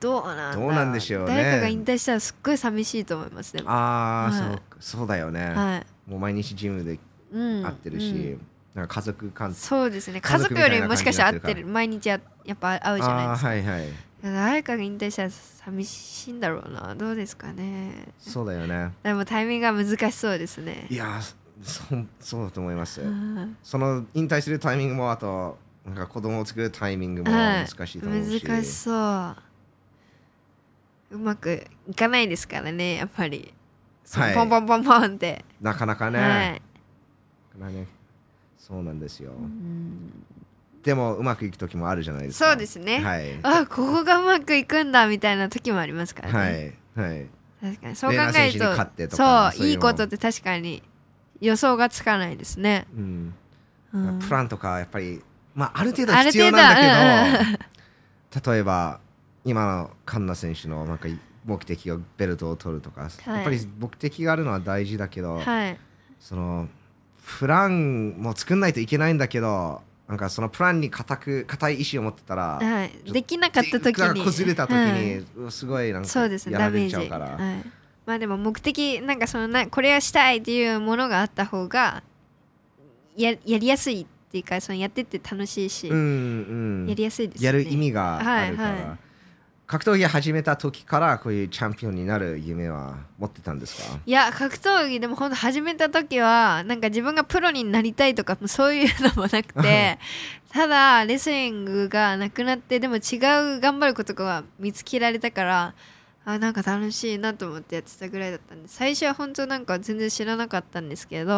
Speaker 1: どうなんだろ
Speaker 2: どうなんでしょうね
Speaker 1: 誰かが引退したらすっごい寂しいと思いますね
Speaker 2: あ
Speaker 1: は
Speaker 2: あ、
Speaker 1: い
Speaker 2: そうそうだよね、
Speaker 1: はい
Speaker 2: もう毎日ジムで合ってるし、
Speaker 1: うん
Speaker 2: なんか家族関係
Speaker 1: そうですね
Speaker 2: 家
Speaker 1: 家
Speaker 2: 族
Speaker 1: 族
Speaker 2: みた
Speaker 1: よ
Speaker 2: いな
Speaker 1: りもしかしたら会って
Speaker 2: 感じに
Speaker 1: る毎日ややっぱ会うじゃない
Speaker 2: あ
Speaker 1: で
Speaker 2: あ
Speaker 1: すか
Speaker 2: はいはい
Speaker 1: 誰かが引退したら寂しいんだろうなどうですかね
Speaker 2: そうだよね
Speaker 1: でもタイミングが難しそうですね
Speaker 2: いやーそそうだと思います、
Speaker 1: うん
Speaker 2: その引退するタイミングもあとなんか子供を作るタイミングも
Speaker 1: は
Speaker 2: 難
Speaker 1: い
Speaker 2: しいと思うし、
Speaker 1: 難しそううまくいかないですからねやっぱり、そう
Speaker 2: はい
Speaker 1: ポンポンポンポンって、
Speaker 2: なかなかね、
Speaker 1: はい
Speaker 2: なかねそうなんですよ、
Speaker 1: うん
Speaker 2: でもうまくいく時もあるじゃないですか
Speaker 1: そうですね、
Speaker 2: はい
Speaker 1: あここがうまくいくんだみたいな時もありますからね、
Speaker 2: はいはい
Speaker 1: 確かにそう考
Speaker 2: レナ
Speaker 1: え
Speaker 2: 選手
Speaker 1: る
Speaker 2: に勝って
Speaker 1: と
Speaker 2: とか
Speaker 1: そう
Speaker 2: そういう
Speaker 1: い
Speaker 2: の
Speaker 1: いことって確かに予想がつかないですね、
Speaker 2: うん
Speaker 1: うん
Speaker 2: プランとかやっぱりまあある程度
Speaker 1: ある
Speaker 2: 必要
Speaker 1: 程度
Speaker 2: なんだけど、例えば今のカンナ選手のなんか目的がベルトを取るとか、
Speaker 1: い
Speaker 2: やっぱり目的があるのは大事だけど、
Speaker 1: はい
Speaker 2: そのプランも作んないといけないんだけどなんかそのプランに固く固い意志を持ってたら、
Speaker 1: はい
Speaker 2: ちょ
Speaker 1: できなかった時
Speaker 2: が
Speaker 1: に
Speaker 2: こじれた時
Speaker 1: はい
Speaker 2: に、うわすごいなん
Speaker 1: そ
Speaker 2: か
Speaker 1: うですね
Speaker 2: や
Speaker 1: ダ
Speaker 2: ら
Speaker 1: メー
Speaker 2: れち
Speaker 1: ジ、
Speaker 2: ゃ
Speaker 1: は
Speaker 2: う
Speaker 1: い
Speaker 2: から、、
Speaker 1: まあでも目的なんかそのなこれはしたいっていうものがあった方がややりやすいっていうかそのやってって楽しいし、
Speaker 2: うんうん
Speaker 1: やりやすいです
Speaker 2: や
Speaker 1: よね
Speaker 2: る意味があるから、
Speaker 1: はいは
Speaker 2: 格闘技始めた時からこういうチャンピオンになる夢は持ってたんですか
Speaker 1: いや格闘技でも本当始めた時はなんか自分がプロになりたいとかもうそういうのもなくてただレスリングがなくなってでも違う頑張ることが見つけられたからあなんか楽しいなと思ってやってたぐらいだったんで最初は本当なんか全然知らなかったんですけど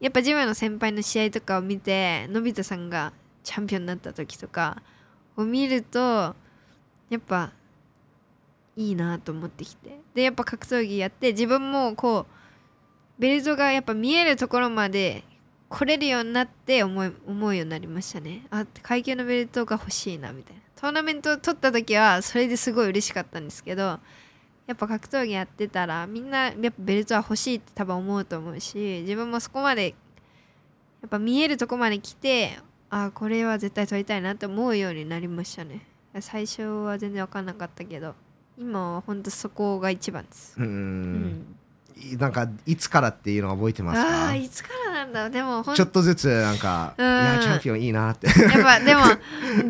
Speaker 1: やっぱジムの先輩の試合とかを見てのび太さんがチャンピオンになった時とかを見るとやっぱいいなと思ってきてでやっぱ格闘技やって自分もこうベルトがやっぱ見えるところまで来れるようになって思い思うようになりましたねあ階級のベルトが欲しいなみたいなトーナメント取った時はそれですごい嬉しかったんですけどやっぱ格闘技やってたらみんなやっぱベルトは欲しいって多分思うと思うし自分もそこまでやっぱ見えるとこまで来てあこれは絶対取りたいなって思うようになりましたね最初は全然分かんなかったけど今は本当そこが一番です。
Speaker 2: うん、
Speaker 1: うん、
Speaker 2: いなんかいつからっていうのは覚えてます
Speaker 1: ああ
Speaker 2: か
Speaker 1: いつからなんだろうでもほん
Speaker 2: ちょっとずつなんか、
Speaker 1: うん
Speaker 2: いやチャンピオンいいなって
Speaker 1: や
Speaker 2: [laughs]
Speaker 1: っぱでもど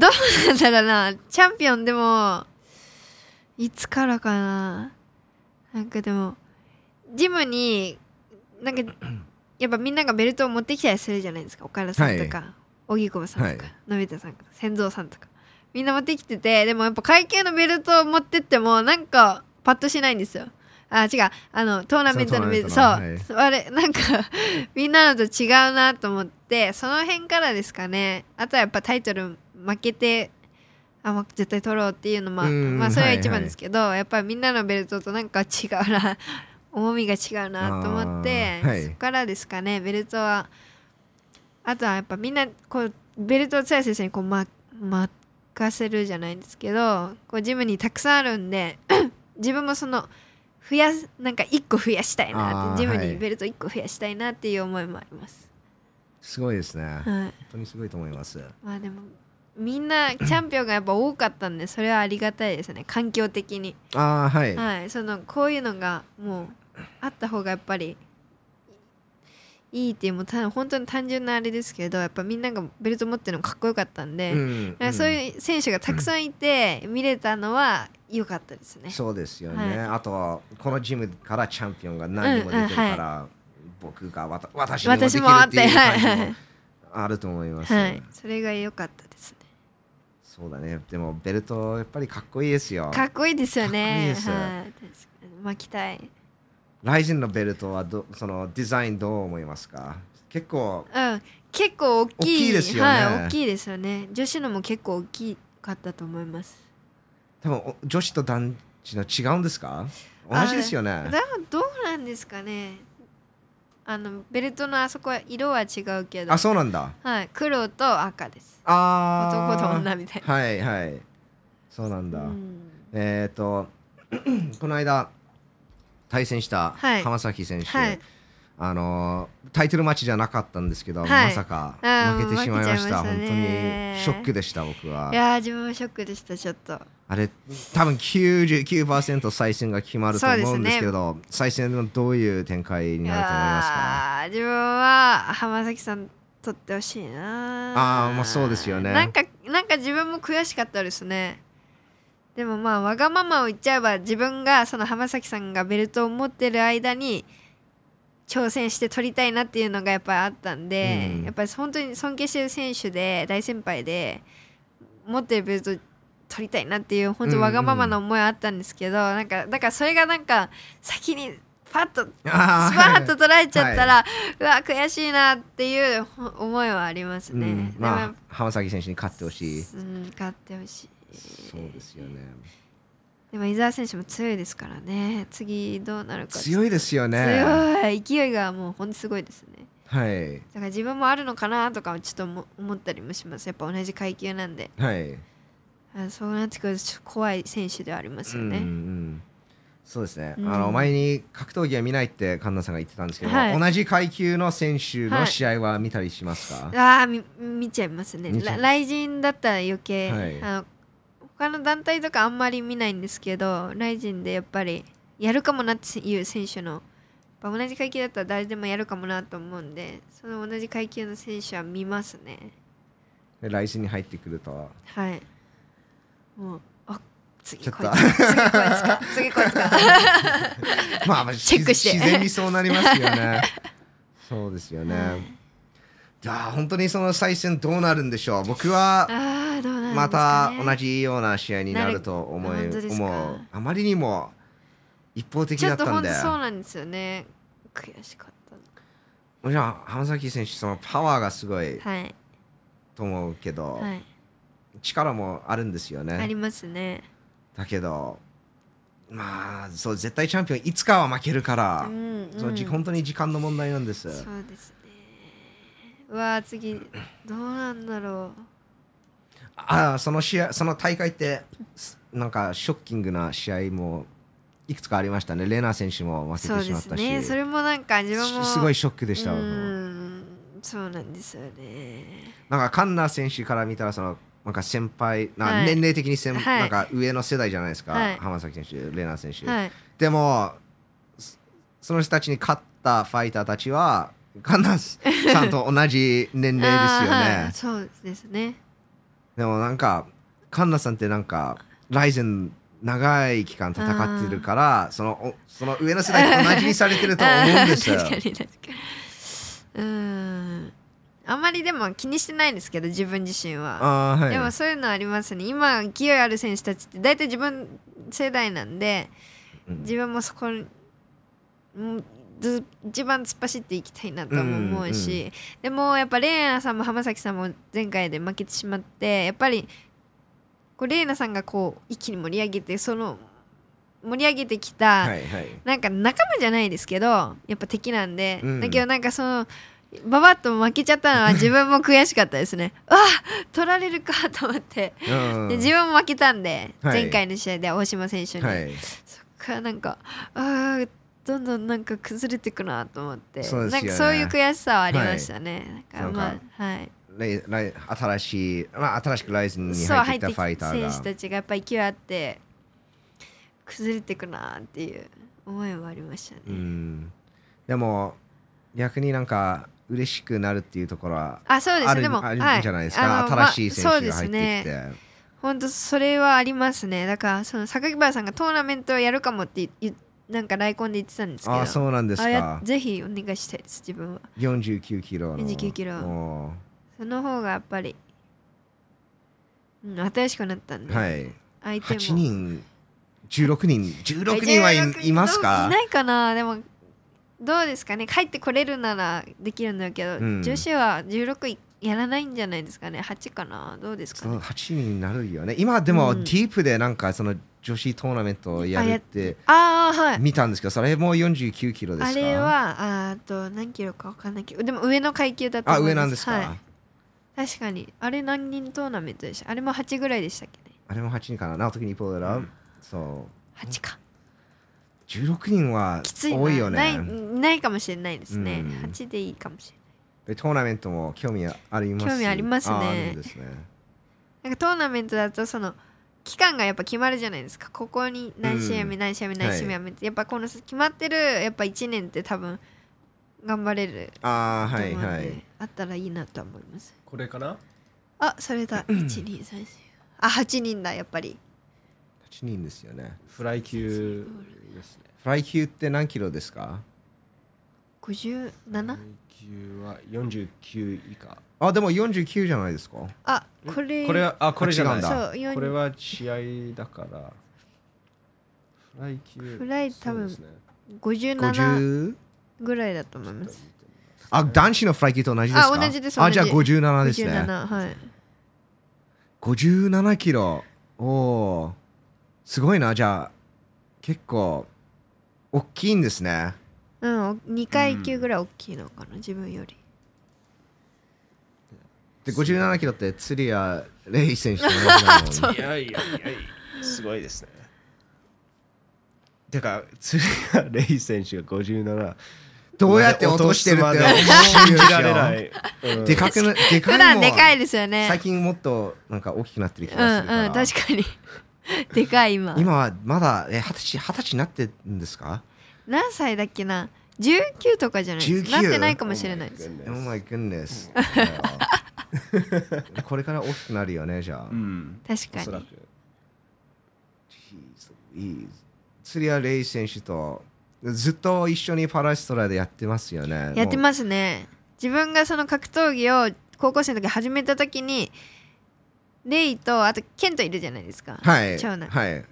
Speaker 1: うなんだろうなチャンピオンでもいつからかななんかでもジムになんかやっぱみんながベルトを持ってきたりするじゃないですか岡田さんとか荻窪、さんとか、
Speaker 2: はい
Speaker 1: のび太さんとか仙蔵さんとかみんな持ってきててでもやっぱ階級のベルトを持ってってもなんかパッとしないんですよあ違うあのトーナメントのベルト
Speaker 2: そ
Speaker 1: そうう、
Speaker 2: トーナメン
Speaker 1: あれなんか [laughs] みんなのと違うなと思ってその辺からですかねあとはやっぱタイトル負けてあまあ絶対取ろうっていうのも、
Speaker 2: うん
Speaker 1: まあ、それは
Speaker 2: はい
Speaker 1: 一
Speaker 2: はい
Speaker 1: 番ですけど、やっぱりみんなのベルトとなんか違うな重みが違うなと思って、
Speaker 2: あーはい
Speaker 1: そこからですかねベルトはあとはやっぱみんなこうベルトをつや先生にこう、ま、任せるじゃないんですけどこうジムにたくさんあるんで [coughs] 自分もその増やすなんか1個増やしたいなっ
Speaker 2: あー
Speaker 1: てジム
Speaker 2: は
Speaker 1: に
Speaker 2: い
Speaker 1: ベルト1個増やしたいなっていう思いもあります。
Speaker 2: すごいですね、本
Speaker 1: はい
Speaker 2: 当にすごいと思います
Speaker 1: まあでもみんなチャンピオンがやっぱ多かったんでそれはありがたいですね環境的に
Speaker 2: ああはい、
Speaker 1: はいそのこういうのがもうあった方がやっぱりいいっていうもうた本当に単純なあれですけどやっぱみんながベルト持ってるのかっこよかったんで、
Speaker 2: うん
Speaker 1: だからそういう選手がたくさんいて見れたのは良かったですね
Speaker 2: そうですよね、
Speaker 1: はい
Speaker 2: あとはこのジムからチャンピオンが何人も出てるから、僕がわた私にもでき
Speaker 1: 私
Speaker 2: る
Speaker 1: もあ
Speaker 2: っ
Speaker 1: ってて
Speaker 2: いう感じ
Speaker 1: はいは
Speaker 2: も
Speaker 1: い
Speaker 2: あると思います、
Speaker 1: はいそれが良かったですね
Speaker 2: そうだねでもベルトやっぱりかっこいいですよ
Speaker 1: かっこいいですよね
Speaker 2: かっこいいで
Speaker 1: はい
Speaker 2: す
Speaker 1: 確かに巻きたい
Speaker 2: ライジンのベルトはどそのデザインどう思いますか結構
Speaker 1: うん、結構大きい
Speaker 2: 大きいですよね
Speaker 1: はい、大きいですよね女子のも結構大きかったと思います
Speaker 2: 多分お女子と男子の違うんですか同じですよ
Speaker 1: で
Speaker 2: ね
Speaker 1: もどうなんですかねあのベルトのあそこは色は違うけど
Speaker 2: あそうなんだ
Speaker 1: はい、黒と赤です
Speaker 2: あー
Speaker 1: 男と女みたいな
Speaker 2: はいはいそうなんだ、
Speaker 1: うん
Speaker 2: えっ、ー、 [clears throat] とこの間対戦した
Speaker 1: はい
Speaker 2: 浜崎選手、
Speaker 1: はい
Speaker 2: あのタイトルマッチじゃなかったんですけど、
Speaker 1: はい
Speaker 2: まさか
Speaker 1: うん
Speaker 2: 負けてしまいまし
Speaker 1: 負けちゃいました
Speaker 2: た本当
Speaker 1: ね
Speaker 2: にショックでした僕はい
Speaker 1: やー自分もショックでしたちょっと
Speaker 2: あれ多分99%再選が決まると思うんですけど再選のどういう展開に
Speaker 1: い
Speaker 2: なると思いますか
Speaker 1: やー自分は浜崎さん取ってほしいな
Speaker 2: あーまあそうですよね
Speaker 1: なんかなんか自分も悔しかったですねでもまあわがままを言っちゃえば自分がその浜崎さんがベルトを持ってる間に挑戦して取りたいなっていうのがやっぱりあったんで、
Speaker 2: うん
Speaker 1: やっぱり本当に尊敬してる選手で大先輩で持ってるベルト取りたいなっていう本当わがままな思いはあったんですけど、なんかだからそれがなんか先にパッと
Speaker 2: あ
Speaker 1: ス
Speaker 2: ー
Speaker 1: パーッと取られちゃったら、うわ悔しいなっていうほ思いはあります
Speaker 2: う
Speaker 1: ね。
Speaker 2: ん
Speaker 1: でも
Speaker 2: まあ浜崎選手に勝ってほしい
Speaker 1: うん、勝ってほしい。
Speaker 2: そうですよね
Speaker 1: でも伊沢選手も強いですからね。次どうなるか。
Speaker 2: 強いですよね
Speaker 1: 強い勢いがもう本当すごいですね。
Speaker 2: はい
Speaker 1: だから自分もあるのかなとかちょっとも思ったりもします。やっぱ同じ階級なんで、
Speaker 2: はい
Speaker 1: あそうなってくるとちょっと怖い選手ではありますよね。
Speaker 2: うんうんうんそうですね、
Speaker 1: うん
Speaker 2: あの前に格闘技は見ないって神田さんが言ってたんですけど、
Speaker 1: はい
Speaker 2: 同じ階級の選手
Speaker 1: は
Speaker 2: の
Speaker 1: い
Speaker 2: 試合は見たりしま
Speaker 1: [laughs]
Speaker 2: すか、
Speaker 1: ああみ見ちゃいますね
Speaker 2: 見ちゃう
Speaker 1: ら雷神だったら余計、
Speaker 2: はい
Speaker 1: あの他の団体とかあんまり見ないんですけど雷神でやっぱりやるかもなっていう選手のやっぱ同じ階級だったら誰でもやるかもなと思うんでその同じ階級の選手は見ますね
Speaker 2: で来週に入ってくると
Speaker 1: はいもうあ次
Speaker 2: ちょっ
Speaker 1: こい
Speaker 2: と
Speaker 1: つ次こいつか次こい
Speaker 2: [laughs]
Speaker 1: つか
Speaker 2: まあまあ
Speaker 1: チェックして
Speaker 2: 自然にそうなります
Speaker 1: [laughs]
Speaker 2: よねそうですよね、じゃあ本当にその再戦どうなるんでしょう僕は
Speaker 1: ああどうなるんですか、ね、
Speaker 2: また同じような試合になると思
Speaker 1: なる
Speaker 2: い
Speaker 1: 本当ですか
Speaker 2: 思うあまりにも一方的
Speaker 1: ちょ
Speaker 2: だ
Speaker 1: っ
Speaker 2: っ
Speaker 1: と
Speaker 2: た
Speaker 1: 本
Speaker 2: ん
Speaker 1: 当
Speaker 2: で
Speaker 1: そうなんですよね悔しかっ
Speaker 2: じゃあ浜崎選手そのパワーがすごい
Speaker 1: たはい
Speaker 2: と思うけど、
Speaker 1: はい
Speaker 2: 力もあるんですよ
Speaker 1: あ
Speaker 2: ね
Speaker 1: りますね
Speaker 2: だけどまあそう絶対チャンピオンいつかは負けるから、
Speaker 1: うんうん
Speaker 2: そうじ本当に時間の問題なんです
Speaker 1: そうですねうわあ次どうなんだろ
Speaker 2: ああその試合その大会ってすなんかショッキングな試合もいくつかありましたねレナー選手も
Speaker 1: う
Speaker 2: 負
Speaker 1: そ
Speaker 2: け
Speaker 1: う
Speaker 2: てし
Speaker 1: で
Speaker 2: まっ
Speaker 1: す
Speaker 2: たし
Speaker 1: ねそれもなんか自分も
Speaker 2: すすごい
Speaker 1: し
Speaker 2: ショックでした
Speaker 1: う
Speaker 2: 僕も
Speaker 1: んそうなんですよね
Speaker 2: なんかカンナー選手から見たらそのなんか先輩な、
Speaker 1: はい
Speaker 2: 年齢的に先、
Speaker 1: はい
Speaker 2: なんか上の世代じゃないですか、
Speaker 1: はい
Speaker 2: 浜崎選手レナー選手、
Speaker 1: はい
Speaker 2: でもそその人たちに勝ったファイターたちはカンナ
Speaker 1: [laughs]
Speaker 2: さんと同じ年齢ですよ
Speaker 1: あーは
Speaker 2: ね
Speaker 1: い。そうですね
Speaker 2: でもなんかカンナさんってなんかライゼン長い期間戦ってるからそのおその上の世代と同じにされてると思うんですよ
Speaker 1: あー。 [laughs] 確かに確かにうんあんまりでも気にしてないんですけど自分自身は
Speaker 2: あーはい、
Speaker 1: でもそういうのありますね今勢いある選手たちって大体自分世代なんで
Speaker 2: うん
Speaker 1: 自分もそこにうんず一番突っ走っていきたいなとも思うし、
Speaker 2: うん
Speaker 1: でもやっぱレイナさんも浜崎さんも前回で負けてしまってやっぱりこうレイナさんがこう一気に盛り上げてその盛り上げてきた、
Speaker 2: はいはい
Speaker 1: なんか仲間じゃないですけどやっぱ敵なんで、
Speaker 2: うん
Speaker 1: だけどなんかそのババッと負けちゃった
Speaker 2: [laughs]
Speaker 1: のは自分も悔しかったですねうわ取られるかと思って、
Speaker 2: うん
Speaker 1: で自分も負けたんで、
Speaker 2: はい
Speaker 1: 前回の試合で大島選手に、
Speaker 2: はい
Speaker 1: そっからなんかあーどんどんなんか崩れていくなと思って
Speaker 2: そうです
Speaker 1: な
Speaker 2: よ
Speaker 1: ん
Speaker 2: ね
Speaker 1: かそういう悔しさはありましたね、
Speaker 2: はい
Speaker 1: なんか
Speaker 2: なん
Speaker 1: まあはい
Speaker 2: レイライ新しい、まあ、新しくライズンに
Speaker 1: そう
Speaker 2: 入
Speaker 1: 入
Speaker 2: っ
Speaker 1: っててき
Speaker 2: きたファイタ
Speaker 1: た
Speaker 2: ー
Speaker 1: 選
Speaker 2: が
Speaker 1: 手たちがやっぱ勢いあって崩れていくなっていう思いはありましたね、
Speaker 2: うん、でも逆になんか嬉しくなるっていうところは
Speaker 1: あそうです
Speaker 2: ある
Speaker 1: でも
Speaker 2: ある
Speaker 1: は
Speaker 2: んじゃないです
Speaker 1: あ
Speaker 2: か、
Speaker 1: の
Speaker 2: 新しい選
Speaker 1: まあ
Speaker 2: 手が入っ
Speaker 1: そ
Speaker 2: てき
Speaker 1: うですね
Speaker 2: て、
Speaker 1: 本当それはありますねだからその榊原さんがトーナメントをやるかもって言なんか来ンで言ってたんですけど
Speaker 2: ああそうなんです
Speaker 1: あや
Speaker 2: か
Speaker 1: ぜひお願いしたいです自分は
Speaker 2: 49キロの
Speaker 1: 49キロ
Speaker 2: も
Speaker 1: その方がやっぱり、うん、新しくなったん
Speaker 2: う
Speaker 1: で、
Speaker 2: はい
Speaker 1: 相手も
Speaker 2: 8人16人16人はい
Speaker 1: 16
Speaker 2: いますか
Speaker 1: いないかなでもどうですかね帰ってこれるならできるんだけど、
Speaker 2: うん
Speaker 1: 女子は16いやらないんじゃないですかね8かなどうですか
Speaker 2: そう
Speaker 1: ね
Speaker 2: 8人になるよね今でも
Speaker 1: う
Speaker 2: デ
Speaker 1: ん
Speaker 2: ィープでなんかその女子トーナメントをやるって
Speaker 1: ああはい
Speaker 2: 見たんですけどそれも49キロですか
Speaker 1: あれはあーと何キロか分かんないけどでも上の階級だと
Speaker 2: あ
Speaker 1: 思いま
Speaker 2: 上なんですか、
Speaker 1: はい、確かにあれ何人トーナメントでしたあれも8ぐらいでしたっけね
Speaker 2: あれも8人かな直人にポーラ、そう
Speaker 1: 8か
Speaker 2: 16人は
Speaker 1: きついな
Speaker 2: 多いよね
Speaker 1: ないないかもしれないですね、
Speaker 2: うん
Speaker 1: 8でいいかもしれない
Speaker 2: でトーナメントも興味あります
Speaker 1: 興味ありますね
Speaker 2: ああるんですね
Speaker 1: なんかトーナメントだとその期間がやっぱ決まるじゃないですかここに何試合目、
Speaker 2: うん
Speaker 1: 何試合目何試合目やめて、やっぱこの決まってるやっぱ1年って多分頑張れる
Speaker 2: ああ
Speaker 1: と
Speaker 2: は
Speaker 1: 思う
Speaker 2: い
Speaker 1: んで、
Speaker 2: はい
Speaker 1: あったらいいなとは思います
Speaker 3: これかな
Speaker 1: あそれ
Speaker 2: [clears throat]
Speaker 1: だ1234あ8人だやっぱり
Speaker 2: 8人ですよね
Speaker 3: フライ級ですね
Speaker 2: フライ級って何キロですか
Speaker 1: 57?
Speaker 3: フライ級は49以下
Speaker 2: あでも49じゃないですか
Speaker 1: あこれ
Speaker 3: これはあこれじゃな
Speaker 2: 違
Speaker 3: い
Speaker 2: うんだ
Speaker 1: そう四
Speaker 3: これは試合だからフライ級
Speaker 1: フライ多分
Speaker 3: そうですね
Speaker 1: 57
Speaker 2: 50?
Speaker 1: ぐらいだと思います
Speaker 2: あ男子のフライ級と同じですか
Speaker 1: あ同じです
Speaker 2: あじゃあ
Speaker 1: 同
Speaker 2: 57ですね
Speaker 1: 57はい
Speaker 2: 57キロおおすごいなじゃあ結構大きいんですね
Speaker 1: うん2階級ぐらい大きいのかな自分より
Speaker 2: で57キロって釣りやレイ選手と同じな
Speaker 1: [laughs]
Speaker 2: の
Speaker 1: そう
Speaker 3: いやいやいやすごいですねてか鶴谷レイ選手が57
Speaker 2: どうやって落としてるって
Speaker 3: ま
Speaker 2: 思
Speaker 3: で
Speaker 2: う
Speaker 3: 落とすまで信じられな
Speaker 2: でし
Speaker 3: い、う
Speaker 2: ょ
Speaker 3: ん
Speaker 2: でかくなでかい
Speaker 1: 普
Speaker 2: のは
Speaker 1: 段でかいですよね
Speaker 2: 最近もっとなんか大きくなってる気
Speaker 1: うん
Speaker 2: がするから、
Speaker 1: うん確かに [laughs] でかい今
Speaker 2: 今はまだえ二十歳二十歳になってるんですか
Speaker 1: 何歳だっけな19とかじゃないです
Speaker 2: 19
Speaker 1: なってないかもしれないです、
Speaker 2: Oh my goodness
Speaker 1: [laughs]
Speaker 2: これから大きくなるよねじゃあ、
Speaker 3: うんお
Speaker 1: 確
Speaker 3: そ
Speaker 1: からに
Speaker 3: く
Speaker 2: Jeez Louise 釣りはレイ選手とずっと一緒にパラストラでやってますよね
Speaker 1: やってますね自分がその格闘技を高校生の時始めた時にレイとあとケントいるじゃないですか、
Speaker 2: すはい
Speaker 1: 長男
Speaker 2: はい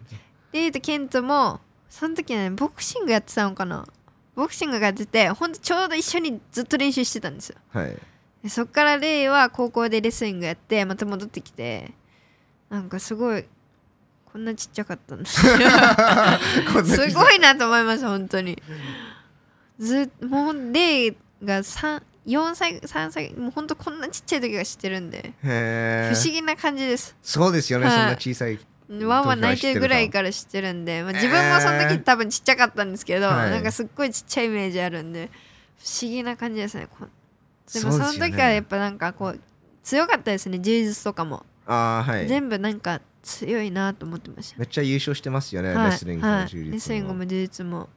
Speaker 1: レイとケントもその時ねボクシングやってたのかなボクシングがやっててほんとちょうど一緒にずっと練習してたんですよ
Speaker 2: はい
Speaker 1: でそっからレイは高校でレスリングやってまた戻ってきてなんかすごいこんなちっちゃかったんです [laughs] よすごいなと思います本当にずもうレイが3 4歳3歳もうほんとこんなちっちゃい時が知ってるんで不
Speaker 2: へ
Speaker 1: 思
Speaker 2: え
Speaker 1: 議な感じです
Speaker 2: そうですよね、
Speaker 1: はい
Speaker 2: そんな小さい
Speaker 1: ワンワン泣いてるぐらいから知ってるんで、まあ、自分もその
Speaker 2: え
Speaker 1: 時
Speaker 2: ー
Speaker 1: 多分ちっちゃかったんですけど、
Speaker 2: はい
Speaker 1: なんかすっごいちっちゃいイメージあるんで不思議な感じですねこんでも
Speaker 2: そ
Speaker 1: そう
Speaker 2: で
Speaker 1: の
Speaker 2: すよね
Speaker 1: 時はやっぱなんかこう強かったですね柔術とかも、
Speaker 2: あーはい
Speaker 1: 全部なんか強いなと思ってました
Speaker 2: めっちゃ優勝してますよね、
Speaker 1: はい
Speaker 2: レスリング
Speaker 1: は
Speaker 2: の
Speaker 1: い
Speaker 2: 充実も
Speaker 1: レスリングも柔術も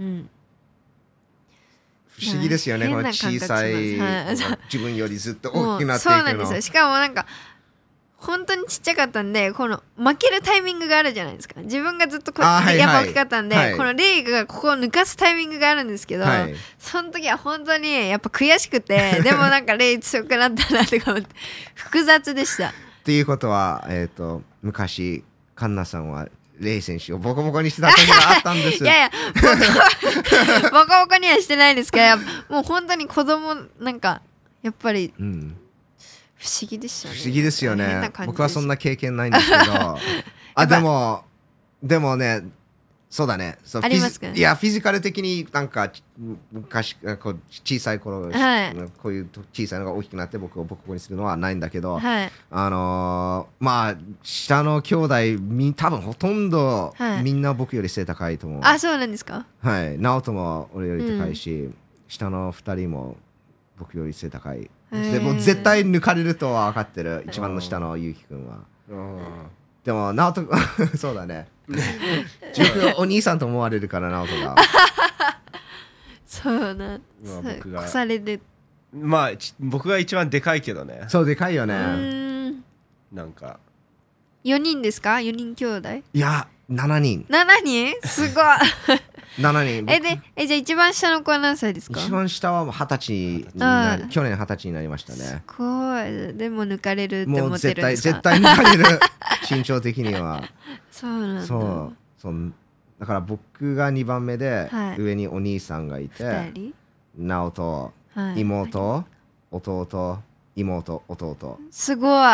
Speaker 1: うん
Speaker 2: 不思議ですよね、
Speaker 1: はい
Speaker 2: こ
Speaker 1: 変
Speaker 2: の
Speaker 1: な
Speaker 2: 小
Speaker 1: 感覚
Speaker 2: さい
Speaker 1: しますはい
Speaker 2: 自分よりずっと
Speaker 1: も
Speaker 2: 大
Speaker 1: う
Speaker 2: きくなってい
Speaker 1: そうな
Speaker 2: く
Speaker 1: ん
Speaker 2: の
Speaker 1: ですよしかもなんか本当にちっちゃかったんでこの負けるタイミングがあるじゃないですか自分がずっとこう
Speaker 2: あはいはい
Speaker 1: やっぱ大きかったんで、
Speaker 2: はい
Speaker 1: このレイがここを抜かすタイミングがあるんですけど、
Speaker 2: はい
Speaker 1: その時は本当にやっぱ悔しく
Speaker 2: [laughs]
Speaker 1: てでもなんかレイ強くなったなとか思って複雑でした
Speaker 2: っていうことは、えー、と昔カンナさんはレイ選手をボコボコにしてた時があったんで
Speaker 1: [laughs]
Speaker 2: す
Speaker 1: いやいや [laughs] ボコボコボコにはしてないですけどやっぱもう本当に子供なんかやっぱり
Speaker 2: うん、
Speaker 1: 不思議でした
Speaker 2: 不
Speaker 1: ね
Speaker 2: 思議ですよ
Speaker 1: 変
Speaker 2: ね
Speaker 1: な感じ
Speaker 2: 僕はそん
Speaker 1: な
Speaker 2: な経験ないんです
Speaker 1: [laughs]
Speaker 2: けどあでもでもねそうだねそう
Speaker 1: ありますか
Speaker 2: フィジいやフィジカル的になんかち昔こう小さい頃、
Speaker 1: はい
Speaker 2: こういう小さいのが大きくなって僕をボコボコにするのはないんだけど、
Speaker 1: はい
Speaker 2: あのーまあ下の兄弟み多分ほとんど、
Speaker 1: はい
Speaker 2: みんな僕より背高いと思う
Speaker 1: あそうなんですか
Speaker 2: はい直人も俺より高いし、下の2人も僕より背高い
Speaker 1: へ
Speaker 2: で
Speaker 1: ー
Speaker 2: もう絶対抜かれるとは分かってる一番の下のゆうきくんは
Speaker 3: うん
Speaker 2: でも直人 [laughs] そうだね自分をお兄さんと思われるから直
Speaker 1: [laughs]
Speaker 2: 人が
Speaker 1: そうなん
Speaker 3: まあ
Speaker 1: そう
Speaker 3: 僕が
Speaker 1: 越される
Speaker 3: まあち僕が一番でかいけどね
Speaker 2: そうでかいよ
Speaker 1: う
Speaker 2: ね
Speaker 1: ーん
Speaker 3: なんか
Speaker 1: 4人ですか4人兄弟
Speaker 2: いや7人
Speaker 1: 7人
Speaker 2: [laughs]
Speaker 1: すごい
Speaker 2: 7人
Speaker 1: えでえじゃあ一番下の子は何歳ですか
Speaker 2: 一番下はもう二十歳になり去年二十歳になりましたね
Speaker 1: すごいでも抜かれるって
Speaker 2: も
Speaker 1: 思
Speaker 2: う
Speaker 1: ってる
Speaker 2: 絶
Speaker 1: んで
Speaker 2: 対
Speaker 1: すか
Speaker 2: 絶対抜かれ
Speaker 1: [laughs]
Speaker 2: る身長的には
Speaker 1: そうなんだ
Speaker 2: そうそうだから僕が2番目で、
Speaker 1: はい
Speaker 2: 上にお兄さんがい
Speaker 1: 2
Speaker 2: て
Speaker 1: 人、
Speaker 2: 直人
Speaker 1: はい、
Speaker 2: 妹弟妹弟
Speaker 1: すごい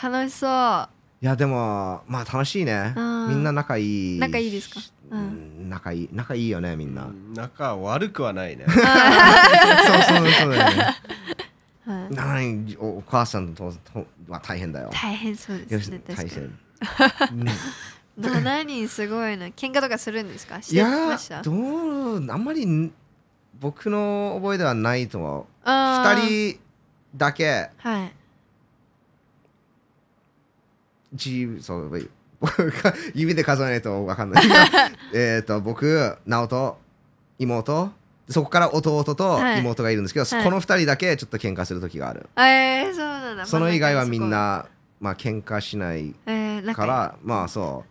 Speaker 1: 楽
Speaker 2: [laughs]
Speaker 1: しそうあ
Speaker 2: いやでもまあ楽しいね
Speaker 1: うん
Speaker 2: みんな仲いい
Speaker 1: 仲いいですかうん
Speaker 2: うん仲いい仲いいよねみ
Speaker 1: [laughs]
Speaker 2: んな
Speaker 3: 仲悪くはないね
Speaker 1: ー
Speaker 2: そうそうそうだよね
Speaker 1: はい
Speaker 2: なのにおお母さんととは大変だよ
Speaker 1: 大変そうですね
Speaker 2: よし
Speaker 1: 確かに
Speaker 2: 大変
Speaker 1: 7人すごいな喧嘩とかするんですかし
Speaker 2: い
Speaker 1: て
Speaker 2: や
Speaker 1: ました
Speaker 2: ーどうあんまりん僕の覚えではないと思う
Speaker 1: あー
Speaker 2: 2人だけ
Speaker 1: はい
Speaker 2: じそう [laughs] ウェイ僕が指で数えないと分かんない
Speaker 1: [laughs]
Speaker 2: えっと僕直人妹そこから弟と
Speaker 1: はい
Speaker 2: 妹がいるんですけど、
Speaker 1: はい
Speaker 2: この2人だけちょっと喧嘩する時がある、
Speaker 1: えー、そうなんだ
Speaker 2: その以外はみん、
Speaker 1: 真中
Speaker 2: なまあ喧嘩しない
Speaker 1: そこえー、仲良
Speaker 2: か
Speaker 1: い
Speaker 2: らまあそ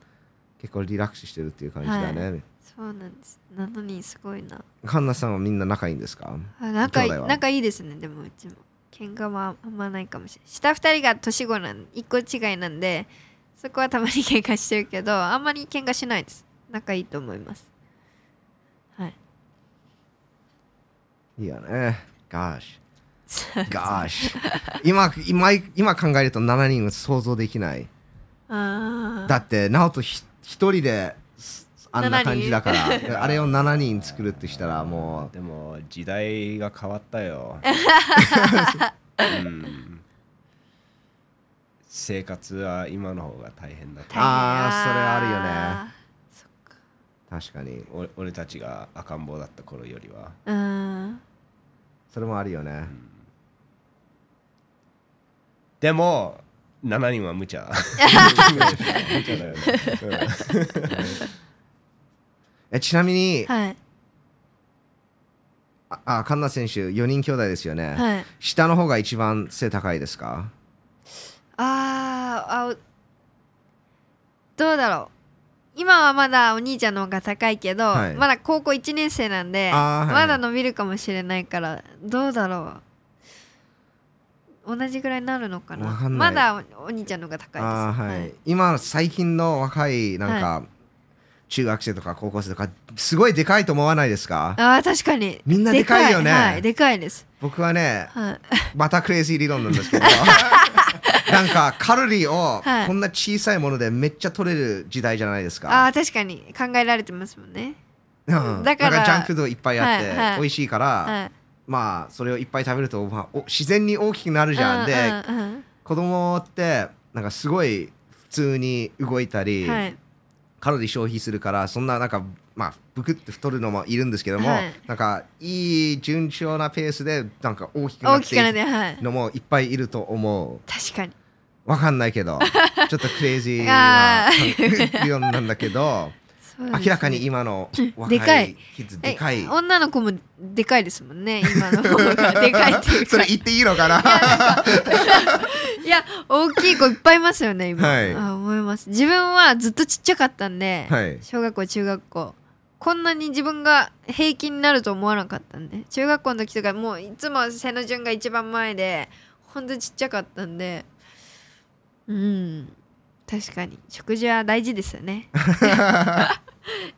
Speaker 2: う結構リラックスしてるっていう感じだね、
Speaker 1: そうなんです7人すごいな
Speaker 2: カンナさんはみんな仲いいんですか
Speaker 1: あ仲いい
Speaker 2: 兄弟は
Speaker 1: 仲いいですねでもうちも喧嘩はあんまないかもしれない下2人が年子なん1個違いなんでそこはたまに喧嘩してるけどあんまり喧嘩しないです仲いいと思いますはい [laughs]
Speaker 2: いいよね。Gosh。Gosh。今、今、今考えると7人は想像できない。
Speaker 1: あ
Speaker 2: だって、ナオトひ一人で、すあんな感じだから、あれを7人作るってしたら、も
Speaker 3: でも時代が変わった
Speaker 1: [laughs]
Speaker 3: よ、うん、生活は今の方が大変だと
Speaker 1: あ
Speaker 3: 思う
Speaker 2: あ
Speaker 1: それあるよねそっか
Speaker 2: う、確かに。
Speaker 3: お俺たちが赤ん坊だった頃よりは
Speaker 1: うーん
Speaker 2: それもあるよね。
Speaker 3: でも7人は無茶無茶だよね、
Speaker 2: えちなみに、
Speaker 1: はい
Speaker 2: ああ、カンナ選手、4人兄弟ですよね。
Speaker 1: はい
Speaker 2: 下の方が一番背高いですか
Speaker 1: あーあおどうだろう今はまだお兄ちゃんの方が高いけど、
Speaker 2: はい
Speaker 1: まだ高校1年生なんで、
Speaker 2: あーは
Speaker 1: ま
Speaker 2: い
Speaker 1: だ伸びるかもしれないからどうだろう同じぐらいになるのかな
Speaker 2: わかん
Speaker 1: ま
Speaker 2: ない
Speaker 1: だおお兄ちゃんの方が
Speaker 2: あー
Speaker 1: 高いです
Speaker 2: はい今最近の若いなんか、中学生とか高校生とかすごいでかいと思わないですか
Speaker 1: あー確かに
Speaker 2: みんなでかいよね
Speaker 1: でかい,、はい、でかいです、
Speaker 2: 僕は
Speaker 1: [laughs]
Speaker 2: ね
Speaker 1: はい、
Speaker 2: またクレイジー理論なんで
Speaker 1: [laughs]
Speaker 2: すけどなんかカロリーを
Speaker 1: はい
Speaker 2: こんな小さいものでめっちゃ取れる時代じゃないです
Speaker 1: あ
Speaker 2: か、
Speaker 1: あ確かに考えられてますもんね
Speaker 2: うん
Speaker 1: だから
Speaker 2: なんジャンクフードいっぱいあって、
Speaker 1: はいはい
Speaker 2: 美味しいから、
Speaker 1: はい
Speaker 2: まあそれをいっぱい食べると、まあ、お自然に大きくなるじゃん、で、
Speaker 1: うんうん
Speaker 2: 子供ってなんかすごい普通に動いた
Speaker 1: う
Speaker 2: り、
Speaker 1: んはい
Speaker 2: カロリー消費するからそんななんかまあブクって太るのもいるんですけども、
Speaker 1: はい
Speaker 2: なんかいい順調なペースでなんか大きくな
Speaker 1: 大
Speaker 2: っ
Speaker 1: きくなってて
Speaker 2: い
Speaker 1: はい
Speaker 2: くのもいっぱいいると思
Speaker 1: 確かに
Speaker 2: うわかんないけ
Speaker 1: [laughs]
Speaker 2: どちょっとクレイジー
Speaker 1: あ
Speaker 2: な
Speaker 1: ー
Speaker 2: [laughs] 理論なんだけど
Speaker 1: [laughs] そうですね
Speaker 2: 明らかに今の若
Speaker 1: でか
Speaker 2: い
Speaker 1: い
Speaker 2: キッズ
Speaker 1: え
Speaker 2: でかい
Speaker 1: 女の子もでかいですもんね今の方がでかいっていう
Speaker 2: [laughs] そ
Speaker 1: か
Speaker 2: れ言っていいのかな
Speaker 1: いや大きい子いっぱいいますよね今、
Speaker 2: はい
Speaker 1: あ思います自分はずっとちっちゃかったんで、
Speaker 2: はい
Speaker 1: 小学校中学校こんなに自分が平均になると思わなかったんで中学校の時とかもういつも背の順が一番前でほんとちっちゃかったんでうん確かに食事は大事ですよ
Speaker 2: [laughs]
Speaker 1: ね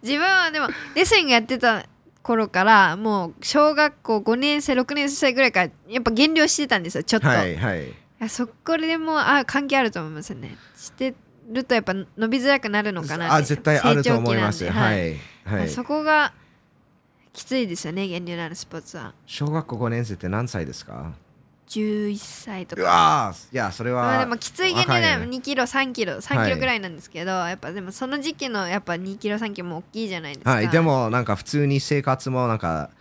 Speaker 1: 自分はでもレスリングやってた頃からもう小学校5年生6年生ぐらいからやっぱ減量してたんですよちょっと、
Speaker 2: はいはい
Speaker 1: いやそこでもうあ関係あると思いますねしてるとやっぱ伸びづらくなるのかなって
Speaker 2: あ絶対あると思います
Speaker 1: 成長期なん
Speaker 2: は
Speaker 1: で
Speaker 2: い
Speaker 1: はい
Speaker 2: はい
Speaker 1: そこがきついですよね減量のあるスポーツは
Speaker 2: 小学校5年生って何歳ですか
Speaker 1: 11歳と
Speaker 2: う
Speaker 1: か
Speaker 2: わーいやそれ
Speaker 1: まあ
Speaker 2: は
Speaker 1: でもきつい減量
Speaker 2: 若
Speaker 1: な
Speaker 2: よね
Speaker 1: 2キロ3キロ
Speaker 2: は
Speaker 1: 3
Speaker 2: い
Speaker 1: キロぐらいなんですけど、やっぱでもその時期のやっぱ2キロ3キロも大きいじゃないですか
Speaker 2: はい、でもなんか普通に生活もなんか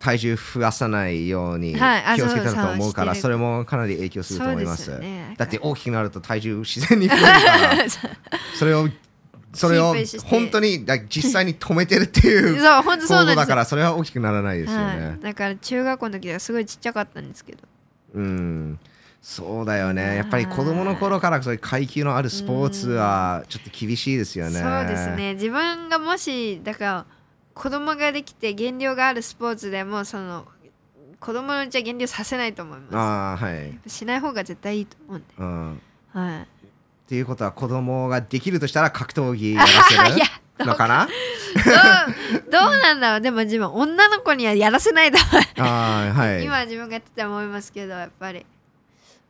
Speaker 2: 体重増やさないように気
Speaker 1: はいあ
Speaker 2: をつけた
Speaker 1: そう
Speaker 2: と思うから、
Speaker 1: そう
Speaker 2: それもかなり影響すると思います
Speaker 1: [laughs] そうですよね
Speaker 2: だって大きくなると体重自然に増え
Speaker 1: [laughs]
Speaker 2: るからそれをそれを
Speaker 1: キープして
Speaker 2: 本当にだ実際に止めてるっていう
Speaker 1: そう本当そう
Speaker 2: 行
Speaker 1: なん
Speaker 2: 動
Speaker 1: で
Speaker 2: だ
Speaker 1: す
Speaker 2: か
Speaker 1: よ
Speaker 2: らそれは大きくならないですよね、
Speaker 1: はい、だから中学校の時はすごいちっちゃかったんですけど
Speaker 2: うんそうだよねやっぱり子供の頃からそういう階級のあるスポーツはちょっと厳しいですよね
Speaker 1: そうですね自分がもしだから子供ができて減量があるスポーツでもその子供のうちは減量させないと思いま
Speaker 2: ああはい、
Speaker 1: すしない方が絶対いいと思うんで、
Speaker 2: うん、
Speaker 1: はい、
Speaker 2: っていうことは子供ができるとしたら格闘技やらせ
Speaker 1: [laughs] いや
Speaker 2: るのかな
Speaker 1: どう [laughs] どうなんだろうでも自分女の子にはやらせないと思う
Speaker 2: あーはい
Speaker 1: 今自分がやってて思いますけどやっぱり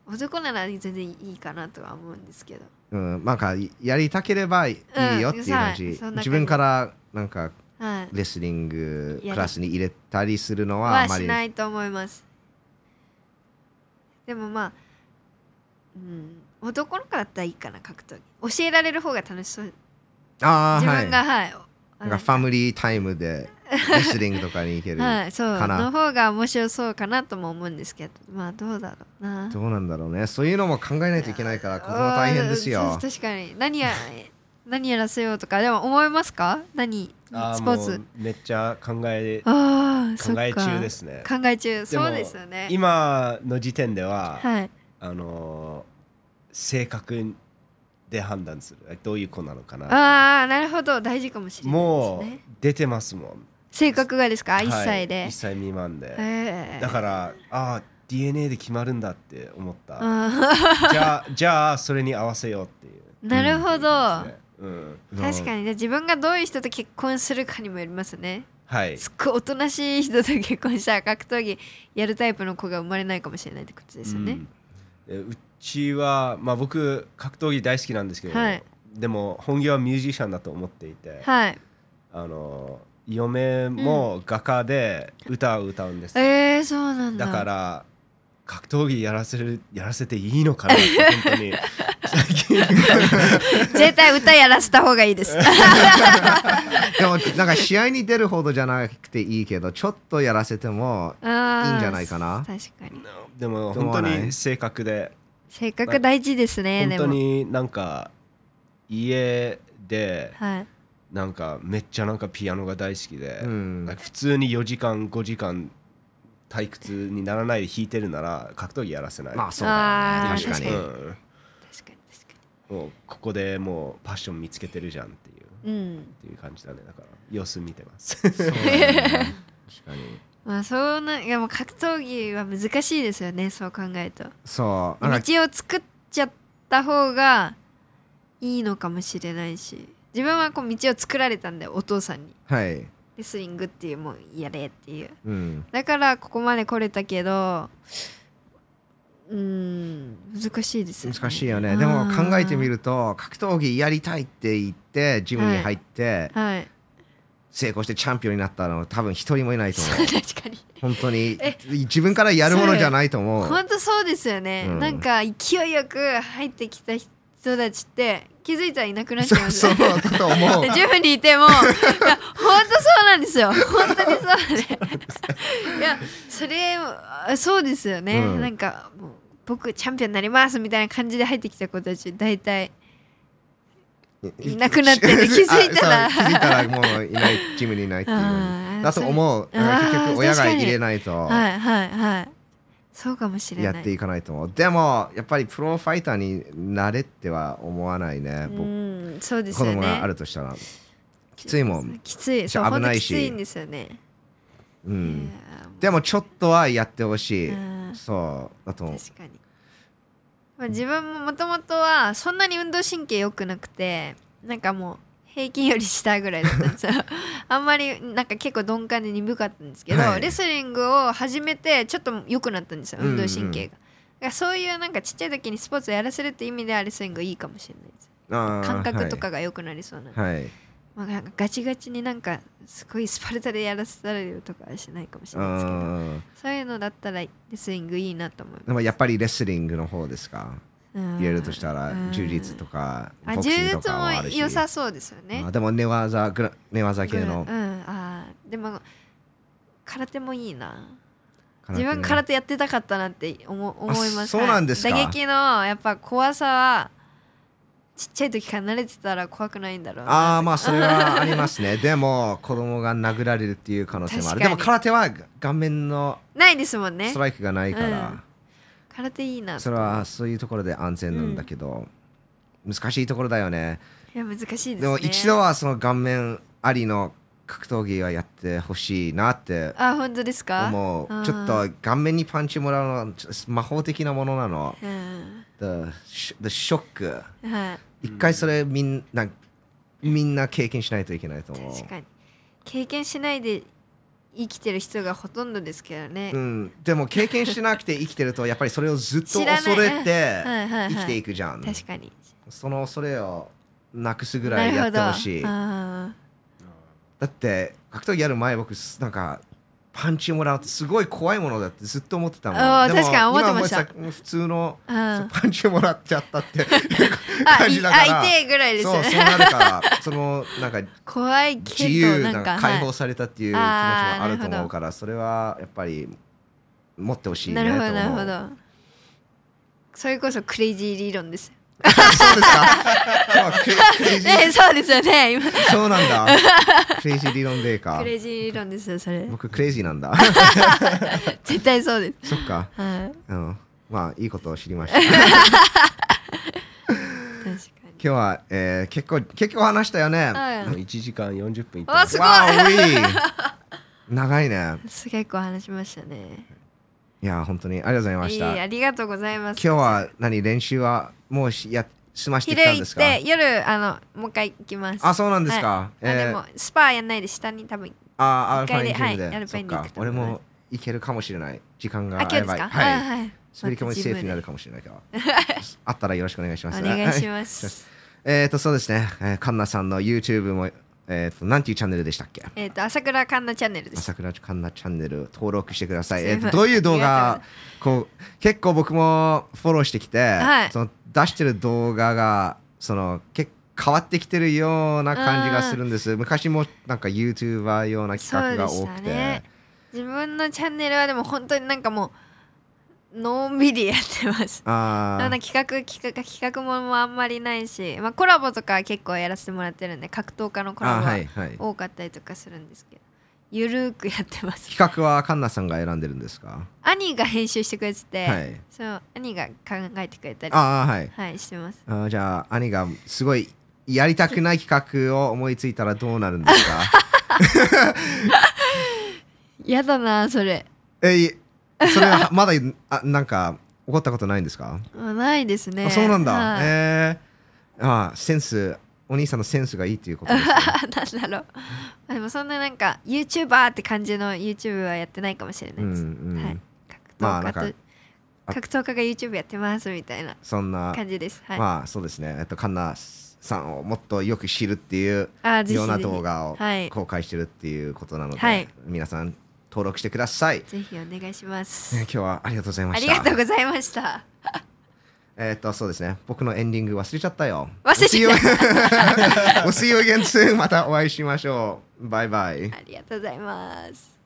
Speaker 1: 男なら全然いいかなとは思うんですけど
Speaker 2: うん、なんかやりたければいいよっていう感じ、
Speaker 1: うんはいそんな感じ
Speaker 2: 自分からなんか
Speaker 1: はい
Speaker 2: レスリング
Speaker 1: やる
Speaker 2: クラスに入れたりするのはあ
Speaker 1: は
Speaker 2: ま
Speaker 1: し
Speaker 2: り
Speaker 1: ないと思いますでもまあ、うん、男の子だったらいいかな格闘技教えられる方が楽しそう
Speaker 2: ああ
Speaker 1: 自
Speaker 2: は
Speaker 1: 分
Speaker 2: い
Speaker 1: がはい、
Speaker 2: なんかファミリータイムでレスリングとかに
Speaker 1: [laughs]
Speaker 2: 行ける、
Speaker 1: はい、そう
Speaker 2: かな
Speaker 1: の方が面白そうかなとも思うんですけどまあどうだろうな
Speaker 2: どうなんだろうねそういうのも考えないといけないからここは大変です
Speaker 1: あ
Speaker 2: よ
Speaker 1: ー確かに何や何やらせようとかでも思いますか何
Speaker 3: あ
Speaker 1: スポ
Speaker 3: も
Speaker 1: ーツ
Speaker 3: うめっちゃ考え
Speaker 1: ああそっ
Speaker 3: 考
Speaker 1: か
Speaker 3: え中ですね
Speaker 1: 考え中
Speaker 3: でも
Speaker 1: そうですよね
Speaker 3: 今の時点では、
Speaker 1: はい
Speaker 3: あのー正確で判断するどういう子なのかな
Speaker 1: ああなるほど大事かもしれない
Speaker 3: も
Speaker 1: で
Speaker 3: う
Speaker 1: すね
Speaker 3: 出てますもん
Speaker 1: 性格がですか、
Speaker 3: はい
Speaker 1: 1歳で
Speaker 3: 1歳未満で、
Speaker 1: ええ
Speaker 3: だからああ DNA で決まるんだって思った
Speaker 1: あ
Speaker 3: じゃあじゃあそれに合わせようっていう
Speaker 1: ー [laughs] なるほど、
Speaker 3: ねうん
Speaker 1: 確かにね自分がどういう人と結婚するかにもよりますね
Speaker 3: はい
Speaker 1: すっごいおとなしい人と結婚したら格闘技やるタイプの子が生まれないかもしれないってことですよね、
Speaker 3: うんでうちは、まあ、僕格闘技大好きなんですけど、
Speaker 1: はい
Speaker 3: でも本業はミュージシャンだと思っていて、
Speaker 1: はい
Speaker 3: あの嫁も画家で歌を歌うんです、
Speaker 1: えー、そうなんだ
Speaker 3: だから格闘技やらせるやらせていいのかなって本当に最近
Speaker 1: 絶対歌やらせた方がいい
Speaker 3: [laughs]
Speaker 1: です
Speaker 2: でもなんか試合に出るほどじゃなくていいけどちょっとやらせてもい
Speaker 1: い
Speaker 2: いんじゃないかな
Speaker 1: 確かに
Speaker 3: でも
Speaker 2: どうも
Speaker 3: 本
Speaker 2: な
Speaker 3: 当
Speaker 2: い
Speaker 3: に性格で
Speaker 1: 性格大事ですね
Speaker 3: 本
Speaker 1: で
Speaker 3: 当
Speaker 1: も
Speaker 3: になんか家で
Speaker 1: はい
Speaker 3: なんかめっちゃなんかピアノが大好きで、
Speaker 2: うん
Speaker 3: なんか普通に4時間5時間退屈にならないで弾いてるなら格闘技やらせない、
Speaker 2: まあそうだよ
Speaker 1: あ
Speaker 2: ね
Speaker 1: ー
Speaker 2: 確かに
Speaker 1: 確
Speaker 3: うん
Speaker 1: 確かに確か
Speaker 3: もうここでもうパッション見つけてるじゃんっていう
Speaker 1: にうん
Speaker 3: っていう感じだねだから様子見てます
Speaker 2: そうだよね確かに
Speaker 1: まあそうないやもう格闘技は難しいですよねそう考えると
Speaker 2: そうなんか
Speaker 1: 道を作っちゃった方がいいのかもしれないし自分はこう道を作られたんでお父さんに
Speaker 2: はい
Speaker 1: レスリングっていうもうやれっていう
Speaker 2: うん
Speaker 1: だからここまで来れたけどうーん難しいですよね
Speaker 2: 難しいよねでも考えてみると格闘技やりたいって言ってジムに入って
Speaker 1: とはい
Speaker 2: 成功してチャンピオンになったの多分一人もいないと思う
Speaker 1: 確かに
Speaker 2: 本当に
Speaker 1: え
Speaker 2: 自分からやるものじゃないと思う
Speaker 1: 本当そうですよね、
Speaker 2: うん
Speaker 1: なんか勢いよく入ってきた人たちって気づいたらいなくなっち
Speaker 2: そ
Speaker 1: ゃいうます
Speaker 2: そう
Speaker 1: よね
Speaker 2: だと思う
Speaker 1: でジムにいてもいや本当そうなんですよ本当にそうでいやそれあそうですよね、
Speaker 2: うん
Speaker 1: なんかもう僕チャンピオンになりますみたいな感じで入ってきた子たち大体いなくな
Speaker 2: [laughs]
Speaker 1: ってね気づいたら
Speaker 2: あそう気づいたらもういないジムにいないっていう
Speaker 1: あー
Speaker 2: だと思う
Speaker 1: そう
Speaker 2: だから結
Speaker 1: あー
Speaker 2: 局親が
Speaker 1: 確かに
Speaker 2: 入れないと
Speaker 1: はいはいはいそうかもしれ
Speaker 2: や
Speaker 1: ない
Speaker 2: っていかないと思うでもやっぱりプロファイターになれっては思わないね
Speaker 1: う
Speaker 2: 僕
Speaker 1: んそうです
Speaker 2: 子
Speaker 1: よね
Speaker 2: 供があるとしたらきついもん
Speaker 1: きつい
Speaker 2: じ
Speaker 1: そう
Speaker 2: ゃあ
Speaker 1: 危
Speaker 2: 危
Speaker 1: な
Speaker 2: ないい
Speaker 1: し
Speaker 2: し
Speaker 1: きついんですよね、
Speaker 2: う
Speaker 1: うん
Speaker 2: でもちょっとはやってほしい
Speaker 1: うん
Speaker 2: そうだと思う
Speaker 1: 確かに、まあ、自分ももともとはそんなに運動神経良くなくてなんかもう平均より下ぐらいだったんです
Speaker 2: [laughs]
Speaker 1: よあんまりなんか結構鈍感で鈍かったんですけど、
Speaker 2: はい
Speaker 1: レスリングを始めてちょっと良くなったんですよ運動神経が。だ
Speaker 2: うんうん
Speaker 1: からそういうなんかちっちゃい時にスポーツをやらせるって意味ではレスリングいいかもしれないです
Speaker 2: あー
Speaker 1: 感覚とかが良くなりそうな,、
Speaker 2: はいはい
Speaker 1: まあ、なんかガチガチになんかすごいスパルタでやらせられるとかはしないかもしれないですけど
Speaker 2: あ
Speaker 1: そういうのだったらレスリングいいなと思います
Speaker 2: ーでもやっぱりレスリングの方ですか
Speaker 1: 言
Speaker 2: 言えるとしたら
Speaker 1: うん
Speaker 2: 柔術とか
Speaker 1: あ
Speaker 2: ボク
Speaker 1: 柔
Speaker 2: シングと
Speaker 1: 術
Speaker 2: かもあ
Speaker 1: も
Speaker 2: るし
Speaker 1: 良さそうですよね
Speaker 2: あ。でも寝技グラ寝技系の
Speaker 1: うん、あーでも空手もいいな。
Speaker 2: 空手
Speaker 1: 自
Speaker 2: の
Speaker 1: 分空手やってたかったなって思思います。
Speaker 2: そうなんですか
Speaker 1: はい打撃のやっぱ怖さはちっちゃい時から慣れてたら怖くないんだろうな。
Speaker 2: ああまあそれはありますねでも子供が殴られるっていう可能性もあ
Speaker 1: 確
Speaker 2: る
Speaker 1: かに
Speaker 2: でも空手は顔面の
Speaker 1: ないですもんね
Speaker 2: ス。トライクがないから、
Speaker 1: 空手いいな。
Speaker 2: それはそういうところで安全なんだけど、難しいところだよね
Speaker 1: いや難しいですね。
Speaker 2: でも一度はその顔面ありの格闘技はやってほしいなって
Speaker 1: あ本当ですか。
Speaker 2: 思
Speaker 1: あー
Speaker 2: うちょっと顔面にパンチもらうのはちょっと魔法的なものなの
Speaker 1: うん。
Speaker 2: The, sh- the shock
Speaker 1: はい。
Speaker 2: 一回それみんなみんな経験しないといけないと思う
Speaker 1: 確かに経験しないで生きてる人がほとんどですけどね。
Speaker 2: うん、でも経験してなくて生きてるとやっぱりそれをずっと
Speaker 1: 知らない
Speaker 2: 恐れて
Speaker 1: はいはいはい
Speaker 2: 生きていくじゃん、
Speaker 1: 確かに。
Speaker 2: その恐れをなくすぐ
Speaker 1: な
Speaker 2: ら
Speaker 1: るほ
Speaker 2: い
Speaker 1: ど
Speaker 2: やってほしいだ
Speaker 1: あ
Speaker 2: って格闘技やる前僕すなんかパンチをもらうってすごい怖いものだってずっと思ってたもん
Speaker 1: あー
Speaker 2: でも
Speaker 1: 確かに思ってました
Speaker 2: 今思えば普通の
Speaker 1: うんあ
Speaker 2: パンチをもらっちゃったって
Speaker 1: あ
Speaker 2: 感
Speaker 1: い
Speaker 2: じだから
Speaker 1: 相手ぐらいです
Speaker 2: そ
Speaker 1: よ
Speaker 2: う
Speaker 1: ね
Speaker 2: そうなるからそのなんか
Speaker 1: 怖いけ
Speaker 2: 自
Speaker 1: ど
Speaker 2: 由
Speaker 1: な
Speaker 2: なんん
Speaker 1: か
Speaker 2: か解放されたっていう気持ちも
Speaker 1: はい
Speaker 2: あると思うからそれはやっぱり持ってほしい
Speaker 1: な
Speaker 2: ね
Speaker 1: る
Speaker 2: と
Speaker 1: ほ
Speaker 2: 思
Speaker 1: ど
Speaker 2: う
Speaker 1: なるほどそれこそクレイジー理論ですよ
Speaker 2: そうですか
Speaker 1: [laughs]
Speaker 2: そうクレイジー
Speaker 1: ね [laughs] そうですよね今
Speaker 2: そうなんだクレイジー理論デーか
Speaker 1: クレイジー理論ですよそれ
Speaker 2: 僕クレイジー
Speaker 1: [laughs]
Speaker 2: なんだ
Speaker 1: 絶対そうです
Speaker 2: そっか
Speaker 1: はい
Speaker 2: うんまあいいことを知りまし
Speaker 1: [laughs]
Speaker 2: た今
Speaker 1: 確かに
Speaker 2: 日は、えー結構結構話したよね
Speaker 1: は
Speaker 3: [laughs] もう
Speaker 1: い
Speaker 3: 1時間40分いって
Speaker 1: あ
Speaker 3: ます
Speaker 1: すごい
Speaker 2: わあ多い
Speaker 1: [laughs]
Speaker 2: 長いね
Speaker 1: す結構話しましたね
Speaker 2: いや本当にありがとうございま
Speaker 1: い
Speaker 2: し
Speaker 1: い
Speaker 2: た
Speaker 1: ありがとうございます
Speaker 2: 今日は何練習はもうしや済ましてき
Speaker 1: 昼
Speaker 2: たん
Speaker 1: 行
Speaker 2: で
Speaker 1: っ
Speaker 2: すか
Speaker 1: て夜あのもう一回行きます
Speaker 2: あそうなんですか、
Speaker 1: あでもスパやんないで下に多分
Speaker 2: あアル
Speaker 1: 一
Speaker 2: ファ
Speaker 1: 回で
Speaker 2: インジムで、
Speaker 1: はいアルファインに行く
Speaker 2: そっ
Speaker 1: と
Speaker 2: か俺も行けるかもしれない時間が
Speaker 1: あ今
Speaker 2: あ
Speaker 1: 日
Speaker 2: れ
Speaker 1: です
Speaker 2: ば
Speaker 1: か
Speaker 2: はい、
Speaker 1: あはい
Speaker 2: 滑り込みセーフになるかもしれないけどあったらよろしくお願いします
Speaker 1: お願いし
Speaker 2: はい
Speaker 1: ます
Speaker 2: えっ、とそうですね、えー、カンナさんの YouTube もえっ、となんていうチャンネルでしたっけ
Speaker 1: えっと朝倉環奈チャンネルです
Speaker 2: 朝倉カンナチャンネル登録してください。
Speaker 1: す
Speaker 2: え
Speaker 1: い
Speaker 2: っ
Speaker 1: ません
Speaker 2: とどういう動
Speaker 1: あ
Speaker 2: 画こう結構僕もフォローしてきて、
Speaker 1: はい
Speaker 2: その出してる動画がその結構変わってきてるような感じがするんです。昔もなんか YouTuber ような企画が多く
Speaker 1: そうでした
Speaker 2: て、
Speaker 1: ね自分のチャンネルはでも本当になんかもうのんびりやってます
Speaker 2: あ
Speaker 1: なん
Speaker 2: ー
Speaker 1: か企画企画企画もあんまりないし、まあ、コラボとか結構やらせてもらってるんで格闘家のコラ
Speaker 2: あ
Speaker 1: ボ
Speaker 2: は
Speaker 1: はい
Speaker 2: はい。
Speaker 1: 多かったりとかするんですけどゆるーくやってます
Speaker 2: 企画はカンナさんが選んでるんですか。
Speaker 1: 兄が編集してくれてて、
Speaker 2: はい。
Speaker 1: そう兄が考えてくれたり
Speaker 2: あーはい。
Speaker 1: はいしてます
Speaker 2: あーじゃあ兄がすごいやりたくない企画を思いついたらどうなるんです
Speaker 1: [laughs]
Speaker 2: か。
Speaker 1: やだなそれ
Speaker 2: えいそれはまだあなんか怒ったことないんですか
Speaker 1: まあないですね
Speaker 2: あそうなんだ。
Speaker 1: はい
Speaker 2: えー、あセンス、お兄さんのセンスがいいっていうこと
Speaker 1: [laughs]
Speaker 2: です、ね。
Speaker 1: なんだろうまあでもそんななんか YouTuber って感じの YouTube はやってないかもしれ
Speaker 2: う
Speaker 1: ない
Speaker 2: ん
Speaker 1: です、
Speaker 2: うん。
Speaker 1: はい
Speaker 2: まあ
Speaker 1: 格闘家と、
Speaker 2: なんかあ
Speaker 1: 格闘家が YouTube やってますみたいな
Speaker 2: そんな、
Speaker 1: 感じですはい、
Speaker 2: まあそうですね。えっと、カンナさんをもっとよく知るっていう
Speaker 1: あぜひ
Speaker 2: ような
Speaker 1: ぜひ
Speaker 2: 動画を
Speaker 1: はい
Speaker 2: 公開してるっていうことなので、
Speaker 1: はい
Speaker 2: 皆さん登録してください。
Speaker 1: ぜひお願いしま
Speaker 2: えー
Speaker 1: す
Speaker 2: 今日はありがとうございま
Speaker 1: あ
Speaker 2: し
Speaker 1: り
Speaker 2: た。
Speaker 1: がとうございました
Speaker 2: えーっと、そうですね。僕のエンディング忘れちゃっ
Speaker 1: [laughs]
Speaker 2: たよ。 [laughs]。
Speaker 1: 忘れちゃった
Speaker 2: お see you again soon. またお会いしましょう。バイバイ。
Speaker 1: ありがとうございます